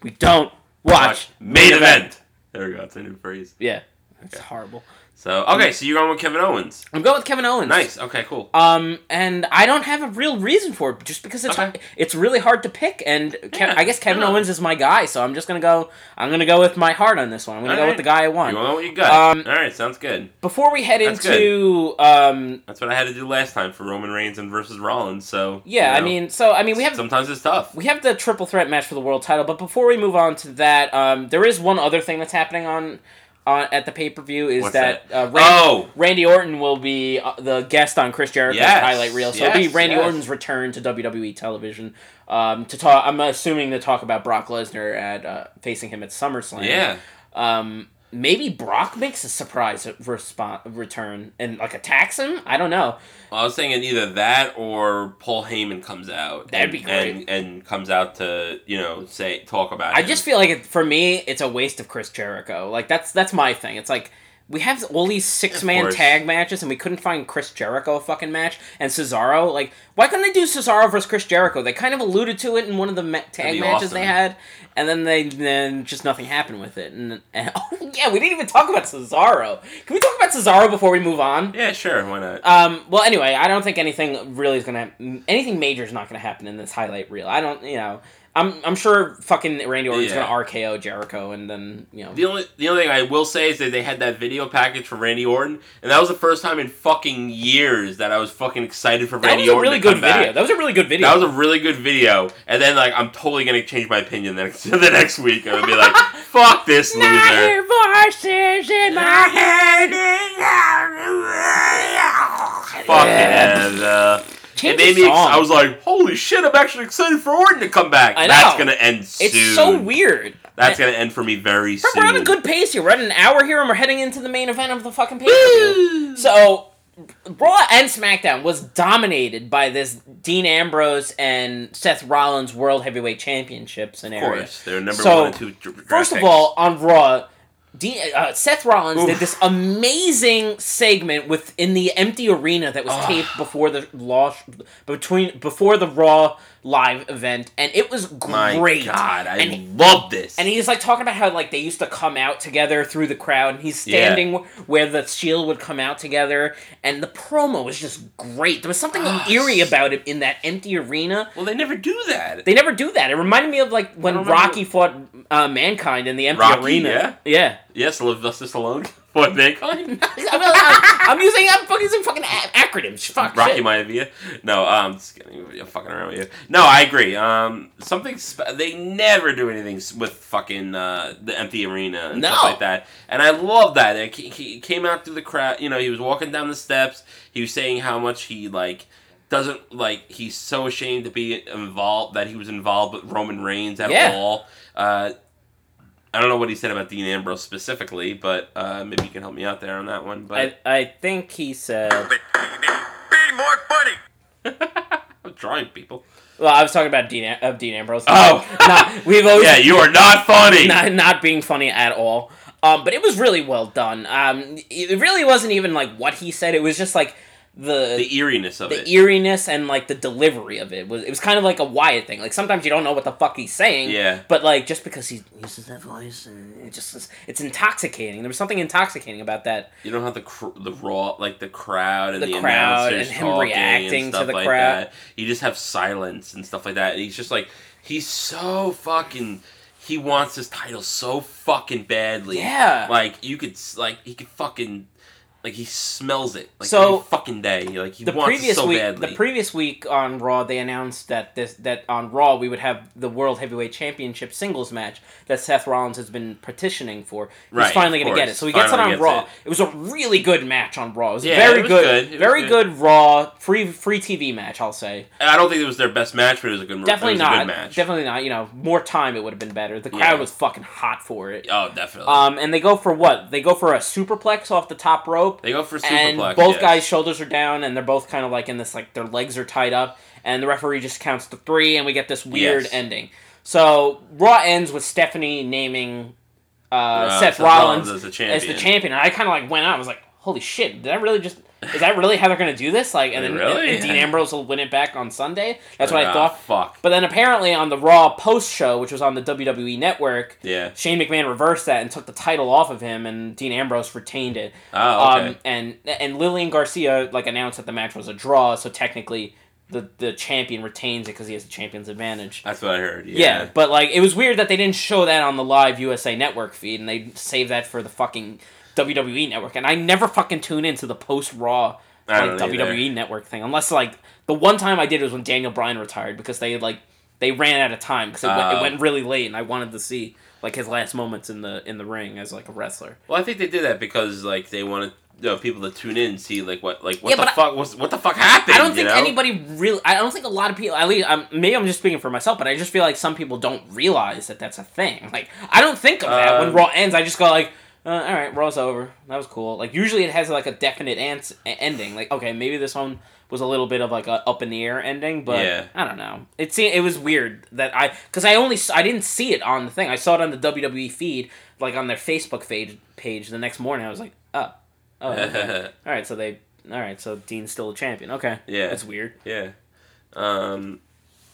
Speaker 3: we don't watch.
Speaker 4: main event. There we go. It's a new phrase.
Speaker 3: Yeah, it's horrible.
Speaker 4: So okay, so you're going with Kevin Owens.
Speaker 3: I'm going with Kevin Owens.
Speaker 4: Nice. Okay, cool.
Speaker 3: Um, and I don't have a real reason for it, just because it's
Speaker 4: Okay.
Speaker 3: it's really hard to pick. And Kev-
Speaker 4: Yeah,
Speaker 3: I guess Kevin
Speaker 4: yeah.
Speaker 3: Owens is my guy, so I'm just gonna go. I'm gonna go with my heart on this one. I'm gonna go
Speaker 4: Alright.
Speaker 3: with the guy I want.
Speaker 4: You're going with your gut.
Speaker 3: um,
Speaker 4: All right, sounds good.
Speaker 3: Before we head
Speaker 4: That's
Speaker 3: into um,
Speaker 4: That's what I had to do last time for Roman Reigns and versus Rollins. So
Speaker 3: yeah,
Speaker 4: you
Speaker 3: I
Speaker 4: know,
Speaker 3: mean, so I mean, we have
Speaker 4: sometimes it's tough.
Speaker 3: we have the triple threat match for the world title, but before we move on to that, um, there is one other thing that's happening on. On, at the pay per view is
Speaker 4: What's
Speaker 3: that,
Speaker 4: that?
Speaker 3: Uh, Ran-
Speaker 4: Oh!
Speaker 3: Randy Orton will be uh, the guest on Chris Jericho's
Speaker 4: Yes,
Speaker 3: highlight reel, so it'll be
Speaker 4: yes,
Speaker 3: Randy
Speaker 4: yes.
Speaker 3: Orton's return to WWE television um, to talk. I'm assuming to talk about Brock Lesnar at uh, facing him at SummerSlam.
Speaker 4: yeah.
Speaker 3: Um, maybe Brock makes a surprise respo- return and like attacks him. I don't know.
Speaker 4: Well, I was thinking either that or Paul Heyman comes out.
Speaker 3: That'd
Speaker 4: and,
Speaker 3: be great.
Speaker 4: And, and comes out to you know say talk about.
Speaker 3: I
Speaker 4: him.
Speaker 3: just feel like it, for me, it's a waste of Chris Jericho. Like that's that's my thing. It's like we have all these six man
Speaker 4: course.
Speaker 3: tag matches, and we couldn't find Chris Jericho a fucking match and Cesaro. Like why couldn't they do Cesaro versus Chris Jericho? They kind of alluded to it in one of the ma- tag
Speaker 4: be
Speaker 3: matches
Speaker 4: awesome.
Speaker 3: they had, and then they then just nothing happened with it. And, and [LAUGHS] oh yeah, we didn't even talk about Cesaro. Can we talk about Cesaro before we move on?
Speaker 4: yeah, sure. Why not?
Speaker 3: Um, well, anyway, I don't think anything really is gonna anything major is not gonna happen in this highlight reel. I don't, you know, I'm I'm sure fucking Randy Orton's
Speaker 4: Yeah.
Speaker 3: gonna RKO Jericho and then you know
Speaker 4: The only the only thing I will say is that they had that video package for Randy Orton, and that was the first time in fucking years that I was fucking excited for
Speaker 3: that
Speaker 4: Randy
Speaker 3: was a
Speaker 4: Orton.
Speaker 3: really
Speaker 4: to come
Speaker 3: good
Speaker 4: back.
Speaker 3: video. That was a really good video.
Speaker 4: That was a really good video, and then like I'm totally gonna change my opinion the next [LAUGHS] the next week. I'm gonna
Speaker 3: [LAUGHS]
Speaker 4: be like, "Fuck this loser."
Speaker 3: voices in my head.
Speaker 4: Fuck it. And, uh,
Speaker 3: Change
Speaker 4: it made
Speaker 3: the
Speaker 4: me. Ex-
Speaker 3: song.
Speaker 4: I was like, "Holy shit!" I'm actually excited for Orton to come back.
Speaker 3: I
Speaker 4: That's
Speaker 3: know.
Speaker 4: gonna end soon.
Speaker 3: It's so weird.
Speaker 4: That's gonna end for me very
Speaker 3: But
Speaker 4: soon.
Speaker 3: We're on a good pace here. We're at an hour here, and we're heading into the main event of the fucking pay per view. So, Raw and SmackDown was dominated by this Dean Ambrose and Seth Rollins World Heavyweight Championship
Speaker 4: Of
Speaker 3: scenario.
Speaker 4: course, they're number
Speaker 3: So,
Speaker 4: one and two. dr- draft
Speaker 3: First of
Speaker 4: picks.
Speaker 3: all, on Raw, D, uh, Seth Rollins
Speaker 4: Oof.
Speaker 3: did this amazing segment within the empty arena that was taped before the law sh- between before the Raw live event, and it was
Speaker 4: My
Speaker 3: great.
Speaker 4: God, I
Speaker 3: and he-
Speaker 4: love this.
Speaker 3: and he's like talking about how like they used to come out together through the crowd, and he's standing wh- where the shield would come out together, and the promo was just great. There was something eerie about it in that empty arena.
Speaker 4: well, they never do that.
Speaker 3: They never do that. It reminded me of like when
Speaker 4: remember-
Speaker 3: Rocky fought uh, Mankind in the empty
Speaker 4: Rocky,
Speaker 3: arena. Yeah,
Speaker 4: yes, Sylvester [LAUGHS] Stallone
Speaker 3: [LAUGHS]
Speaker 4: for mankind.
Speaker 3: I'm, I'm- I'm using I'm fucking using fucking a- acronyms. Fuck
Speaker 4: Rocky
Speaker 3: shit.
Speaker 4: Maivia. No, um, just kidding. I'm fucking around with you. No, I agree. Um, something spe- they never do anything s- with fucking uh, the empty arena and stuff
Speaker 3: No.
Speaker 4: like that. And I love that. It, he- he came out through the crowd. You know, he was walking down the steps. He was saying how much he like doesn't like. He's so ashamed to be involved that he was involved with Roman Reigns at
Speaker 3: Yeah.
Speaker 4: all. Uh, I don't know what he said about Dean Ambrose specifically, but uh, maybe you can help me out there on that one. But
Speaker 3: I I think he said.
Speaker 5: But be more funny.
Speaker 4: I'm trying, people.
Speaker 3: Well, I was talking about Dean Am- of Dean Ambrose.
Speaker 4: Oh.
Speaker 3: Not- we've always [LAUGHS]
Speaker 4: Yeah, you are not funny.
Speaker 3: not, not being funny at all. Um, but it was really well done. Um, it really wasn't even like what he said. It was just like the
Speaker 4: the eeriness of
Speaker 3: the,
Speaker 4: it.
Speaker 3: eeriness and like the delivery of it was. It was kind of like a Wyatt thing. Like sometimes you don't know what the fuck he's saying.
Speaker 4: Yeah.
Speaker 3: But like just because he uses that voice, and it just is- it's intoxicating. There was something intoxicating about that.
Speaker 4: you don't have the cr- the raw like the crowd and
Speaker 3: The
Speaker 4: the,
Speaker 3: crowd
Speaker 4: announcers
Speaker 3: and him
Speaker 4: talking
Speaker 3: reacting
Speaker 4: and
Speaker 3: to
Speaker 4: stuff
Speaker 3: the
Speaker 4: like
Speaker 3: crowd.
Speaker 4: That. You just have silence and stuff like that. And he's just like he's so fucking. He wants this title so fucking badly.
Speaker 3: Yeah.
Speaker 4: Like you could s- like he could fucking like he smells it like
Speaker 3: So,
Speaker 4: every fucking day. Like he
Speaker 3: the
Speaker 4: wants it
Speaker 3: previous
Speaker 4: so
Speaker 3: week,
Speaker 4: badly.
Speaker 3: the previous week on Raw, they announced that this that on Raw we would have the World Heavyweight Championship singles match that Seth Rollins has been petitioning for. He's
Speaker 4: Right,
Speaker 3: finally
Speaker 4: of
Speaker 3: going to get
Speaker 4: course.
Speaker 3: it, so he gets it
Speaker 4: Finally
Speaker 3: on
Speaker 4: gets
Speaker 3: Raw.
Speaker 4: it.
Speaker 3: It. was a really good match on Raw. It was a
Speaker 4: Yeah,
Speaker 3: very
Speaker 4: it was
Speaker 3: good,
Speaker 4: good. It
Speaker 3: very
Speaker 4: was
Speaker 3: good.
Speaker 4: good.
Speaker 3: Raw free free TV match. I'll say
Speaker 4: I don't think it was their best match, but it was a good it
Speaker 3: definitely
Speaker 4: was
Speaker 3: not,
Speaker 4: A good match.
Speaker 3: definitely not. You know, more time it would have been better. The crowd
Speaker 4: Yeah.
Speaker 3: was fucking hot for it.
Speaker 4: Oh, definitely.
Speaker 3: Um, and they go for what? They go for a superplex off the top rope
Speaker 4: they go for superplex.
Speaker 3: and both
Speaker 4: yes.
Speaker 3: guys' shoulders are down, and they're both kind of like in this like their legs are tied up, and the referee just counts to three, and we get this weird
Speaker 4: Yes.
Speaker 3: ending. So Raw ends with Stephanie naming uh, Seth,
Speaker 4: Seth
Speaker 3: Rollins,
Speaker 4: Rollins as the
Speaker 3: As the
Speaker 4: champion.
Speaker 3: champion, and I kind of like went out. I was like, "Holy shit! Did that really just?" Is that really how they're going to do this? Like, and then
Speaker 4: Really?
Speaker 3: and
Speaker 4: [LAUGHS]
Speaker 3: Dean Ambrose will win it back on Sunday. That's what I
Speaker 4: Ah,
Speaker 3: thought.
Speaker 4: Fuck.
Speaker 3: But then apparently on the Raw post show, which was on the WWE Network,
Speaker 4: Yeah.
Speaker 3: Shane McMahon reversed that and took the title off of him, and Dean Ambrose retained it.
Speaker 4: Oh, okay.
Speaker 3: Um, and and Lillian Garcia like announced that the match was a draw, so technically the the champion retains it because he has the champion's advantage.
Speaker 4: That's what I heard.
Speaker 3: Yeah. but like it was weird that they didn't show that on the live USA Network feed, and they saved that for the fucking WWE Network. And I never fucking tune into the post Raw
Speaker 4: I
Speaker 3: like
Speaker 4: don't either.
Speaker 3: WWE Network thing, unless like the one time I did was when Daniel Bryan retired because they like they ran out of time because it, went- it
Speaker 4: Oh.
Speaker 3: went really late, and I wanted to see like his last moments in the in the ring as like a wrestler.
Speaker 4: Well, I think they did that because like they wanted you know, people to tune in and see like what like what
Speaker 3: Yeah,
Speaker 4: the
Speaker 3: but I-
Speaker 4: fuck was what the fuck happened.
Speaker 3: I don't
Speaker 4: you
Speaker 3: think
Speaker 4: know?
Speaker 3: anybody really. I don't think a lot of people. At least, I'm, maybe I'm just speaking for myself, but I just feel like some people don't realize that that's a thing. Like, I don't think of that when
Speaker 4: Um,
Speaker 3: Raw ends. I just go like, uh, all right, Raw's over. That was cool. Like, usually it has like a definite ans- e- ending. Like, okay, maybe this one was a little bit of like a up in the air ending, but
Speaker 4: Yeah.
Speaker 3: I don't know. It seemed it was weird that I because I only s- I didn't see it on the thing. I saw it on the WWE feed, like on their Facebook page. Page the next morning, I was like, oh, oh.
Speaker 4: [LAUGHS]
Speaker 3: okay. All right, so they. All right, so Dean's still a champion. Okay.
Speaker 4: Yeah.
Speaker 3: That's weird.
Speaker 4: Yeah. Um.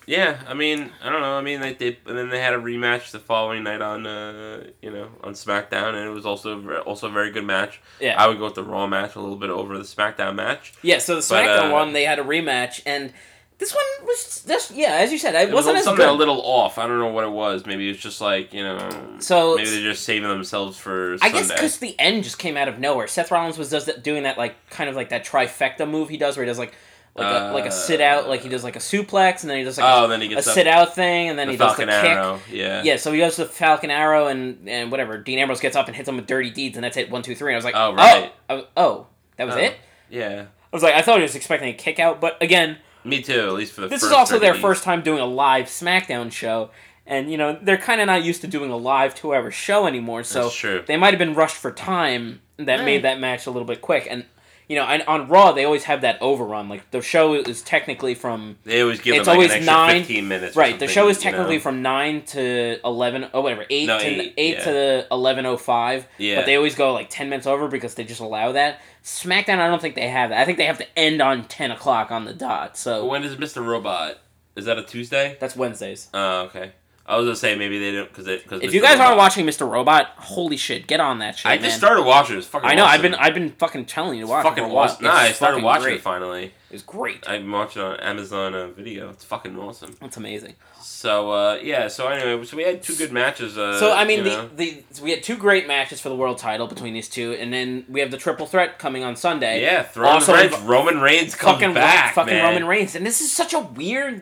Speaker 4: Yeah, I mean, I don't know. I mean, they, they and then they had a rematch the following night on, uh, you know, on SmackDown, and it was also ver- also a very good match.
Speaker 3: Yeah.
Speaker 4: I would go with the Raw match a little bit over the SmackDown match.
Speaker 3: Yeah. So the
Speaker 4: But,
Speaker 3: SmackDown
Speaker 4: uh,
Speaker 3: one, they had a rematch, and this one was this. Yeah, as you said, it,
Speaker 4: It
Speaker 3: wasn't
Speaker 4: was
Speaker 3: as
Speaker 4: something
Speaker 3: good.
Speaker 4: a little off. I don't know what it was. Maybe it's just like you know.
Speaker 3: So-
Speaker 4: maybe they're just saving themselves for.
Speaker 3: I
Speaker 4: Sunday.
Speaker 3: guess because the end just came out of nowhere. Seth Rollins was does that, doing that like kind of like that trifecta move he does where he does like like a, like a sit out, like he does like a suplex, and then he does like
Speaker 4: oh,
Speaker 3: a,
Speaker 4: then he
Speaker 3: a
Speaker 4: gets up
Speaker 3: sit out thing, and then
Speaker 4: the
Speaker 3: he
Speaker 4: Falcon
Speaker 3: does the kick.
Speaker 4: Arrow. Yeah.
Speaker 3: Yeah, so he goes to the Falcon Arrow and and whatever. Dean Ambrose gets up and hits him with dirty deeds, and that's it. One, two, three. And I was like,
Speaker 4: Oh, right.
Speaker 3: oh, oh, that was
Speaker 4: Oh.
Speaker 3: it.
Speaker 4: Yeah.
Speaker 3: I was like, I thought he was expecting a kick out, but again,
Speaker 4: Me too. At least for the.
Speaker 3: this
Speaker 4: first
Speaker 3: is also
Speaker 4: 30
Speaker 3: their
Speaker 4: days.
Speaker 3: first time doing a live SmackDown show, and you know they're kind of not used to doing a live two-hour show anymore. So
Speaker 4: That's true.
Speaker 3: they might have been rushed for time that
Speaker 4: Right.
Speaker 3: made that match a little bit quick. And you know, and on Raw they always have that overrun. Like the show is technically from
Speaker 4: They always give
Speaker 3: It's
Speaker 4: them like
Speaker 3: always
Speaker 4: an extra
Speaker 3: nine-
Speaker 4: fifteen minutes. or
Speaker 3: right. The
Speaker 4: something,
Speaker 3: show is
Speaker 4: you know?
Speaker 3: technically from nine to eleven. Oh, whatever, eight
Speaker 4: No,
Speaker 3: to
Speaker 4: eight,
Speaker 3: eight,
Speaker 4: yeah.
Speaker 3: to eleven oh five.
Speaker 4: Yeah.
Speaker 3: But they always go like ten minutes over because they just allow that. SmackDown, I don't think they have that. I think they have to end on ten o'clock on the dot. So
Speaker 4: When is Mr. Robot? Is that a Tuesday?
Speaker 3: that's Wednesdays.
Speaker 4: Oh, okay. I was gonna say maybe they don't because because
Speaker 3: If you guys aren't watching Mr. Robot, holy shit, get on that shit.
Speaker 4: I
Speaker 3: man.
Speaker 4: just started watching. It's fucking.
Speaker 3: I know. I've
Speaker 4: awesome.
Speaker 3: been. I've been fucking telling you to watch. it
Speaker 4: fucking
Speaker 3: for a while.
Speaker 4: awesome. Nah, I
Speaker 3: It's
Speaker 4: started
Speaker 3: fucking
Speaker 4: watching
Speaker 3: great.
Speaker 4: it finally.
Speaker 3: It's great.
Speaker 4: I watched it on Amazon uh, Video. It's fucking awesome.
Speaker 3: That's amazing.
Speaker 4: So uh, yeah. So anyway, so we had two good matches. Uh,
Speaker 3: so I mean,
Speaker 4: you
Speaker 3: the,
Speaker 4: know.
Speaker 3: the so we had two great matches for the world title between these two, and then we have the triple threat coming on Sunday.
Speaker 4: yeah, Roman
Speaker 3: Also
Speaker 4: Reigns.
Speaker 3: inv-
Speaker 4: Roman Reigns comes
Speaker 3: fucking Ro-
Speaker 4: back.
Speaker 3: fucking
Speaker 4: man.
Speaker 3: Roman Reigns, and this is such a weird.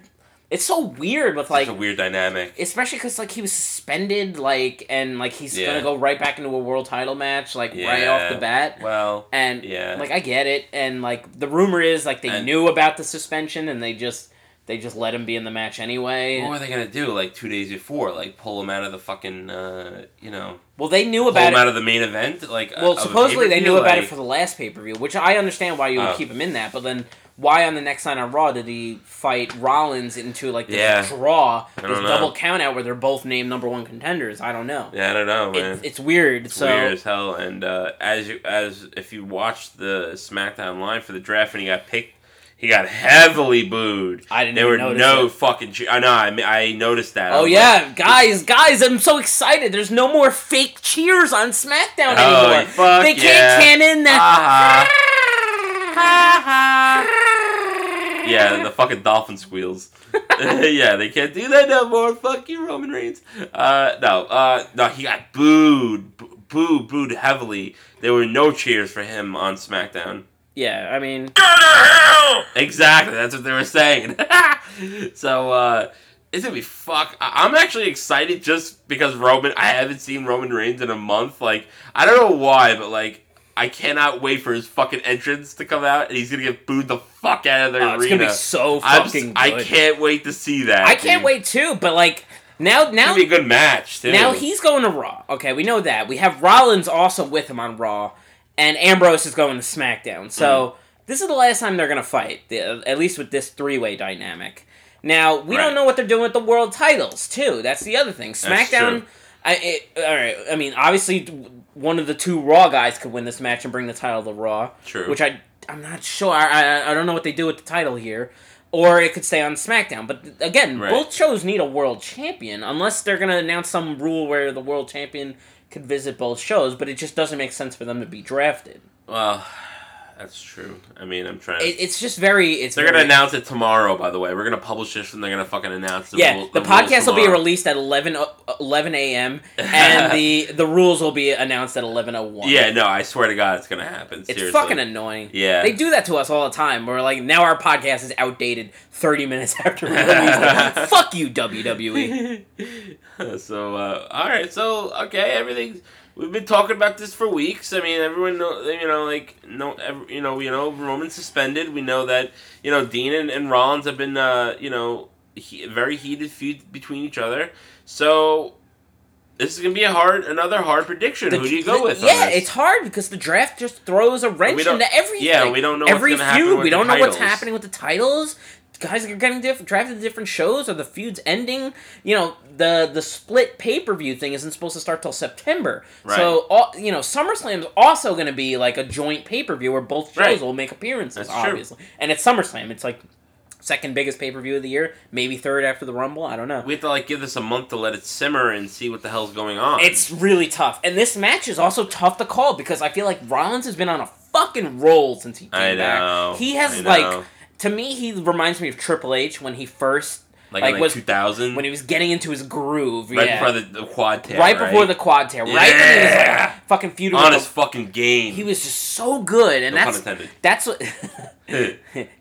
Speaker 3: It's so weird with like,
Speaker 4: Such a weird dynamic.
Speaker 3: especially because like he was suspended, like and like he's
Speaker 4: Yeah.
Speaker 3: gonna go right back into a world title match, like
Speaker 4: Yeah.
Speaker 3: right off the bat.
Speaker 4: Well,
Speaker 3: And
Speaker 4: yeah.
Speaker 3: like I get it, and like the rumor is like they
Speaker 4: And-
Speaker 3: knew about the suspension and they just they just let him be in the match anyway.
Speaker 4: what were they gonna do? Like two days before, like pull him out of the fucking, uh, you know,
Speaker 3: well, they knew
Speaker 4: pull him
Speaker 3: about it.
Speaker 4: out of the main event. Like, uh,
Speaker 3: well,
Speaker 4: of a
Speaker 3: supposedly they
Speaker 4: pay-per-view,
Speaker 3: knew about it
Speaker 4: like-
Speaker 3: for the last pay per view, which I understand why you would
Speaker 4: Oh.
Speaker 3: keep him in that. But then why on the next night on Raw did he fight Rollins into like this
Speaker 4: Yeah.
Speaker 3: draw,
Speaker 4: don't
Speaker 3: this
Speaker 4: know.
Speaker 3: double count out where they're both named number one contenders? I don't know.
Speaker 4: Yeah, I don't know, man.
Speaker 3: It's, it's weird.
Speaker 4: It's
Speaker 3: so
Speaker 4: weird as hell. And uh, as you as if you watched the SmackDown line for the draft, and he got picked, he got heavily booed.
Speaker 3: I didn't
Speaker 4: There
Speaker 3: even
Speaker 4: were
Speaker 3: notice
Speaker 4: no
Speaker 3: it.
Speaker 4: fucking. Che- I know. I mean, I noticed that. I
Speaker 3: oh
Speaker 4: was
Speaker 3: yeah,
Speaker 4: Um, like,
Speaker 3: guys, guys, I'm so excited. There's no more fake cheers on SmackDown
Speaker 4: Oh,
Speaker 3: anymore.
Speaker 4: fuck
Speaker 3: they can't
Speaker 4: yeah.
Speaker 3: can in that. [LAUGHS]
Speaker 4: "Ah." yeah, the fucking dolphin squeals. [LAUGHS] yeah, they can't do that no more. Fuck you, Roman Reigns. Uh, no, uh, no, he got booed, boo- booed, booed heavily. There were no cheers for him on SmackDown.
Speaker 3: [LAUGHS] yeah, I mean,
Speaker 5: Go to hell!
Speaker 4: Exactly, that's what they were saying. [LAUGHS] so uh it's gonna be fuck. I- I'm actually excited just because Roman. I haven't seen Roman Reigns in a month. Like I don't know why, but like I cannot wait for his fucking entrance to come out, and he's gonna get booed the fuck out of the
Speaker 3: oh,
Speaker 4: arena.
Speaker 3: it's gonna be so
Speaker 4: I'm s-
Speaker 3: fucking.
Speaker 4: I
Speaker 3: good.
Speaker 4: can't wait to see that.
Speaker 3: I can't
Speaker 4: dude.
Speaker 3: wait too. But like now,
Speaker 4: It's
Speaker 3: now
Speaker 4: gonna be a good match too.
Speaker 3: Now he's going to Raw. Okay, we know that. We have Rollins also with him on Raw, and Ambrose is going to SmackDown. So
Speaker 4: Hmm.
Speaker 3: this is the last time they're going to fight, the- at least with this three way dynamic. Now we
Speaker 4: Right.
Speaker 3: don't know what they're doing with the world titles too. That's the other thing.
Speaker 4: true.
Speaker 3: SmackDown. I, it, all right. I mean, obviously, d- one of the two Raw guys could win this match and bring the title to Raw.
Speaker 4: True.
Speaker 3: Which I I'm not sure. I I, I don't know what they do with the title here. Or it could stay on SmackDown, but th- again,
Speaker 4: Right.
Speaker 3: both shows need a world champion, unless they're gonna announce some rule where the world champion could visit both shows. But it just doesn't make sense for them to be drafted.
Speaker 4: Well, that's true. I mean, I'm trying. to...
Speaker 3: It, it's just very. It's
Speaker 4: they're gonna
Speaker 3: very-
Speaker 4: announce it tomorrow. By the way, we're gonna publish this, and they're gonna fucking announce. The
Speaker 3: Yeah,
Speaker 4: rule-
Speaker 3: the,
Speaker 4: rules
Speaker 3: podcast will be
Speaker 4: tomorrow.
Speaker 3: released at uh, 11, o- 11 a.m.
Speaker 4: [LAUGHS]
Speaker 3: and the the rules will be announced at eleven oh one.
Speaker 4: Yeah, no, I swear to God, it's gonna happen.
Speaker 3: It's
Speaker 4: Seriously.
Speaker 3: fucking annoying.
Speaker 4: Yeah.
Speaker 3: They do that to us all the time. We're like, now our podcast is outdated 30 minutes after we released it. Fuck you, E. WWE.
Speaker 4: [LAUGHS] so, uh, all right, so okay, everything's. We've been talking about this for weeks. I mean, everyone know, you know, like no, ev you know, we know Roman suspended. We know that you know Dean and, and Rollins have been, uh, you know, he, very heated feud between each other. So. This is gonna be a hard, another hard prediction. Who do you go with? on
Speaker 3: Yeah,
Speaker 4: this?
Speaker 3: it's hard because the draft just throws a wrench
Speaker 4: We don't-
Speaker 3: into everything.
Speaker 4: yeah, we don't know what's
Speaker 3: Every
Speaker 4: gonna happen
Speaker 3: feud,
Speaker 4: with
Speaker 3: we
Speaker 4: the
Speaker 3: don't know what's
Speaker 4: titles.
Speaker 3: happening with the titles. Guys are getting diff- drafted to different shows, or the feud's ending. You know, the the split pay per view thing isn't supposed to start till September. So, all, you know, SummerSlam's also going to be like a joint pay per view where both shows
Speaker 4: Right.
Speaker 3: will make appearances,
Speaker 4: That's true.
Speaker 3: obviously. And it's SummerSlam. It's like second biggest pay per view of the year, maybe third after the Rumble. I don't know.
Speaker 4: we have to like give this a month to let it simmer and see what the hell's going on.
Speaker 3: It's really tough. And this match is also tough to call because I feel like Rollins has been on a fucking roll since he came
Speaker 4: I know,
Speaker 3: back. He
Speaker 4: I
Speaker 3: has
Speaker 4: know.
Speaker 3: like to me he reminds me of Triple H when he first
Speaker 4: like,
Speaker 3: like,
Speaker 4: in, like
Speaker 3: was
Speaker 4: two thousand
Speaker 3: when he was getting into his groove.
Speaker 4: right
Speaker 3: yeah.
Speaker 4: before the, the quad tear.
Speaker 3: right before the quad tear. Right when he was
Speaker 4: Yeah.
Speaker 3: like fucking feuding
Speaker 4: on
Speaker 3: with
Speaker 4: his
Speaker 3: the-
Speaker 4: fucking game.
Speaker 3: he was just so good and
Speaker 4: No pun
Speaker 3: that's
Speaker 4: intended. [LAUGHS]
Speaker 3: that's what [LAUGHS]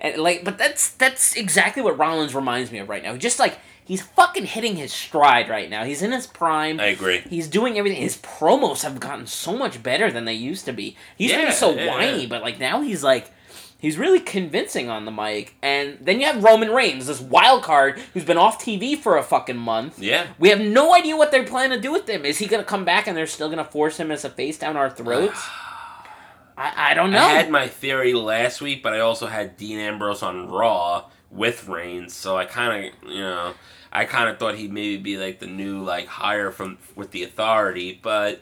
Speaker 3: and like but that's that's exactly what Rollins reminds me of right now. Just like he's fucking hitting his stride right now. He's in his prime.
Speaker 4: I agree.
Speaker 3: He's doing everything. His promos have gotten so much better than they used to be. He used to
Speaker 4: Yeah,
Speaker 3: be so
Speaker 4: yeah,
Speaker 3: whiny,
Speaker 4: yeah.
Speaker 3: but like now he's like he's really convincing on the mic. And then you have Roman Reigns, this wild card who's been off TV for a fucking month.
Speaker 4: Yeah.
Speaker 3: We have no idea what
Speaker 4: [SIGHS]
Speaker 3: they're planning to do with him. Is he gonna come back and they're still gonna force him as a face down our throats? I, I don't know.
Speaker 4: I had my theory last week, but I also had Dean Ambrose on Raw with Reigns, so I kind of, you know, I kind of thought he'd maybe be like the new like hire from with the Authority, but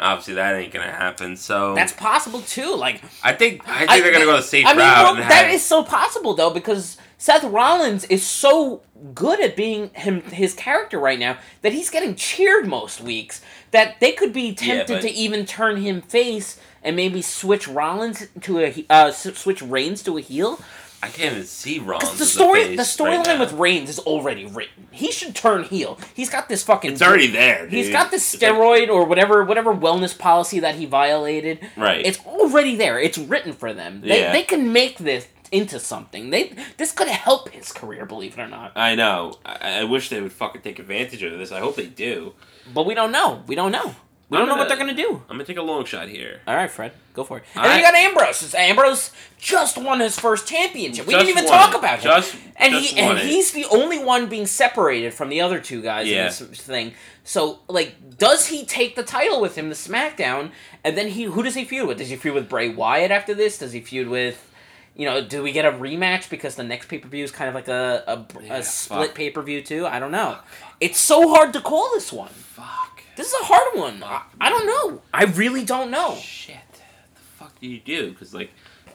Speaker 4: obviously that ain't gonna happen. So
Speaker 3: That's possible too. Like
Speaker 4: I think I think they're gonna go the safe
Speaker 3: I mean,
Speaker 4: route.
Speaker 3: well,
Speaker 4: and
Speaker 3: that
Speaker 4: have-
Speaker 3: is so possible though because Seth Rollins is so good at being him his character right now that he's getting cheered most weeks that they could be tempted
Speaker 4: but-
Speaker 3: to even turn him face and maybe switch Rollins to a he- uh, s- switch Reigns to a heel.
Speaker 4: I can't even see Rollins.
Speaker 3: Because the
Speaker 4: as a
Speaker 3: story,
Speaker 4: face
Speaker 3: the storyline
Speaker 4: right now.
Speaker 3: with Reigns is already written. He should turn heel. He's got this fucking.
Speaker 4: it's already there. Dude.
Speaker 3: He's got this
Speaker 4: It's like-
Speaker 3: steroid or whatever whatever wellness policy that he violated.
Speaker 4: Right.
Speaker 3: It's already there. It's written for them. They,
Speaker 4: Yeah.
Speaker 3: they can make this into something. They this could help his career, believe it or not.
Speaker 4: I know. I, I wish they would fucking take advantage of this. I hope they do.
Speaker 3: But we don't know. We don't know. We
Speaker 4: I'm
Speaker 3: don't know what they're
Speaker 4: gonna-
Speaker 3: gonna do.
Speaker 4: I'm gonna take a long shot here.
Speaker 3: All right, Fred, go for it. And
Speaker 4: I-
Speaker 3: then you got Ambrose. It's- Ambrose just won his first championship. We
Speaker 4: Just
Speaker 3: didn't even
Speaker 4: won
Speaker 3: talk
Speaker 4: it.
Speaker 3: about him.
Speaker 4: Just-
Speaker 3: and
Speaker 4: just
Speaker 3: he and
Speaker 4: won it.
Speaker 3: he's the only one being separated from the other two guys
Speaker 4: Yeah.
Speaker 3: in this thing. So like, does he take the title with him to SmackDown? And then he who does he feud with? Does he feud with Bray Wyatt after this? Does he feud with? You know, do we get a rematch because the next pay per view is kind of like a a, a
Speaker 4: Yeah,
Speaker 3: split
Speaker 4: fuck.
Speaker 3: pay per view too? I don't know. It's so hard to call this one.
Speaker 4: Fuck.
Speaker 3: This is a hard one. I, I don't know. I really don't know.
Speaker 4: Shit. What the fuck do you do? Because like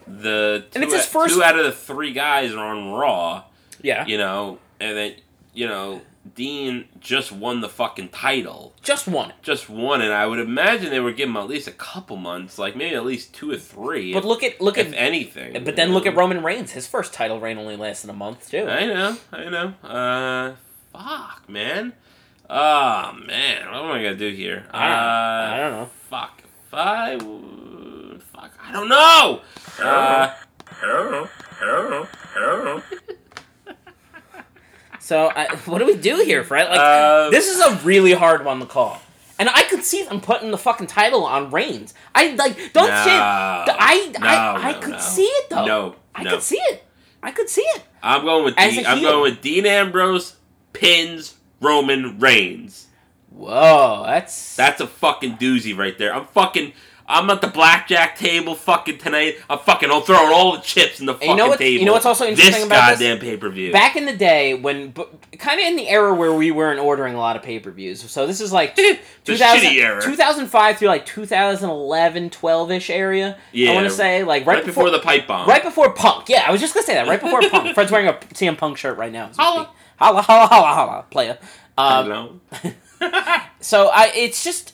Speaker 4: the two,
Speaker 3: And it's his
Speaker 4: out-
Speaker 3: first-
Speaker 4: two out of the three guys are on Raw.
Speaker 3: Yeah.
Speaker 4: You know, and then you know Dean just won the fucking title.
Speaker 3: Just one.
Speaker 4: Just won, and I would imagine they would give him at least a couple months, like maybe at least two or three.
Speaker 3: But
Speaker 4: if-
Speaker 3: look at look
Speaker 4: if
Speaker 3: at
Speaker 4: anything.
Speaker 3: but then
Speaker 4: you
Speaker 3: look
Speaker 4: know?
Speaker 3: at Roman Reigns. His first title reign only lasted a month too.
Speaker 4: I know, I know. Uh, fuck, man. Oh man, what am I gonna do here?
Speaker 3: I don't,
Speaker 4: uh,
Speaker 3: I don't know.
Speaker 4: Fuck. If I w- fuck, I don't know. Uh,
Speaker 5: Hello? Hello? Hello?
Speaker 3: So I, what do we do here, Fred? Like
Speaker 4: Uh,
Speaker 3: this is a really hard one to call. And I could see them putting the fucking title on Reigns. I like don't
Speaker 4: No.
Speaker 3: say I I,
Speaker 4: No,
Speaker 3: I
Speaker 4: no,
Speaker 3: could
Speaker 4: no.
Speaker 3: see it though.
Speaker 4: [LAUGHS] No,
Speaker 3: I
Speaker 4: no.
Speaker 3: could see it. I could see it.
Speaker 4: I'm going with
Speaker 3: As
Speaker 4: Dean,
Speaker 3: a
Speaker 4: I'm
Speaker 3: heel.
Speaker 4: going with Dean Ambrose pins Roman Reigns.
Speaker 3: Whoa, that's
Speaker 4: That's a fucking doozy right there. I'm fucking. I'm at the blackjack table fucking tonight. I'm fucking. I'm throwing all the chips in the fucking
Speaker 3: you know what's- you
Speaker 4: table.
Speaker 3: know what's also interesting
Speaker 4: this
Speaker 3: about this?
Speaker 4: goddamn pay per view?
Speaker 3: back in the day when kind of in the era where we weren't ordering a lot of pay-per-views so this is like
Speaker 4: [LAUGHS] The
Speaker 3: 2000
Speaker 4: shitty era.
Speaker 3: 2005 through like 2011 12ish area i
Speaker 4: Yeah.
Speaker 3: want to say like right,
Speaker 4: right before, the pipe bomb.
Speaker 3: right before punk yeah i was just gonna say that right before
Speaker 4: [LAUGHS]
Speaker 3: punk fred's wearing a cm punk shirt right now as we
Speaker 4: Holla.
Speaker 3: speak. holla holla holla holla player um,
Speaker 4: Hello?
Speaker 3: so I it's just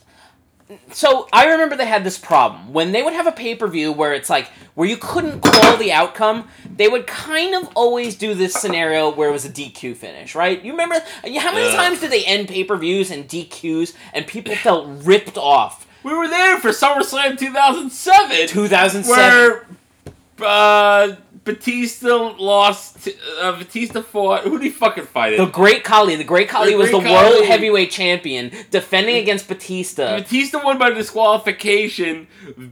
Speaker 3: so I remember they had this problem when they would have a pay per view where it's like where you couldn't call the outcome. They would kind of always do this scenario where it was a DQ finish, right? You remember how many
Speaker 4: Ugh.
Speaker 3: times did they end pay per views and DQs and people felt ripped off?
Speaker 4: We were there for SummerSlam 2007.
Speaker 3: 2007.
Speaker 4: where uh, Batista lost. To, uh, Batista fought. Who did he fucking fight?
Speaker 3: The
Speaker 4: in?
Speaker 3: Great Khali, the Great Khali
Speaker 4: The
Speaker 3: was the
Speaker 4: Great
Speaker 3: world
Speaker 4: Khali.
Speaker 3: heavyweight champion defending against Batista.
Speaker 4: Batista won by disqualification,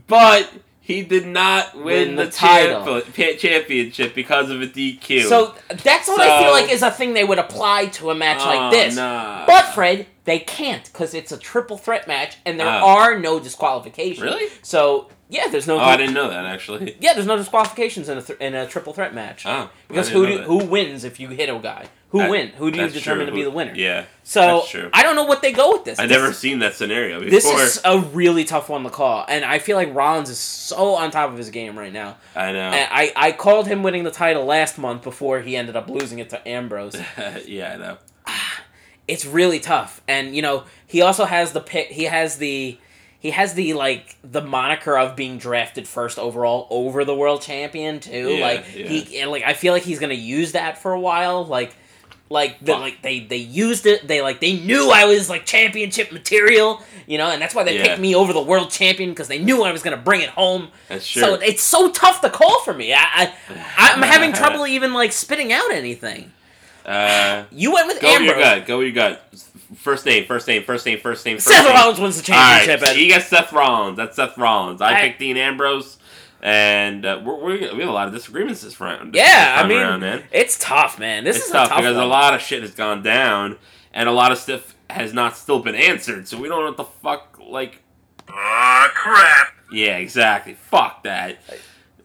Speaker 4: but he did not win,
Speaker 3: Win the
Speaker 4: the,
Speaker 3: title.
Speaker 4: champ- pa- championship because of a DQ.
Speaker 3: So that's what I
Speaker 4: So-
Speaker 3: feel like is a thing they would apply to a match
Speaker 4: Oh,
Speaker 3: like this.
Speaker 4: nah.
Speaker 3: But Fred, they can't because it's a triple threat match and there
Speaker 4: Oh.
Speaker 3: are no disqualifications.
Speaker 4: Really?
Speaker 3: So yeah, there's no.
Speaker 4: oh, I didn't know that actually.
Speaker 3: [LAUGHS] Yeah, there's no disqualifications in a th- in a triple threat match.
Speaker 4: Oh, I
Speaker 3: because
Speaker 4: didn't
Speaker 3: who
Speaker 4: know
Speaker 3: do,
Speaker 4: that.
Speaker 3: who wins if you hit a guy? Who
Speaker 4: That-
Speaker 3: win? Who do you
Speaker 4: that's
Speaker 3: determine
Speaker 4: true.
Speaker 3: to be the winner?
Speaker 4: Yeah.
Speaker 3: So
Speaker 4: that's true.
Speaker 3: I don't know what they go with this.
Speaker 4: I
Speaker 3: This
Speaker 4: never
Speaker 3: is-
Speaker 4: seen that scenario before.
Speaker 3: This is a really tough one to call, and I feel like Rollins is so on top of his game right now.
Speaker 4: [LAUGHS] I know.
Speaker 3: And I, I called him winning the title last month before he ended up losing it to Ambrose.
Speaker 4: [LAUGHS] yeah, I know.
Speaker 3: it's really tough and you know he also has the pick he has the he has the like the moniker of being drafted first overall over the world champion too
Speaker 4: Yeah,
Speaker 3: like
Speaker 4: yeah.
Speaker 3: he and, like i feel like he's gonna use that for a while like like the,
Speaker 4: Fuck.
Speaker 3: like they they used it they like they knew i was like championship material you know and that's why they
Speaker 4: Yeah.
Speaker 3: picked me over the world champion because they knew i was gonna bring it home
Speaker 4: That's
Speaker 3: so
Speaker 4: true.
Speaker 3: it's so tough to call for me i, I
Speaker 4: [SIGHS]
Speaker 3: i'm having
Speaker 4: [LAUGHS]
Speaker 3: trouble even like spitting out anything
Speaker 4: Uh,
Speaker 3: you went with
Speaker 4: Go with
Speaker 3: ambrose
Speaker 4: your gut. Go with your gut. First name, first name, first name, first name. First
Speaker 3: Seth
Speaker 4: name.
Speaker 3: Rollins wins the championship.
Speaker 4: All right,
Speaker 3: at-
Speaker 4: you got Seth Rollins. That's Seth Rollins. I,
Speaker 3: I-
Speaker 4: picked Dean Ambrose, and uh, we're, we're, we have a lot of disagreements this round. this
Speaker 3: yeah, I
Speaker 4: time
Speaker 3: mean,
Speaker 4: around, man.
Speaker 3: it's tough, man. This
Speaker 4: it's
Speaker 3: is
Speaker 4: tough,
Speaker 3: a tough
Speaker 4: because
Speaker 3: one.
Speaker 4: a lot of shit has gone down, and a lot of stuff has not still been answered. So we don't know what the fuck like.
Speaker 5: Aw, crap.
Speaker 4: Yeah, exactly. Fuck that.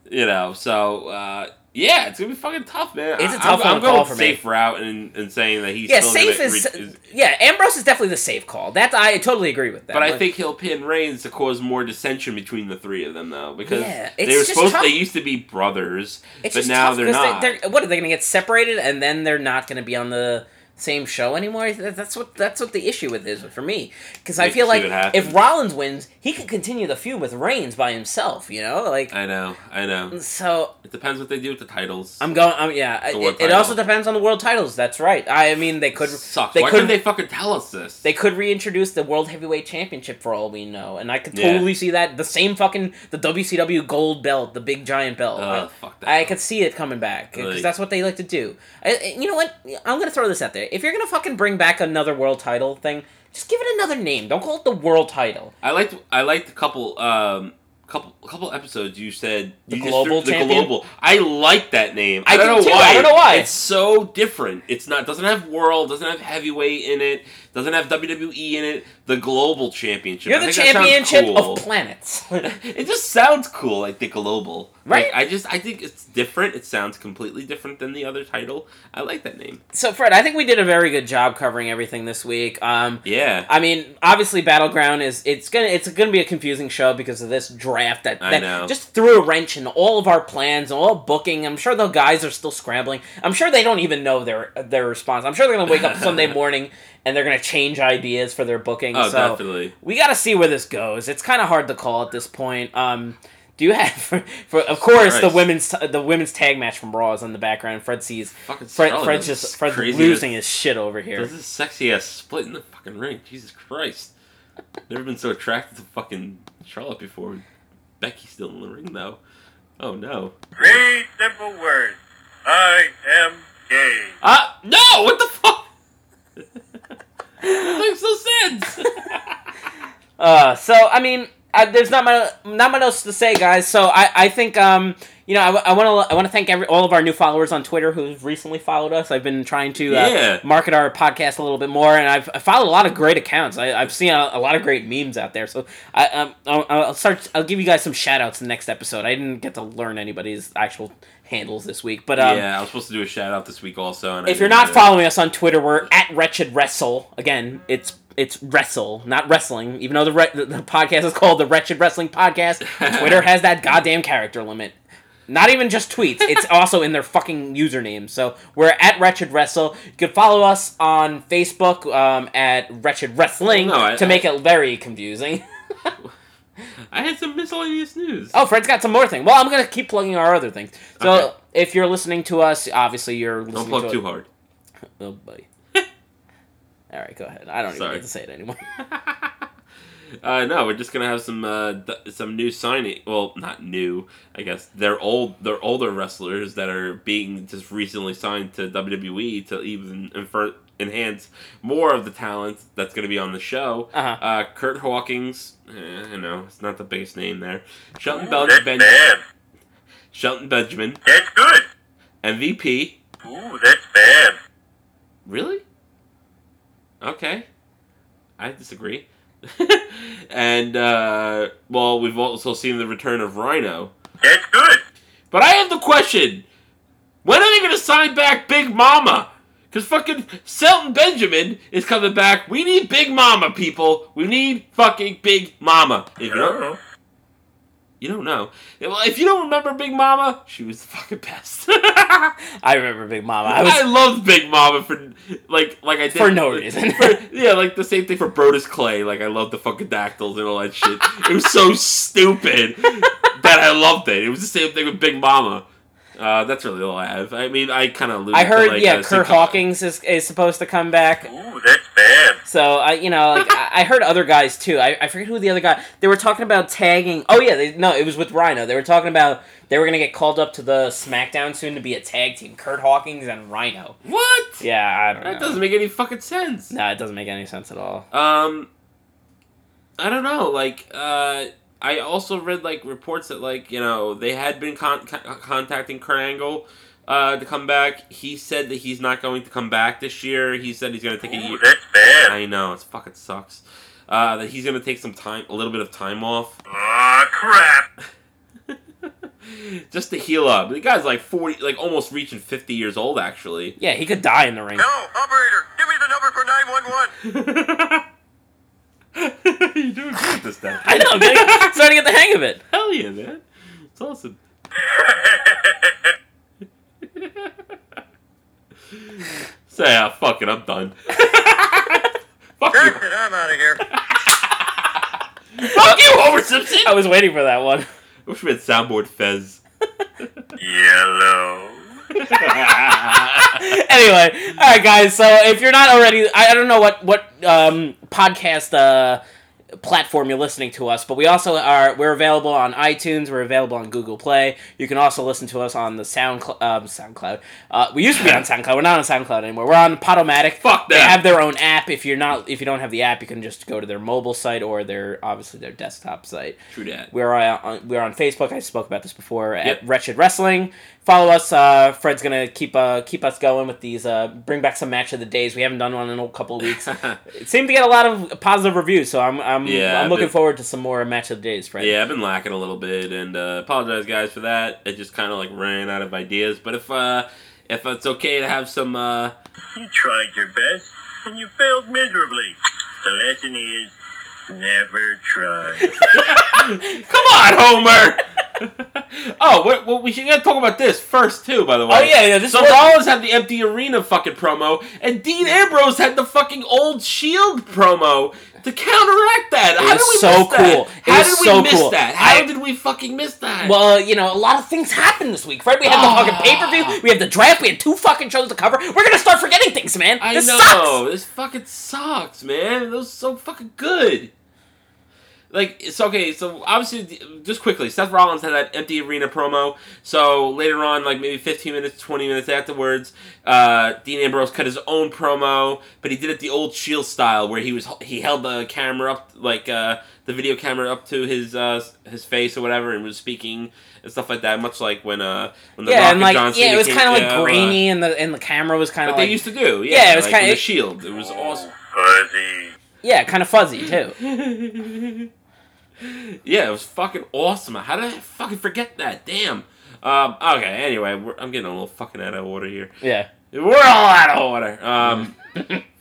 Speaker 4: You know, so uh, yeah, it's gonna be fucking tough, man.
Speaker 3: It's a
Speaker 4: I-
Speaker 3: tough
Speaker 4: I'm, I'm
Speaker 3: one to call
Speaker 4: going
Speaker 3: for me.
Speaker 4: safe route and, and saying that he's
Speaker 3: Yeah,
Speaker 4: still
Speaker 3: safe
Speaker 4: gonna
Speaker 3: is,
Speaker 4: re-
Speaker 3: yeah. Ambrose is definitely the safe call. That I totally agree with that.
Speaker 4: But I
Speaker 3: Like,
Speaker 4: think he'll pin Reigns to cause more dissension between the three of them, though, because
Speaker 3: Yeah, it's
Speaker 4: they were
Speaker 3: just
Speaker 4: supposed.
Speaker 3: tough.
Speaker 4: They used to be brothers,
Speaker 3: it's
Speaker 4: but
Speaker 3: just
Speaker 4: now
Speaker 3: tough
Speaker 4: they're
Speaker 3: 'cause they-
Speaker 4: not.
Speaker 3: they're- what are they going to get separated and then they're not going to be on the same show anymore? That- That's what that's what the issue with is for me because I
Speaker 4: Wait to
Speaker 3: feel
Speaker 4: see
Speaker 3: like
Speaker 4: what happens.
Speaker 3: if Rollins wins, he could continue the feud with Reigns by himself. You know, like
Speaker 4: I know, I know.
Speaker 3: so.
Speaker 4: It depends what they do with the titles.
Speaker 3: Mm. I'm going. I'm, yeah, I-
Speaker 4: The world
Speaker 3: it, it also
Speaker 4: title.
Speaker 3: depends on the world titles. That's right. I mean, they could.
Speaker 4: Sucks.
Speaker 3: They
Speaker 4: Why
Speaker 3: could.
Speaker 4: couldn't they fucking tell us this?
Speaker 3: They could reintroduce the World Heavyweight Championship for all we know, and I could
Speaker 4: Yeah.
Speaker 3: totally see that. The same fucking the WCW gold belt, the big giant belt.
Speaker 4: Ugh,
Speaker 3: I-
Speaker 4: Oh, fuck that
Speaker 3: I,
Speaker 4: belt.
Speaker 3: could see it coming back because
Speaker 4: Like-
Speaker 3: that's what they like to do. I, I- you know what? I'm gonna throw this out there. If you're gonna fucking bring back another world title thing, just give it another name. Don't call it the world title.
Speaker 4: I liked. I liked a couple. Um, couple. Couple episodes. You said
Speaker 3: The
Speaker 4: you
Speaker 3: Global
Speaker 4: the
Speaker 3: Champion?
Speaker 4: global. I like that name. I,
Speaker 3: I
Speaker 4: don't
Speaker 3: do
Speaker 4: know
Speaker 3: too,
Speaker 4: why.
Speaker 3: I don't know why.
Speaker 4: It's so different. It's not. Doesn't have world. Doesn't have heavyweight in it. Doesn't have WWE in it. The global championship.
Speaker 3: You're
Speaker 4: I
Speaker 3: the
Speaker 4: think that sounds
Speaker 3: championship
Speaker 4: cool.
Speaker 3: of planets. [LAUGHS]
Speaker 4: [LAUGHS] it just sounds cool, like the global.
Speaker 3: Right?
Speaker 4: Like, I just I think it's different. It sounds completely different than the other title. I like that name.
Speaker 3: so, Fred, I think we did a very good job covering everything this week. Um,
Speaker 4: Yeah.
Speaker 3: I mean, obviously, battleground is it's gonna it's gonna be a confusing show because of this draft that,
Speaker 4: I
Speaker 3: that
Speaker 4: know.
Speaker 3: just threw a wrench in all of our plans, all booking. I'm sure the guys are still scrambling. I'm sure they don't even know their their response. I'm sure they're gonna wake up Sunday
Speaker 4: [LAUGHS]
Speaker 3: morning and they're gonna change ideas for their booking.
Speaker 4: oh,
Speaker 3: so
Speaker 4: definitely.
Speaker 3: we gotta see where this goes. It's kind of hard to call at this point. Um, do you have [LAUGHS] for, for of course the
Speaker 4: Christ.
Speaker 3: women's the women's tag match from Raw is on the background. Fred sees
Speaker 4: Fucking
Speaker 3: Fred,
Speaker 4: Scarlett
Speaker 3: Fred's
Speaker 4: is
Speaker 3: just Fred's
Speaker 4: crazy.
Speaker 3: losing his shit over here.
Speaker 4: There's this sexy ass split in the fucking ring. Jesus Christ. Never been so attracted to fucking Charlotte before. Becky's still in the ring though. Oh no.
Speaker 5: Three simple words. I am gay.
Speaker 4: Uh no! What the fuck? Makes no sense.
Speaker 3: [LAUGHS] Uh, so I mean, I, there's not much not much else to say, guys. So I, I think um you know I want to I want to thank every, all of our new followers on Twitter who've recently followed us. I've been trying to uh,
Speaker 4: Yeah.
Speaker 3: market our podcast a little bit more, and I've I followed a lot of great accounts. I, I've seen a, a lot of great memes out there. So I um I'll, I'll start I'll give you guys some shout outs in the next episode. I didn't get to learn anybody's actual handles this week, but um.
Speaker 4: yeah, I was supposed to do a shout out this week also. And I
Speaker 3: If you're
Speaker 4: didn't
Speaker 3: not
Speaker 4: do it.
Speaker 3: following us on Twitter, we're at Wretched Wrestle. Again, it's it's wrestle, not wrestling. Even though the re- the, the podcast is called the Wretched Wrestling Podcast, Twitter has that goddamn character limit. Not even just tweets;
Speaker 4: [LAUGHS]
Speaker 3: it's also in their fucking username. So we're at Wretched Wrestle. You can follow us on Facebook um, at Wretched Wrestling
Speaker 4: No, I-
Speaker 3: to make it very confusing. [LAUGHS]
Speaker 4: I had some miscellaneous news.
Speaker 3: Oh, Fred's got some more thing. Well, I'm gonna keep plugging our other things. So
Speaker 4: Okay.
Speaker 3: if you're listening to us, obviously you're listening
Speaker 4: Don't
Speaker 3: to
Speaker 4: plug
Speaker 3: it-
Speaker 4: too hard.
Speaker 3: Oh, buddy.
Speaker 4: [LAUGHS]
Speaker 3: All right, go ahead. I don't even
Speaker 4: Sorry.
Speaker 3: need to say it anymore. [LAUGHS]
Speaker 4: Uh, no, we're just gonna have some uh, th- some new signing. Well, not new, I guess. They're old. They're older wrestlers that are being just recently signed to WWE to even infer- enhance more of the talent that's gonna be on the show.
Speaker 3: Uh-huh.
Speaker 4: Uh, Kurt Hawkins, eh, you know, it's not the biggest name there. Shelton
Speaker 5: Ooh,
Speaker 4: Benjamin,
Speaker 5: that's bad.
Speaker 4: Shelton Benjamin,
Speaker 5: That's good.
Speaker 4: MVP.
Speaker 5: Ooh, that's bad.
Speaker 4: Really? Okay. I disagree. [LAUGHS] and uh, well, we've also seen the return of Rhino.
Speaker 5: That's good.
Speaker 4: But I have the question: When are they going to sign back Big Mama? Because fucking Selton Benjamin is coming back. We need Big Mama, people. We need fucking Big Mama. If you don't,
Speaker 5: Oh,
Speaker 4: you don't know. Well, if you don't remember Big Mama, she was the fucking best. [LAUGHS]
Speaker 3: I remember Big Mama. I
Speaker 4: I,
Speaker 3: was
Speaker 4: loved Big Mama for like like I did
Speaker 3: For no reason.
Speaker 4: [LAUGHS] For- yeah, like the same thing for Brodus Clay. Like I loved the fucking dactyls and all that shit. it was so stupid that I loved it. It was the same thing with Big Mama. Uh, that's really all I have. I mean, I kind of.
Speaker 3: I heard
Speaker 4: to, like,
Speaker 3: yeah,
Speaker 4: uh,
Speaker 3: Kurt
Speaker 4: sitcom-
Speaker 3: Hawkins is, is supposed to come back.
Speaker 5: ooh, that's bad.
Speaker 3: So I you know, like I, I heard other guys too. I, I forget who the other guy they were talking about tagging oh yeah, they, no, it was with Rhino. They were talking about they were gonna get called up to the SmackDown soon to be a tag team. Kurt Hawkins and Rhino.
Speaker 4: What?
Speaker 3: Yeah, I don't know.
Speaker 4: That doesn't make any fucking sense.
Speaker 3: no, it doesn't make any sense at all.
Speaker 4: Um, I don't know. Like, uh, I also read like reports that like you know they had been con- con- contacting Kurt Angle uh, to come back. He said that he's not going to come back this year. He said he's going to take a
Speaker 5: Ooh,
Speaker 4: year.
Speaker 5: that's bad.
Speaker 4: I know it's fucking sucks. uh, that he's gonna take some time, a little bit of time off,
Speaker 5: Aw, Ah, crap.
Speaker 4: just to heal up. The guy's like forty, like almost reaching fifty years old,
Speaker 3: [LAUGHS]
Speaker 4: actually. [LAUGHS]
Speaker 3: Yeah, he could die in the ring.
Speaker 5: No, operator, give me the number for [LAUGHS] 911.
Speaker 4: You're doing good this time.
Speaker 3: [LAUGHS] I know. I'm
Speaker 4: [LAUGHS]
Speaker 3: getting- starting to get the hang of it.
Speaker 4: Hell yeah, man! It's awesome. Say, ah, fuck it, I'm done. fuck you,
Speaker 5: Jackson, I'm out of here.
Speaker 4: fuck you, Homer Simpson.
Speaker 3: [LAUGHS] I was waiting for that one.
Speaker 4: I wish we had soundboard Fez.
Speaker 5: Yellow.
Speaker 3: [LAUGHS] anyway, all right, guys. So if you're not already, I, I don't know what what um, podcast uh, platform you're listening to us, but we also are we're available on iTunes. We're available on Google Play. You can also listen to us on the SoundCloud. Um, SoundCloud. Uh, we used to be
Speaker 4: [LAUGHS]
Speaker 3: on SoundCloud. We're not on SoundCloud anymore. We're on Podomatic.
Speaker 4: Fuck
Speaker 3: They
Speaker 4: them.
Speaker 3: have their own app. If you're not, if you don't have the app, you can just go to their mobile site or their obviously their desktop site.
Speaker 4: True that.
Speaker 3: We're [LAUGHS] on, we're on Facebook. I spoke about this before at Wretched Wrestling. Follow us. Uh, Fred's gonna keep uh, keep us going with these. Uh, bring back some match of the days. We haven't done one in a couple of
Speaker 4: [LAUGHS]
Speaker 3: weeks. it seemed to get a lot of positive reviews, so I'm I'm,
Speaker 4: Yeah,
Speaker 3: I'm looking
Speaker 4: but-
Speaker 3: forward to some more match of the days, Fred.
Speaker 4: Yeah, I've been lacking a little bit, and uh, apologize guys for that. I just kind of like ran out of ideas. But if uh, if it's okay to have some, uh,
Speaker 5: You tried your best, and you failed miserably. The lesson is never try.
Speaker 4: come on, Homer. [LAUGHS] oh, what, what we should gotta talk about this first too. By the way,
Speaker 3: Oh, yeah, yeah, this
Speaker 4: so
Speaker 3: was-
Speaker 4: Rollins had the empty arena fucking promo, and Dean Ambrose had the fucking old Shield promo to counteract that.
Speaker 3: was
Speaker 4: How did we
Speaker 3: so
Speaker 4: miss that?
Speaker 3: cool. It
Speaker 4: How
Speaker 3: was
Speaker 4: did we
Speaker 3: so
Speaker 4: miss
Speaker 3: cool.
Speaker 4: that? How
Speaker 3: I-
Speaker 4: did we fucking miss that?
Speaker 3: Well, uh, you know, a lot of things happened this week, Fred. We had the fucking
Speaker 4: Ah.
Speaker 3: pay per view. We had the draft. We had two fucking shows to cover. We're gonna start forgetting things, man.
Speaker 4: I
Speaker 3: this
Speaker 4: know.
Speaker 3: sucks.
Speaker 4: This fucking sucks, man. That was so fucking good. Like it's okay. So obviously, just quickly, Seth Rollins had that empty arena promo. So later on, like maybe fifteen minutes, twenty minutes afterwards, uh, Dean Ambrose cut his own promo, but he did it the old Shield style, where he was he held the camera up, like uh, the video camera up to his uh, his face or whatever, and was speaking and stuff like that. Much like when uh when the
Speaker 3: Yeah,
Speaker 4: Rock
Speaker 3: and like
Speaker 4: John
Speaker 3: yeah,
Speaker 4: Cena
Speaker 3: it was
Speaker 4: came-
Speaker 3: kind of like
Speaker 4: yeah, uh,
Speaker 3: grainy, and the and the camera was kind
Speaker 4: but
Speaker 3: of
Speaker 4: they
Speaker 3: like
Speaker 4: used to do. Yeah,
Speaker 3: Yeah, it was
Speaker 4: like
Speaker 3: kinda-
Speaker 4: in the
Speaker 3: it- Oh.
Speaker 4: Shield. It was awesome.
Speaker 5: Fuzzy.
Speaker 3: yeah, kind of fuzzy too.
Speaker 4: [LAUGHS] Yeah, it was fucking awesome. How did I fucking forget that? Damn. Um, okay, anyway, we're, I'm getting a little fucking out of order here.
Speaker 3: Yeah. [LAUGHS]
Speaker 4: We're all out of order. Um,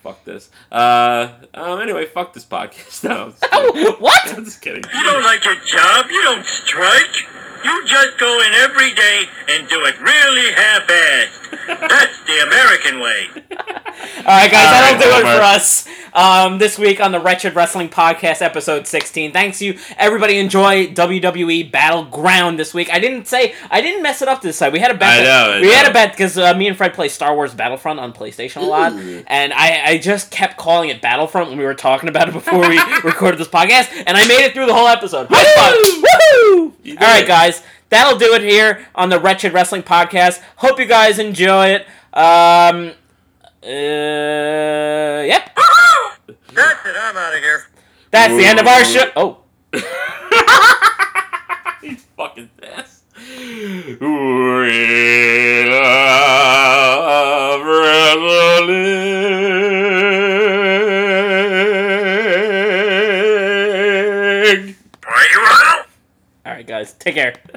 Speaker 4: fuck this. Uh, um, anyway, fuck this podcast. [LAUGHS] No, I'm just kidding.
Speaker 3: what?
Speaker 4: I'm just kidding.
Speaker 5: You don't like your job, you don't strike. You just go in every day and do it really half-assed. That's the American way.
Speaker 3: All right, guys, that'll
Speaker 4: All right,
Speaker 3: do it
Speaker 4: Homer.
Speaker 3: for us um, this week on the Wretched Wrestling Podcast, episode 16. Thanks you, everybody. Enjoy WWE Battleground this week. I didn't say I didn't mess it up this time. We had a bet.
Speaker 4: I know, I
Speaker 3: we had
Speaker 4: know.
Speaker 3: a bet because uh, me and Fred play Star Wars Battlefront on PlayStation a lot, and I, I just kept calling it Battlefront when we were talking about it before we [LAUGHS] recorded this podcast, and I made it through the whole episode. High five. Woohoo!
Speaker 4: You did
Speaker 3: All right,
Speaker 4: it.
Speaker 3: guys, that'll do it here on the Wretched Wrestling Podcast. Hope you guys enjoy it. Um, uh, yep.
Speaker 5: That's it, I'm out of here.
Speaker 3: That's the end of our show. Oh.
Speaker 4: fucking this. We love wrestling.
Speaker 5: Are you out?
Speaker 3: All right, guys. Take care. [LAUGHS]